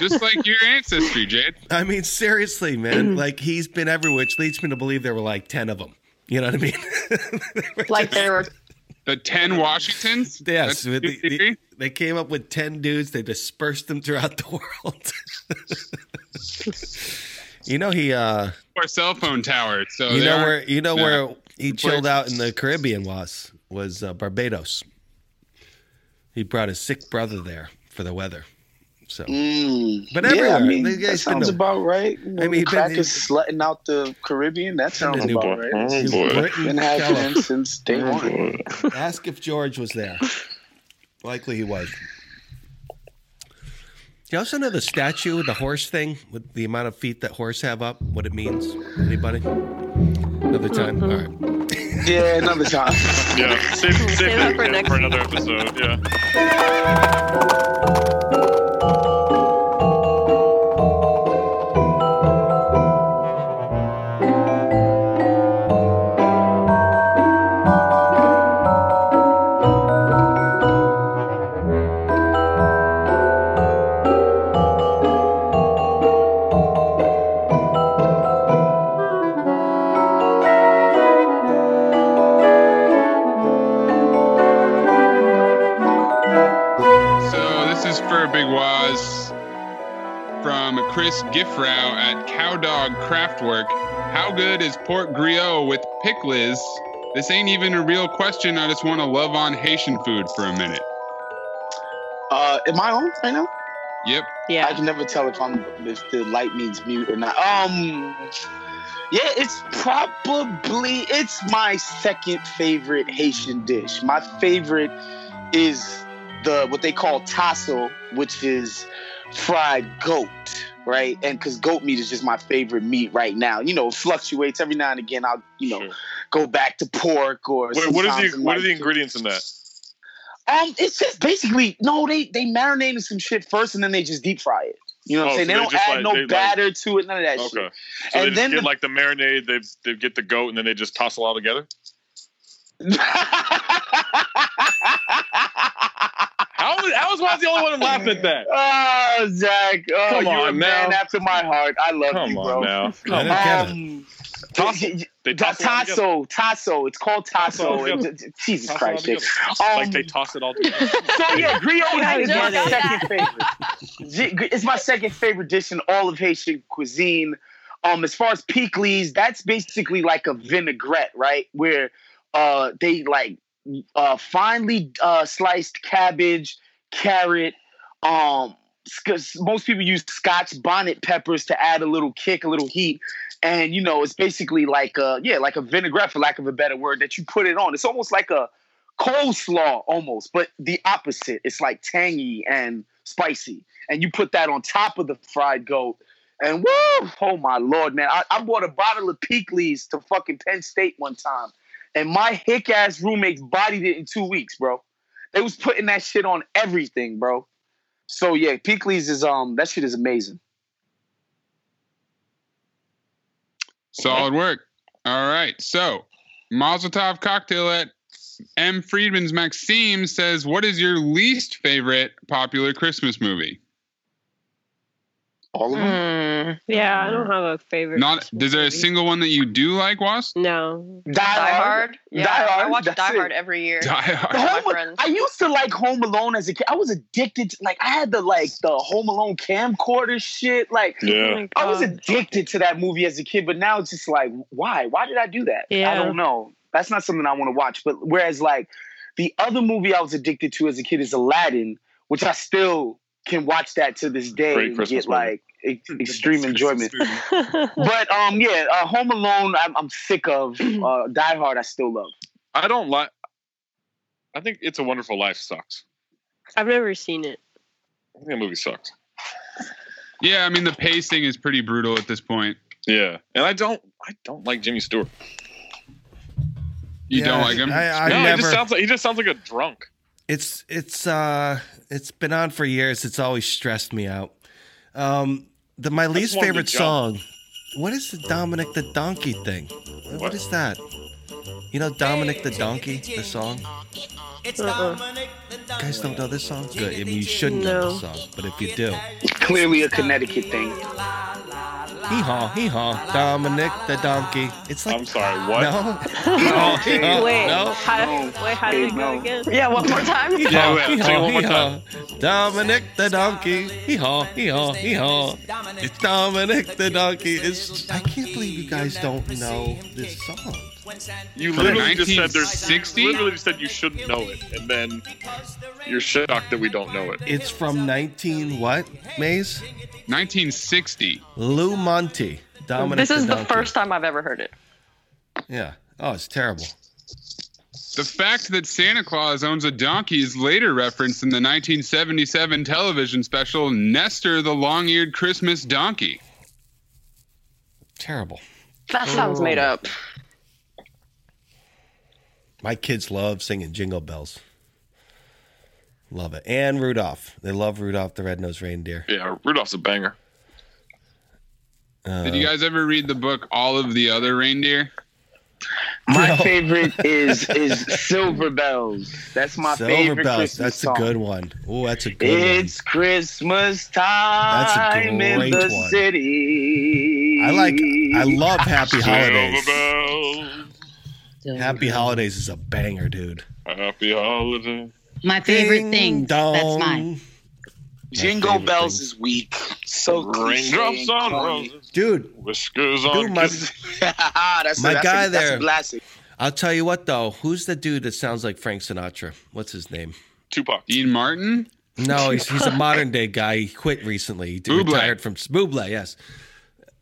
F: Just like your ancestry, Jade.
G: I mean, seriously, man. like he's been everywhere, which leads me to believe there were like ten of them. You know what I mean?
F: Like there were the ten Washingtons.
G: Yes, with the- the- they came up with ten dudes. They dispersed them throughout the world. you know he. uh
F: Our cell phone tower. So
G: you
F: they
G: know
F: aren't-
G: where you know
F: Nah.
G: where he chilled out in the Caribbean was was uh, Barbados. He brought his sick brother there for the weather. So, but
J: Mm. Yeah,
G: everywhere,
J: I mean,
G: the
J: that
G: guy's been
J: sounds
G: to-
J: about right. I
G: mean, he
J: mean,
G: been-
J: crackers slutting out the Caribbean. That sounds
G: New-
J: about right.
G: Oh,
J: It's
G: boy.
J: Been
G: Britain,
J: happening
G: California.
J: since day one.
G: ask if George was there. Likely he was. Do you also know the statue, the horse thing, with the amount of feet that horse have up, what it means? Anybody? Another time. All right.
J: Yeah, another time.
R: Yeah, save, save, that
J: Save that for
R: yeah,
J: next
R: for another episode. Yeah.
F: So this is for Big Waz from Chris Giffrow at Cowdog Craftwork. How good is pork griot with pickles? This ain't even a real question. I just want to love on Haitian food for a minute.
J: Uh, am I on right now?
F: Yep.
J: Yeah. I can never tell if I'm if the light means mute or not. Um yeah, it's probably it's my second favorite Haitian dish. My favorite is the what they call tasso, which is fried goat, right? And cause goat meat is just my favorite meat right now. You know, it fluctuates every now and again. I'll, you know, go back to pork or
R: What, what is
J: sometimes
R: the
J: I'm
R: what are
J: like-
R: the ingredients in that?
J: um, it's just basically no. They they marinated some shit first, and then they just deep fry it. You know what
R: Oh,
J: I'm
R: so
J: saying? they
R: they
J: don't
R: just
J: add
R: like- they
J: no
R: like-
J: batter to it, none of that
R: Okay. So
J: shit.
R: they
J: and
R: just
J: then
R: get
J: the-
R: like the marinade. They they get the goat and then they just toss it all together. how how is I the only one laughing at that?
J: Oh, Zach! Oh,
R: Come
J: you're
R: on
J: a man
R: now.
J: after my heart. I love Um,
R: Come
J: you,
R: on
J: bro.
R: now.
J: Um, Tasso. Tasso. Tasso. It's called Tasso. And- Jesus
R: Toss it all
J: Christ. Um,
R: together. like they toss it all together.
J: So yeah,
R: I
J: griots is my
R: just got
J: second favorite. G- gr- It's my second favorite dish in all of Haitian cuisine. Um, as far as pickles, that's basically like a vinaigrette, right? Where uh, they like uh, finely uh, sliced cabbage, carrot. Um, because most people use Scotch bonnet peppers to add a little kick, a little heat, and you know it's basically like a yeah, like a vinaigrette, for lack of a better word, that you put it on. It's almost like a coleslaw almost, but the opposite. It's like tangy and spicy. And you put that on top of the fried goat. And woo! Oh my lord, man. I, I bought a bottle of Peakley's to fucking Penn State one time. And my hick ass roommates bodied it in two weeks, bro. They was putting that shit on everything, bro. So yeah, Peakley's is um that shit is amazing.
F: Solid work. All right. So, Mazel Tov cocktail at M. Friedman's Maxime says, "What is your least favorite popular Christmas movie?" All
T: Mm, yeah, I don't have a favorite.
F: Not is there a single one that you do like, Wasp?
T: No.
J: Die Hard.
B: Yeah,
J: Die Hard,
B: I watch
J: that's
B: Die Hard
J: it.
B: every year.
F: Die Hard.
J: The Home, I used to like Home Alone as a kid. I was addicted to like I had the like the Home Alone camcorder shit. Like
R: Yeah. Oh my
J: I was addicted to that movie as a kid, but now it's just like why? Why did I do that? I
R: Yeah.
J: don't know. That's not something I want to watch. But whereas like the other movie I was addicted to as a kid is Aladdin, which I still can watch that to this day
R: Great
J: and
R: Christmas
J: get
R: movie.
J: like e- extreme enjoyment.
R: movie.
J: but um yeah, uh, Home Alone I'm, I'm sick of. Uh, Die Hard I still love.
R: I don't like. I think It's a Wonderful Life sucks.
T: I've never seen it.
R: I think that movie sucked.
F: Yeah, I mean the pacing is pretty brutal at this point.
R: Yeah, and I don't, I don't like Jimmy Stewart.
F: You
G: Yeah,
F: don't like him?
G: I- I
R: no, he
G: never-
R: just sounds like he just sounds like a drunk.
G: It's it's uh it's been on for years. It's always stressed me out. Um the my least
W: wanted to
G: favorite
W: jump.
G: song. What is the Dominic the Donkey thing? what is that? You know Dominic the Donkey, the song?
T: Uh-uh.
G: You guys don't know this song? Good. I mean you shouldn't know this song, but if you do.
J: Clearly a Connecticut thing.
G: Hee haw, hee haw. Dominic the Donkey. It's like I'm
R: sorry, what?
G: No. Hee-haw, hee-haw.
T: wait,
G: no.
T: how, wait, how did it go again?
B: Yeah, one more time.
G: Hee-haw,
R: wait,
G: hee-haw,
R: sing it one more
G: hee-haw. Dominic the donkey. Hee haw, hee haw, hee haw. It's Dominic the donkey. It's, I can't believe you guys don't know this song.
R: You
G: From
R: literally just said there's
G: 1960?
R: Literally just said you shouldn't know it, and then you're shocked that we don't know it.
G: It's from 19 what, Maze?
F: 1960.
G: Lou Monte. Dominic
B: this is
G: the,
B: the
G: donkey.
B: first time I've ever heard it.
G: Yeah. Oh, it's terrible.
F: The fact that Santa Claus owns a donkey is later referenced in the 1977 television special Nestor the Long-Eared Christmas Donkey.
G: Terrible.
B: That sounds made up.
G: My kids love singing Jingle Bells. Love it. And Rudolph. They love Rudolph the Red-Nosed Reindeer.
R: Yeah, Rudolph's a banger.
G: Uh,
F: Did you guys ever read the book All of the Other Reindeer?
J: My favorite is is Silver Bells. That's my
G: Silver
J: favorite
G: Bells.
J: Christmas
G: that's
J: song.
G: a good one. Oh, that's a good one.
J: It's Christmas time in
G: great
J: the
G: one.
J: city.
G: I like. I love Happy
R: Silver
G: Holidays.
R: bells,
G: Happy Holidays is a banger, dude.
R: happy holiday.
S: My favorite
G: Ding
S: thing. That's
G: dong.
S: mine.
J: Jingle Bells is weak. So
R: Raindrops on roses,
G: dude.
R: Whiskers
G: Dude,
R: on
G: my-
R: kisses.
J: that's
G: My
J: a, that's
G: guy
J: a, That's
G: there.
J: a classic.
G: I'll tell you what, though. Who's the dude that sounds like Frank Sinatra? What's his name?
R: Tupac.
F: Dean Martin?
G: No, he's, he's a modern day guy. He quit recently. He
F: Buble.
G: retired from Buble. Yes,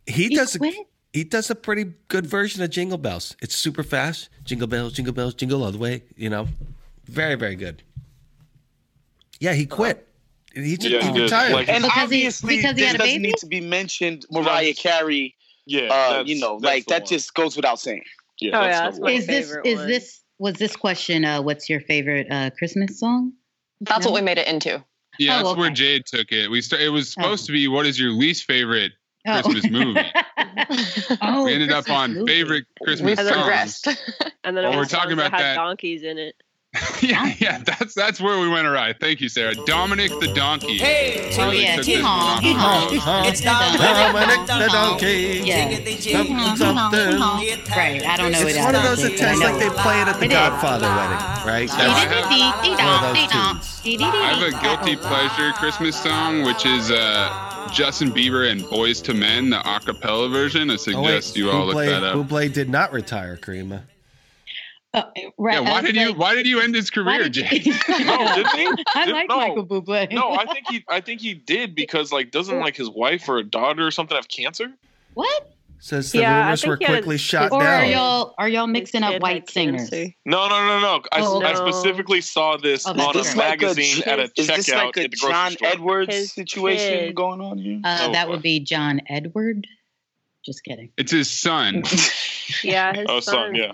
G: he, does. A, he does a pretty good version of Jingle Bells. It's super fast. Jingle bells, jingle bells, jingle all the way. You know, very very good. Yeah, he quit. He just he retired.
J: and obviously, this doesn't need to be mentioned. Mariah Carey.
R: Yeah,
J: uh,
R: that's-
J: you know,
R: that's
J: like
R: the
J: that
R: one.
J: just goes without saying.
R: Yeah,
J: Oh, that's yeah, the that's my one.
S: Is this
J: favorite
S: is
J: one.
S: this was this question uh what's your favorite uh Christmas song?
B: That's what we made it into.
F: Yeah,
S: Oh,
F: that's where Jade took it. We st- it was supposed to be what is your least favorite
S: Oh.
F: Christmas movie?
S: oh,
F: we ended up
S: Christmas
F: on
S: movie.
F: favorite Christmas songs.
T: and then
F: Well,
T: it
F: we're
T: was
F: talking
T: songs
F: about
T: that had
F: that.
T: donkeys in it.
F: yeah, yeah, that's that's where we went awry. Thank you, Sarah. Dominic the donkey.
X: Hey,
F: Or they
X: yeah,
F: took
X: King
F: the
X: Kong,
F: donkey.
X: King Kong. It's Dominic
G: Dominic
X: the
G: the
X: donkey.
G: donkey.
X: Yeah.
G: Something.
X: Right, I don't know
G: It's
X: it
G: one of
X: out.
G: those that tastes like they play it at the
X: It is.
G: Godfather wedding, right? One of those tunes.
F: I have a guilty pleasure Christmas song, which is uh, Justin Bieber and Boys to Men, the acapella version. I
G: Oh, wait,
F: suggest you all look
G: Buble-
F: that up.
G: Buble did not retire, Karima.
F: Yeah,
S: Right, I
F: why
S: was
F: did you why did you end his career,
R: No,
F: Jay?
R: didn't he?
S: I
R: Didn't-
S: like
R: no.
S: Michael Bublé.
R: No, I think he I think he did because like doesn't like his wife or daughter or something have cancer?
S: What?
G: Says
R: the Yeah, I rumors think were he had- quickly shot
S: or Are
R: down.
S: y'all are y'all mixing up white singers?
R: No, no, no, no. I,
S: Oh,
R: I
S: no.
R: specifically saw this
S: Oh, that's
R: on a
S: different.
R: magazine at a
J: is
R: checkout
J: this like a
R: at the grocery
J: John
R: store.
J: Edwards situation
S: kid.
J: going on here?
S: Uh,
F: Oh,
S: that would be John Edward. Just kidding.
F: It's his son.
S: Yeah,
F: Oh, son, yeah.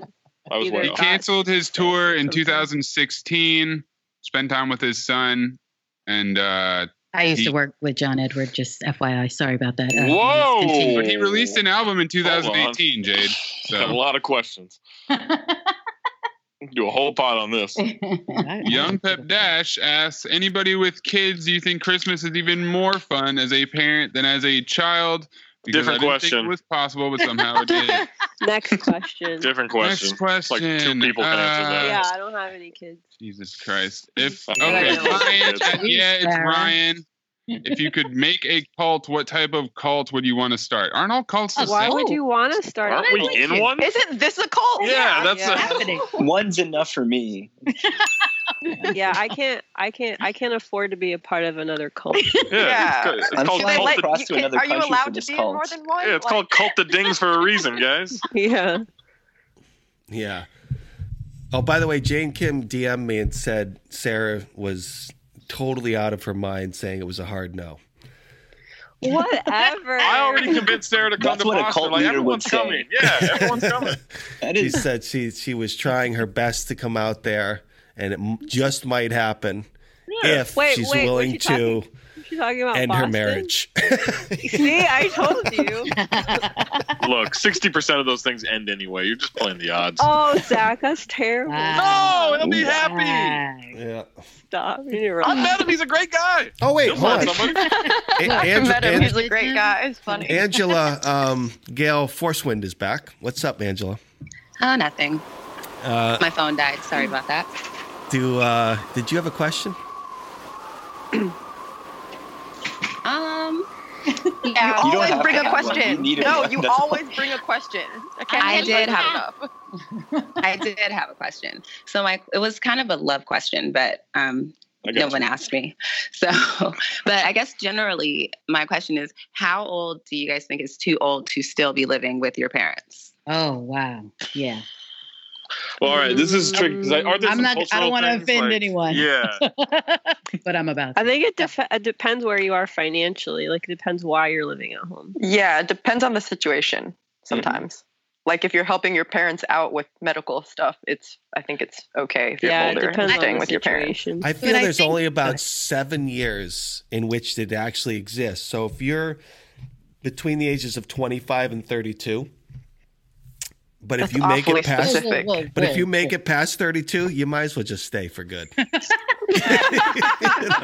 R: I
S: was Either
F: He
S: wondering.
F: canceled his tour in 2016, spent time with his son, and uh,
S: I used
F: he-
S: to work with John Edward. Just FYI, sorry about that. Uh,
F: Whoa!
S: continue.
F: But he released an album in 2018, Jade. So.
R: a lot of questions. Do a whole pot on this.
F: Young Pep Dash asks anybody with kids, do you think Christmas is even more fun as a parent than as a child?
R: Different
F: I didn't Think
R: question.
F: it was possible, but somehow it did.
T: Next question.
R: Different question.
F: Next question.
R: Like two people can answer that.
T: yeah, I don't have any kids.
F: Jesus Christ. If okay,
R: Yeah, I know.
F: Ryan,
R: Yes.
F: yeah, it's
R: Sarah.
F: Ryan. If you could make a cult, what type of cult would you want to start? Aren't all cults the
T: Oh, Why
F: same?
T: would you want to start?
F: Aren't
T: a
F: we
T: cult?
F: in one?
T: Isn't this a cult?
B: Yeah, that's a-
T: happening.
R: Uh,
B: One's enough for me.
T: yeah, I can't, I can't, I can't afford to be a part of another cult.
R: Yeah, it's ca- it's called
T: Can they
R: cult
T: let-
R: of-
T: you can- are you allowed to be in more than one?
R: Yeah, it's
T: Like-
R: called cult of dings for a reason, guys.
T: Yeah.
G: Yeah. Oh, by the way, Jane Kim DM'd me and said Sarah was totally out of her mind saying it was a hard no.
T: Whatever.
R: I already convinced Sarah to come
G: That's
R: to
G: what a
R: Boston.
G: cult
R: like
G: leader
R: everyone's
G: would say.
R: coming. Yeah, everyone's coming.
G: She said she she was trying her best to come out there, and it m- just might happen
T: Yeah.
G: if
T: Wait,
G: she's
T: wait, was
G: willing
T: she
G: to
T: She's talking about
G: end her
T: Boston?
G: marriage.
T: See, I told you.
R: Look, sixty percent of those things end anyway. You're just playing the odds.
T: Oh, Zach, that's terrible.
R: No, he'll be happy.
G: Yeah.
T: Stop. You're
R: I
T: wrong.
R: met him. He's a great guy.
G: Oh wait,
R: You'll
G: hold
R: find
G: on.
R: somebody.
G: A-
T: I
G: Ange-
T: met him.
G: Ange-
T: He's a great guy. It's funny.
G: Angela um, Gail Forcewind is back. What's up, Angela?
N: Oh, nothing.
G: Uh,
N: My phone died. Sorry about that.
G: do uh, did you have a question?
N: Um.
X: You
N: Yeah.
X: always bring a question. no, you always bring a question. can't
N: I
X: handle
N: did
X: it
N: have-
X: enough.
N: I did have a question. So my it was kind of a love question, but um no one asked me. So but I guess generally my question is how old do you guys think is too old to still be living with your parents?
S: Oh wow. Yeah.
R: Well, all right, this is tricky.
T: Mm,
R: 'cause, like, aren't there
S: I'm
R: some
S: not. I
R: cultural
S: don't want to
R: things,
S: offend
R: like-
S: anyone.
R: Yeah.
S: but I'm about.
T: I think it, def- it depends where you are financially. Like, it depends why you're living at home.
H: Yeah, it depends on the situation
N: Mm-hmm.
H: sometimes. Like if you're helping your parents out with medical stuff, it's I think it's okay if you're
T: Yeah, it
H: older and
T: depends on
H: staying
T: the
H: with your parents.
T: situation.
G: I feel there's only about seven years in which it actually exists. So if you're between the ages of 25 and 32, but if
Y: That's
G: you make
Y: awfully
G: it past,
Y: specific. Whoa, whoa, whoa,
G: but if you
Y: whoa.
G: make it past 32, you might as well just stay for good. you know what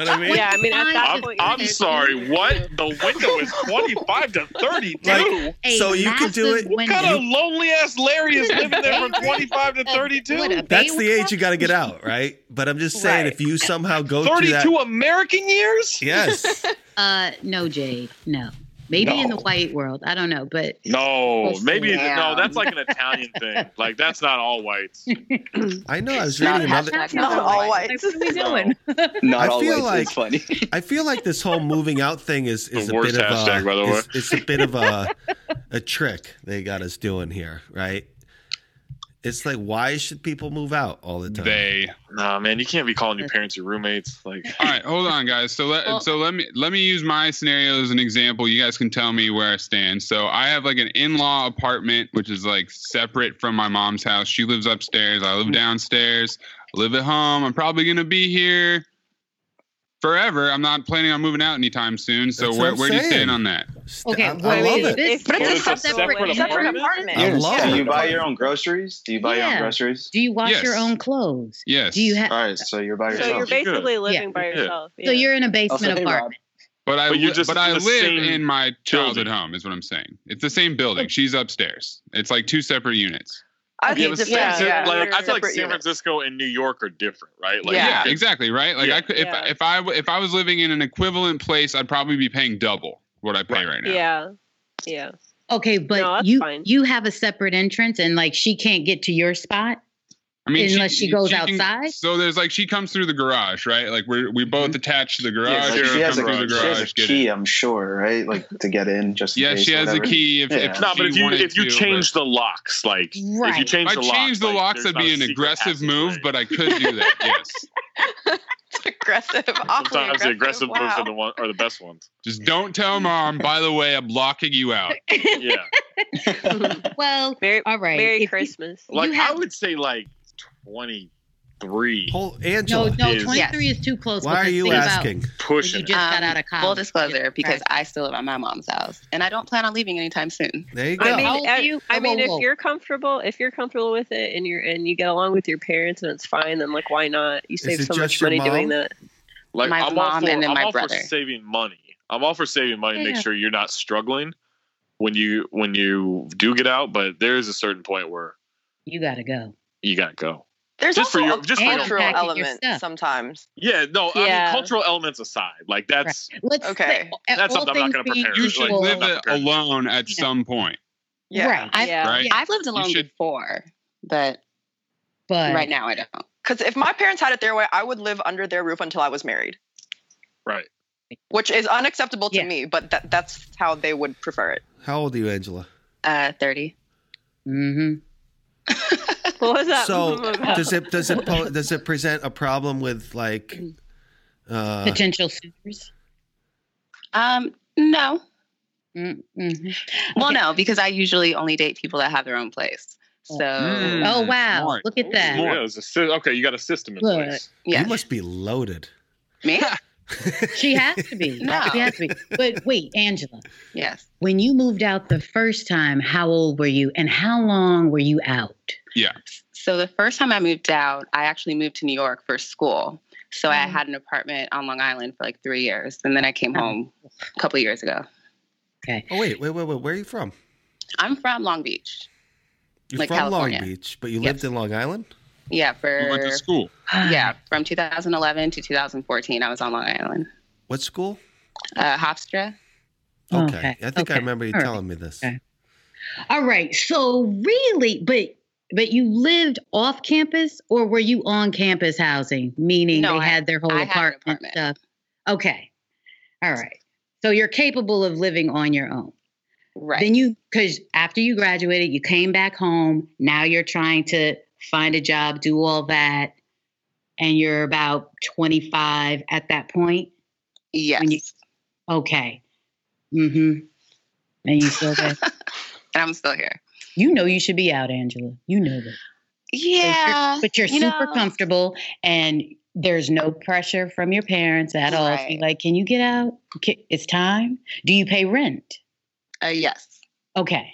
G: I mean?
T: Yeah, I mean, at that
R: I'm,
T: point,
R: I'm sorry. What? The window is 25 to 32.
G: Like, so you can do it.
R: What kind of
G: you-
R: lonely ass Larry is living there from 25 to 32?
G: that's the age you got to get out, right? But I'm just saying, if you somehow go through that,
R: 32 American years?
G: yes,
S: Uh, no, Jade. No. Maybe in the white world. I don't know, but
R: No,
S: Listen
R: maybe
S: down.
R: no. That's like an Italian thing. Like that's not all whites.
G: I know. I was
R: Not a
G: reading another.
R: hashtag, not all
S: whites. What are we doing?
G: I
B: Not all
G: feel
B: whites,
G: like
B: it's funny.
G: I feel like this whole moving out thing is is
R: The
G: a
R: worst
G: bit of
R: hashtag,
G: a
R: by the way.
G: It's, it's a bit of a a trick they got us doing here, right? It's like why should people move out all the time?
F: They
R: Nah, man, you can't be calling your parents your roommates. Like,
F: All right, hold on, guys. So let
R: Well-
F: so let me let me use my scenario as an example. You guys can tell me where I stand. So I have like an in-law apartment, which is like separate from my mom's house. She lives upstairs. I
T: Mm-hmm.
F: live downstairs. I live at home. I'm probably gonna be here forever. I'm not planning on moving out anytime soon. So
G: That's
F: where
G: what I'm
F: where do you
G: saying.
F: stand on that?
S: Okay,
D: I, I
S: what
D: love
S: is
D: it.
S: this? But it's a separate apartment. Separate apartment.
D: I
S: Yeah.
D: love
S: Do
D: it.
S: you
B: buy your own groceries? Do you buy your
S: Yeah.
B: own groceries?
S: Do you wash your
B: Yes.
S: own clothes?
B: Yes.
S: Do you have?
B: All right, so you're by
S: So
B: yourself.
S: you're basically
B: Good.
S: living by
B: Yeah. yourself,
S: So you're in a basement
B: Also, hey, Rob.
S: apartment.
F: But I,
L: But you're
F: li-
L: just
F: but
L: in
F: I
L: the
F: live
L: same
F: in my childhood home, is what I'm saying. It's the same building. She's upstairs. It's like two separate units.
I: I
F: Okay,
I: think
F: but
I: it's
F: San-
I: yeah,
F: San-
I: yeah.
F: like,
I: we're
F: I feel like
I: separate
F: San
I: units.
R: Francisco and New York are different, right?
F: Like, yeah. exactly, right? Like I could, if if I w- if I was living in an equivalent place, I'd probably be paying double what I pay right, now.
T: Yeah. Yeah.
S: Okay, but you you have a separate entrance, and like she can't get to your spot.
F: I mean,
S: unless she, goes
F: can-
S: outside.
F: so there's like she comes through the garage, right? Like we're
R: Mm-hmm.
F: we both attached to the garage.
B: Yeah, like,
F: Sarah
B: she has a,
F: comes through the
B: she
F: garage.
B: has a
F: get
B: key, I'm sure, right? Like to get in. Just in
F: Yeah,
B: case
F: she
B: or
F: has a
B: whatever.
F: key if- if
B: Yeah.
R: no, but if
F: she
R: you
F: wanted
R: if you
F: to,
R: change the locks, like if you
F: Right.
R: change
F: If
R: the
F: I
R: locks,
F: changed the
R: like,
F: locks,
R: there's
F: that'd
R: not
F: be
R: a
F: an
R: secret
F: aggressive
R: passageway.
F: move, but I could do that. Yes.
I: aggressive.
R: Sometimes the aggressive moves
I: wow.
R: are the one are the best ones.
F: Just don't tell mom. By the way, I'm locking you out.
R: Yeah.
S: well,
T: all
S: right.
T: Merry Christmas.
R: Like I would say like twenty three.
D: Whole
S: No, no, twenty three is too close. because think about-
R: Pushing.
S: you just got out of
N: Um, Full
S: college.
N: disclosure, because I still live at my mom's house, and I don't plan on leaving anytime soon.
D: There you
T: I mean, I, I mean, if you're comfortable, if you're comfortable with it, and you're and you get along with your parents, and it's fine, then like, why not? You save
R: it
T: so
R: just
T: much
R: your
T: money doing
R: mom?
T: that.
R: Like
N: My
R: I'm all
N: mom
R: for,
N: and then
R: I'm
N: my
R: all
N: brother.
R: for saving money. I'm all for saving money. Make
N: Yeah.
R: sure you're not struggling when you when you do get out. But there is a certain point where
S: you gotta go.
R: you gotta go.
I: There's
R: Just for
I: also
R: your-
I: a
R: just for your-
I: cultural
R: Unpacking your
I: element
S: stuff.
I: sometimes.
R: Yeah, no. I mean,
I: Yeah.
R: cultural elements aside, like that's
S: Let's
I: okay.
R: That's something I'm not going to prepare.
F: You should
R: like,
F: live it alone at some point.
N: Yeah. Right. I've,
F: Yeah. Right?
N: I've lived
F: You
N: alone
F: should-
N: before, but,
S: but
N: right now I don't.
I: Because if my parents had it their way, I would live under their roof until I was married,
R: Right.
I: which is unacceptable to me. But that, that's how they would prefer it.
D: How old are you, Angela?
N: Uh, thirty.
S: Mm-hmm.
T: what was that?
D: So
T: about?
D: does it does it po- does it present a problem with like uh,
S: potential suitors?
N: Um, no.
S: mm
N: Well, no, because I usually only date people that have their own place. So.
R: Mm.
S: Oh wow! Look at that.
R: Yeah, it's a sy- okay, you got a system in
S: Look.
R: place.
S: Yeah.
D: You must be loaded.
N: Me?
S: She has to be.
N: No.
S: She has to be. But wait, Angela,
N: Yes.
S: when you moved out the first time, how old were you, and how long were you out?
F: Yeah.
N: So the first time I moved out, I actually moved to New York for school. So
S: Mm.
N: I had an apartment on Long Island for like three years, and then I
S: Oh.
N: came home a couple years ago.
S: Okay.
D: Oh wait, wait, wait, wait. Where are you from?
N: I'm from Long Beach.
D: You're
N: Like
D: from
N: California.
D: Long Beach, but you lived in Long Island.
N: Yeah, for
D: You went to
F: school.
N: Yeah, from 2011 to 2014, I was on Long Island.
D: What school?
N: Uh, Hofstra.
D: Okay,
S: Oh, Okay,
D: I think I
S: okay,
D: remember you
S: all right,
D: telling me this.
S: All right. So really, but but you lived off campus, or were you on campus housing? Meaning
N: No,
S: they
N: I-
S: had their whole
N: I had an
S: apartment, stuff. Okay. All right. So you're capable of living on your own.
N: Right.
S: Then you because after you graduated, you came back home. Now you're trying to find a job, do all that, and you're about 25 at that point.
N: Yes.
S: okay. Mm-hmm. And you still there?
N: And I'm still here.
S: You know you should be out, Angela. You know that.
N: Yeah.
S: But you're,
N: you
S: super
N: know.
S: comfortable and there's no pressure from your parents at all. Be like, can you get out? Ca- It's time. Do you pay rent?
N: Uh, yes.
S: Okay.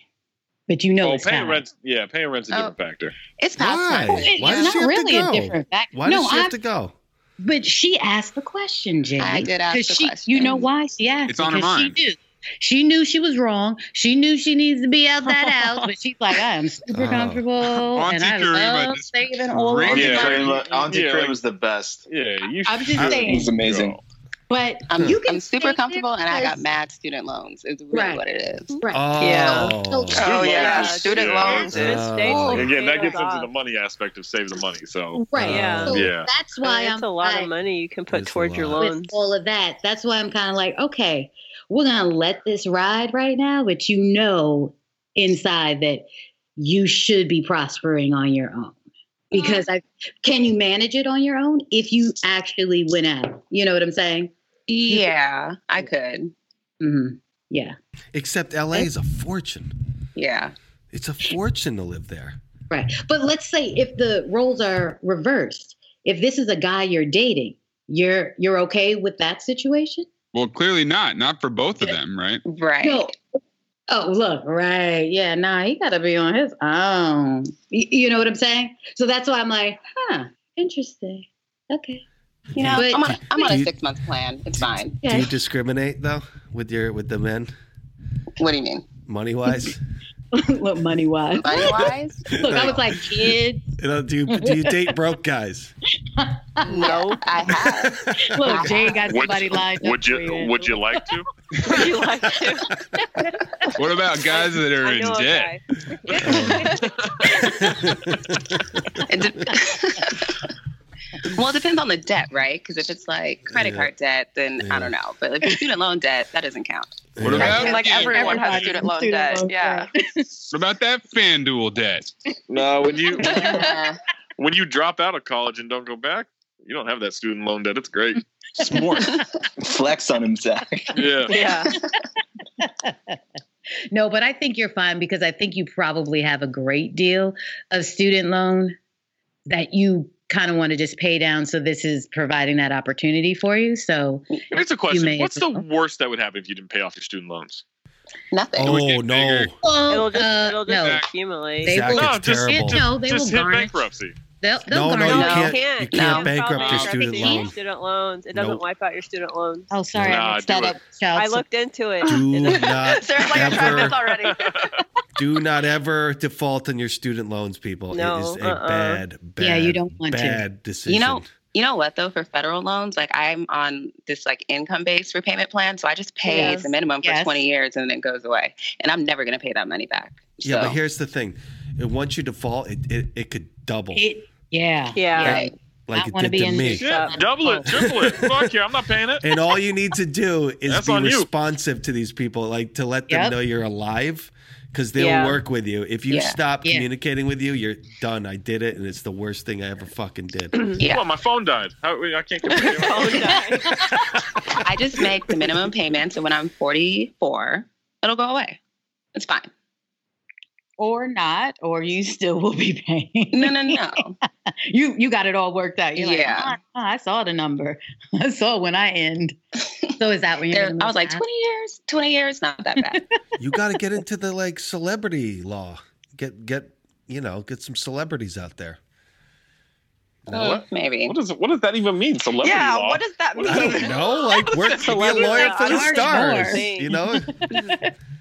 S: But you know
R: oh,
S: it's
R: paying
S: time.
R: rent. Yeah, paying rent's a different
S: Oh.
R: factor.
N: It's
S: past Why? time. It's Why does not she have to really a go? different fact- Why does No, she have I'm- to
D: go?
S: But she asked the question, Jay.
N: I did ask
S: 'Cause
N: the
S: she, You know
N: question.
S: why she asked?
N: It's on her
S: because
N: mind.
S: She knew. She knew she was wrong. She knew she needs to be out that house, but she's like, I am super
B: Oh.
S: comfortable and
B: Auntie
S: I
B: Karima
S: love
B: just
S: saving all of
B: Auntie
S: my
B: Karima,
S: money."
B: Auntie
S: Yeah,
B: Karima
S: like-
B: was the best.
R: Yeah, you.
N: I'm just saying.
B: It's amazing.
S: But
N: I'm,
S: you can
N: I'm super comfortable, and I got mad student loans. Is really
S: Right.
N: what it is.
S: Right.
N: Yeah.
D: Oh.
N: Oh, yeah. Student
S: loans
N: is stable.
R: Again, that
N: Yeah.
R: gets into the money aspect of save the money. So uh,
S: Right. Um, Yeah. So
R: yeah.
S: That's why
T: it's
S: I'm
T: a lot
S: like-
T: of money you can put towards your
S: with
T: loans.
S: all of that. That's why I'm kind of like, okay, we're gonna let this ride right now, but you know inside that you should be prospering on your own. Because I can you manage it on your own if you actually went out. You know what I'm saying?
N: Yeah, I could.
S: Mm-hmm. Yeah.
D: Except LA is a fortune.
N: Yeah.
D: It's a fortune to live there.
S: Right. But let's say if the roles are reversed, if this is a guy you're dating, you're you're okay with that situation?
F: Well, clearly not. Not for both of them, right?
N: Right.
S: No. Oh, look, right. Yeah, nah, he got to be on his own. Y- you know what I'm saying? So that's why I'm like, huh, interesting. Okay.
N: You know,
S: But-
N: I'm on, I'm on
G: Do
N: a
G: you-
N: six month plan. It's fine.
G: Do you discriminate though with your with the men
N: What do you mean?
G: money wise?
S: look, money wise.
N: Money wise?
S: Look, I was like, kids.
G: You know, do you do you date broke guys?
N: No, I have.
S: Look, Jay got
R: Would-
S: somebody lined up.
R: Would you would you like to?
F: What about guys that are in debt?
N: It de- well, it depends on the debt, right? Because if it's like credit
F: Yeah.
N: card debt, then I don't know. But if it's student loan debt, that doesn't count.
F: What about
H: Like everyone has student loan
N: Student
H: debt.
N: loan
H: yeah.
F: what about that FanDuel debt?
R: No, when you when you drop out of college and don't go back, you don't have that student loan debt. It's great.
B: Smart. Flex on him, Zach.
R: Yeah.
S: No, but I think you're fine because I think you probably have a great deal of student loan that you kind of want to just pay down. So this is providing that opportunity for you. So
R: Here's a
S: You
R: question:
S: may
R: What's
S: as
R: the worst that would happen if you didn't pay off your student loans?
N: Nothing.
G: Oh no!
S: Well,
T: it'll just,
S: uh,
T: it'll just
S: no.
T: accumulate.
S: They Zach, will- it's
R: just,
S: terrible.
R: just,
S: No, they
R: just
S: will
R: hit
S: garnish.
R: bankruptcy.
S: they'll,
G: No,
S: they'll
G: no,
S: garnish.
G: you
S: it.
G: can't. You can't bankrupt your
T: Bankruptcy,
G: student loan.
T: Student loans. It doesn't
G: Nope.
T: wipe out your student loans.
S: Oh, sorry,
G: Nah,
S: I mixed
G: do
S: that
G: it.
S: up. with Child
T: I
S: support.
T: looked into it.
G: Do not
T: Sarah's like, I tried
G: ever-
T: this already.
G: Do not ever default on your student loans, people.
N: No,
G: it is a
N: uh-uh.
G: bad, bad,
N: Yeah, you don't want to.
G: bad decision.
N: You know, you know what though? For federal loans, like I'm on this like income-based repayment plan, so I just pay
G: Yes.
N: the minimum for
G: Yes.
N: 20 years and then it goes away, and I'm never gonna pay that money back.
G: yeah,
N: so.
G: but here's the thing: It- once you default, it it, it could double.
S: It- yeah.
G: Like-
N: Yeah. Right.
G: Oh. Like
S: I
G: it
S: wanna
G: did
S: be
G: to
S: in
G: me.
S: this stuff.
R: Double it, triple it. Fuck yeah, I'm not paying it.
G: and all you need to do is
R: That's
G: be
R: on you.
G: responsive to these people, like to let them
R: Yep.
G: know you're alive, because they'll
R: Yeah.
G: work with you. If you
R: Yeah.
G: stop
R: Yeah.
G: communicating with you, you're done. I did it, and it's the worst thing I ever fucking did.
R: Well, my phone died. How, I can't get
N: I just make the minimum payments, and when I'm 44, it'll go away. It's fine.
S: Or not, or you still will be paying.
N: No, no, no.
S: you you got it all worked out. You're
N: Yeah.
S: Like, oh, I saw the number. I saw when I end. So is that when you're?
N: There- I was like, 20 years, 20 years, not that bad.
G: you got to get into the like celebrity law. Get get you know get some celebrities out there.
N: Mm, Maybe.
R: What does what does that even mean? Celebrity
H: Yeah,
R: law?
H: what does that
R: What does
H: mean?
R: that
G: No, like work be a
H: Celebrity
G: lawyer for the
H: law.
G: stars.
H: Thing.
G: You know,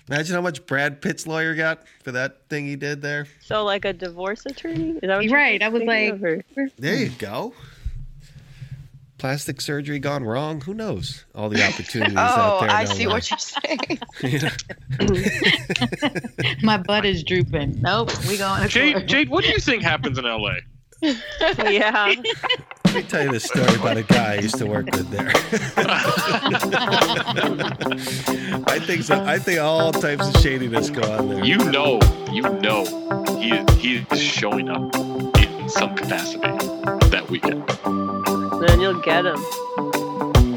G: imagine how much Brad Pitt's lawyer got for that thing he did there.
T: So, like a divorce attorney? Is that what
S: Right, I was like,
G: There
H: Hmm.
G: you go. Plastic surgery gone wrong. Who knows? All the opportunities out
H: Oh,
G: there.
H: I
G: down
H: see
G: there.
H: what you're saying.
G: You know?
S: my butt is drooping. Nope, we going.
R: Jade, Jade, what do you think happens in LA?
T: yeah.
G: Let me tell you this story about a guy I used to work with there. I think so. I think all types of shadiness go on there.
R: Uh, You know, you know, he is, he is showing up in some capacity that weekend.
T: Then you'll get him.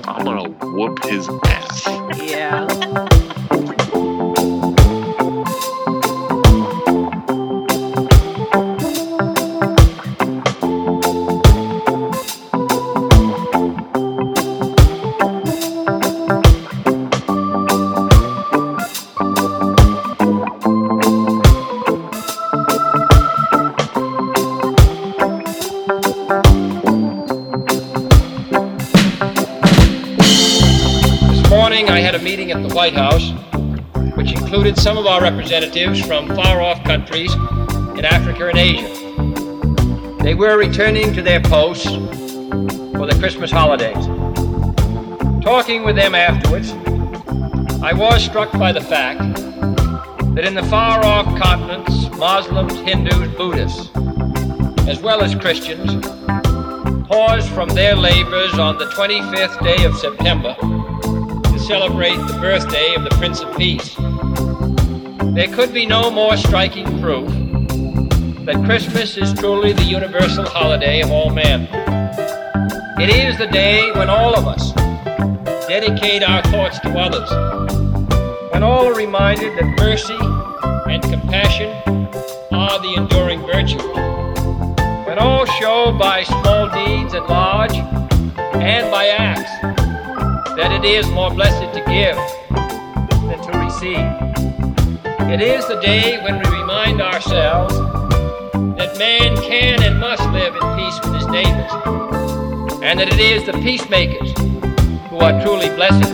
R: I'm gonna whoop his ass.
T: Yeah.
M: This morning, I had a meeting at the White House, which included some of our representatives from far off countries in Africa and Asia. They were returning to their posts for the Christmas holidays. Talking with them afterwards, I was struck by the fact that in the far off continents, Muslims, Hindus, Buddhists, as well as Christians, paused from their labors on the 25th day of September to celebrate the birthday of the Prince of Peace. There could be no more striking proof that Christmas is truly the universal holiday of all men. It is the day when all of us dedicate our thoughts to others, when all are reminded that mercy and compassion are the enduring virtues, when all show by small deeds and large and by acts that it it is more blessed to give than to receive. It is the day when we remind ourselves that man can and must live in peace with his neighbors, and that it is the peacemakers who are truly blessed.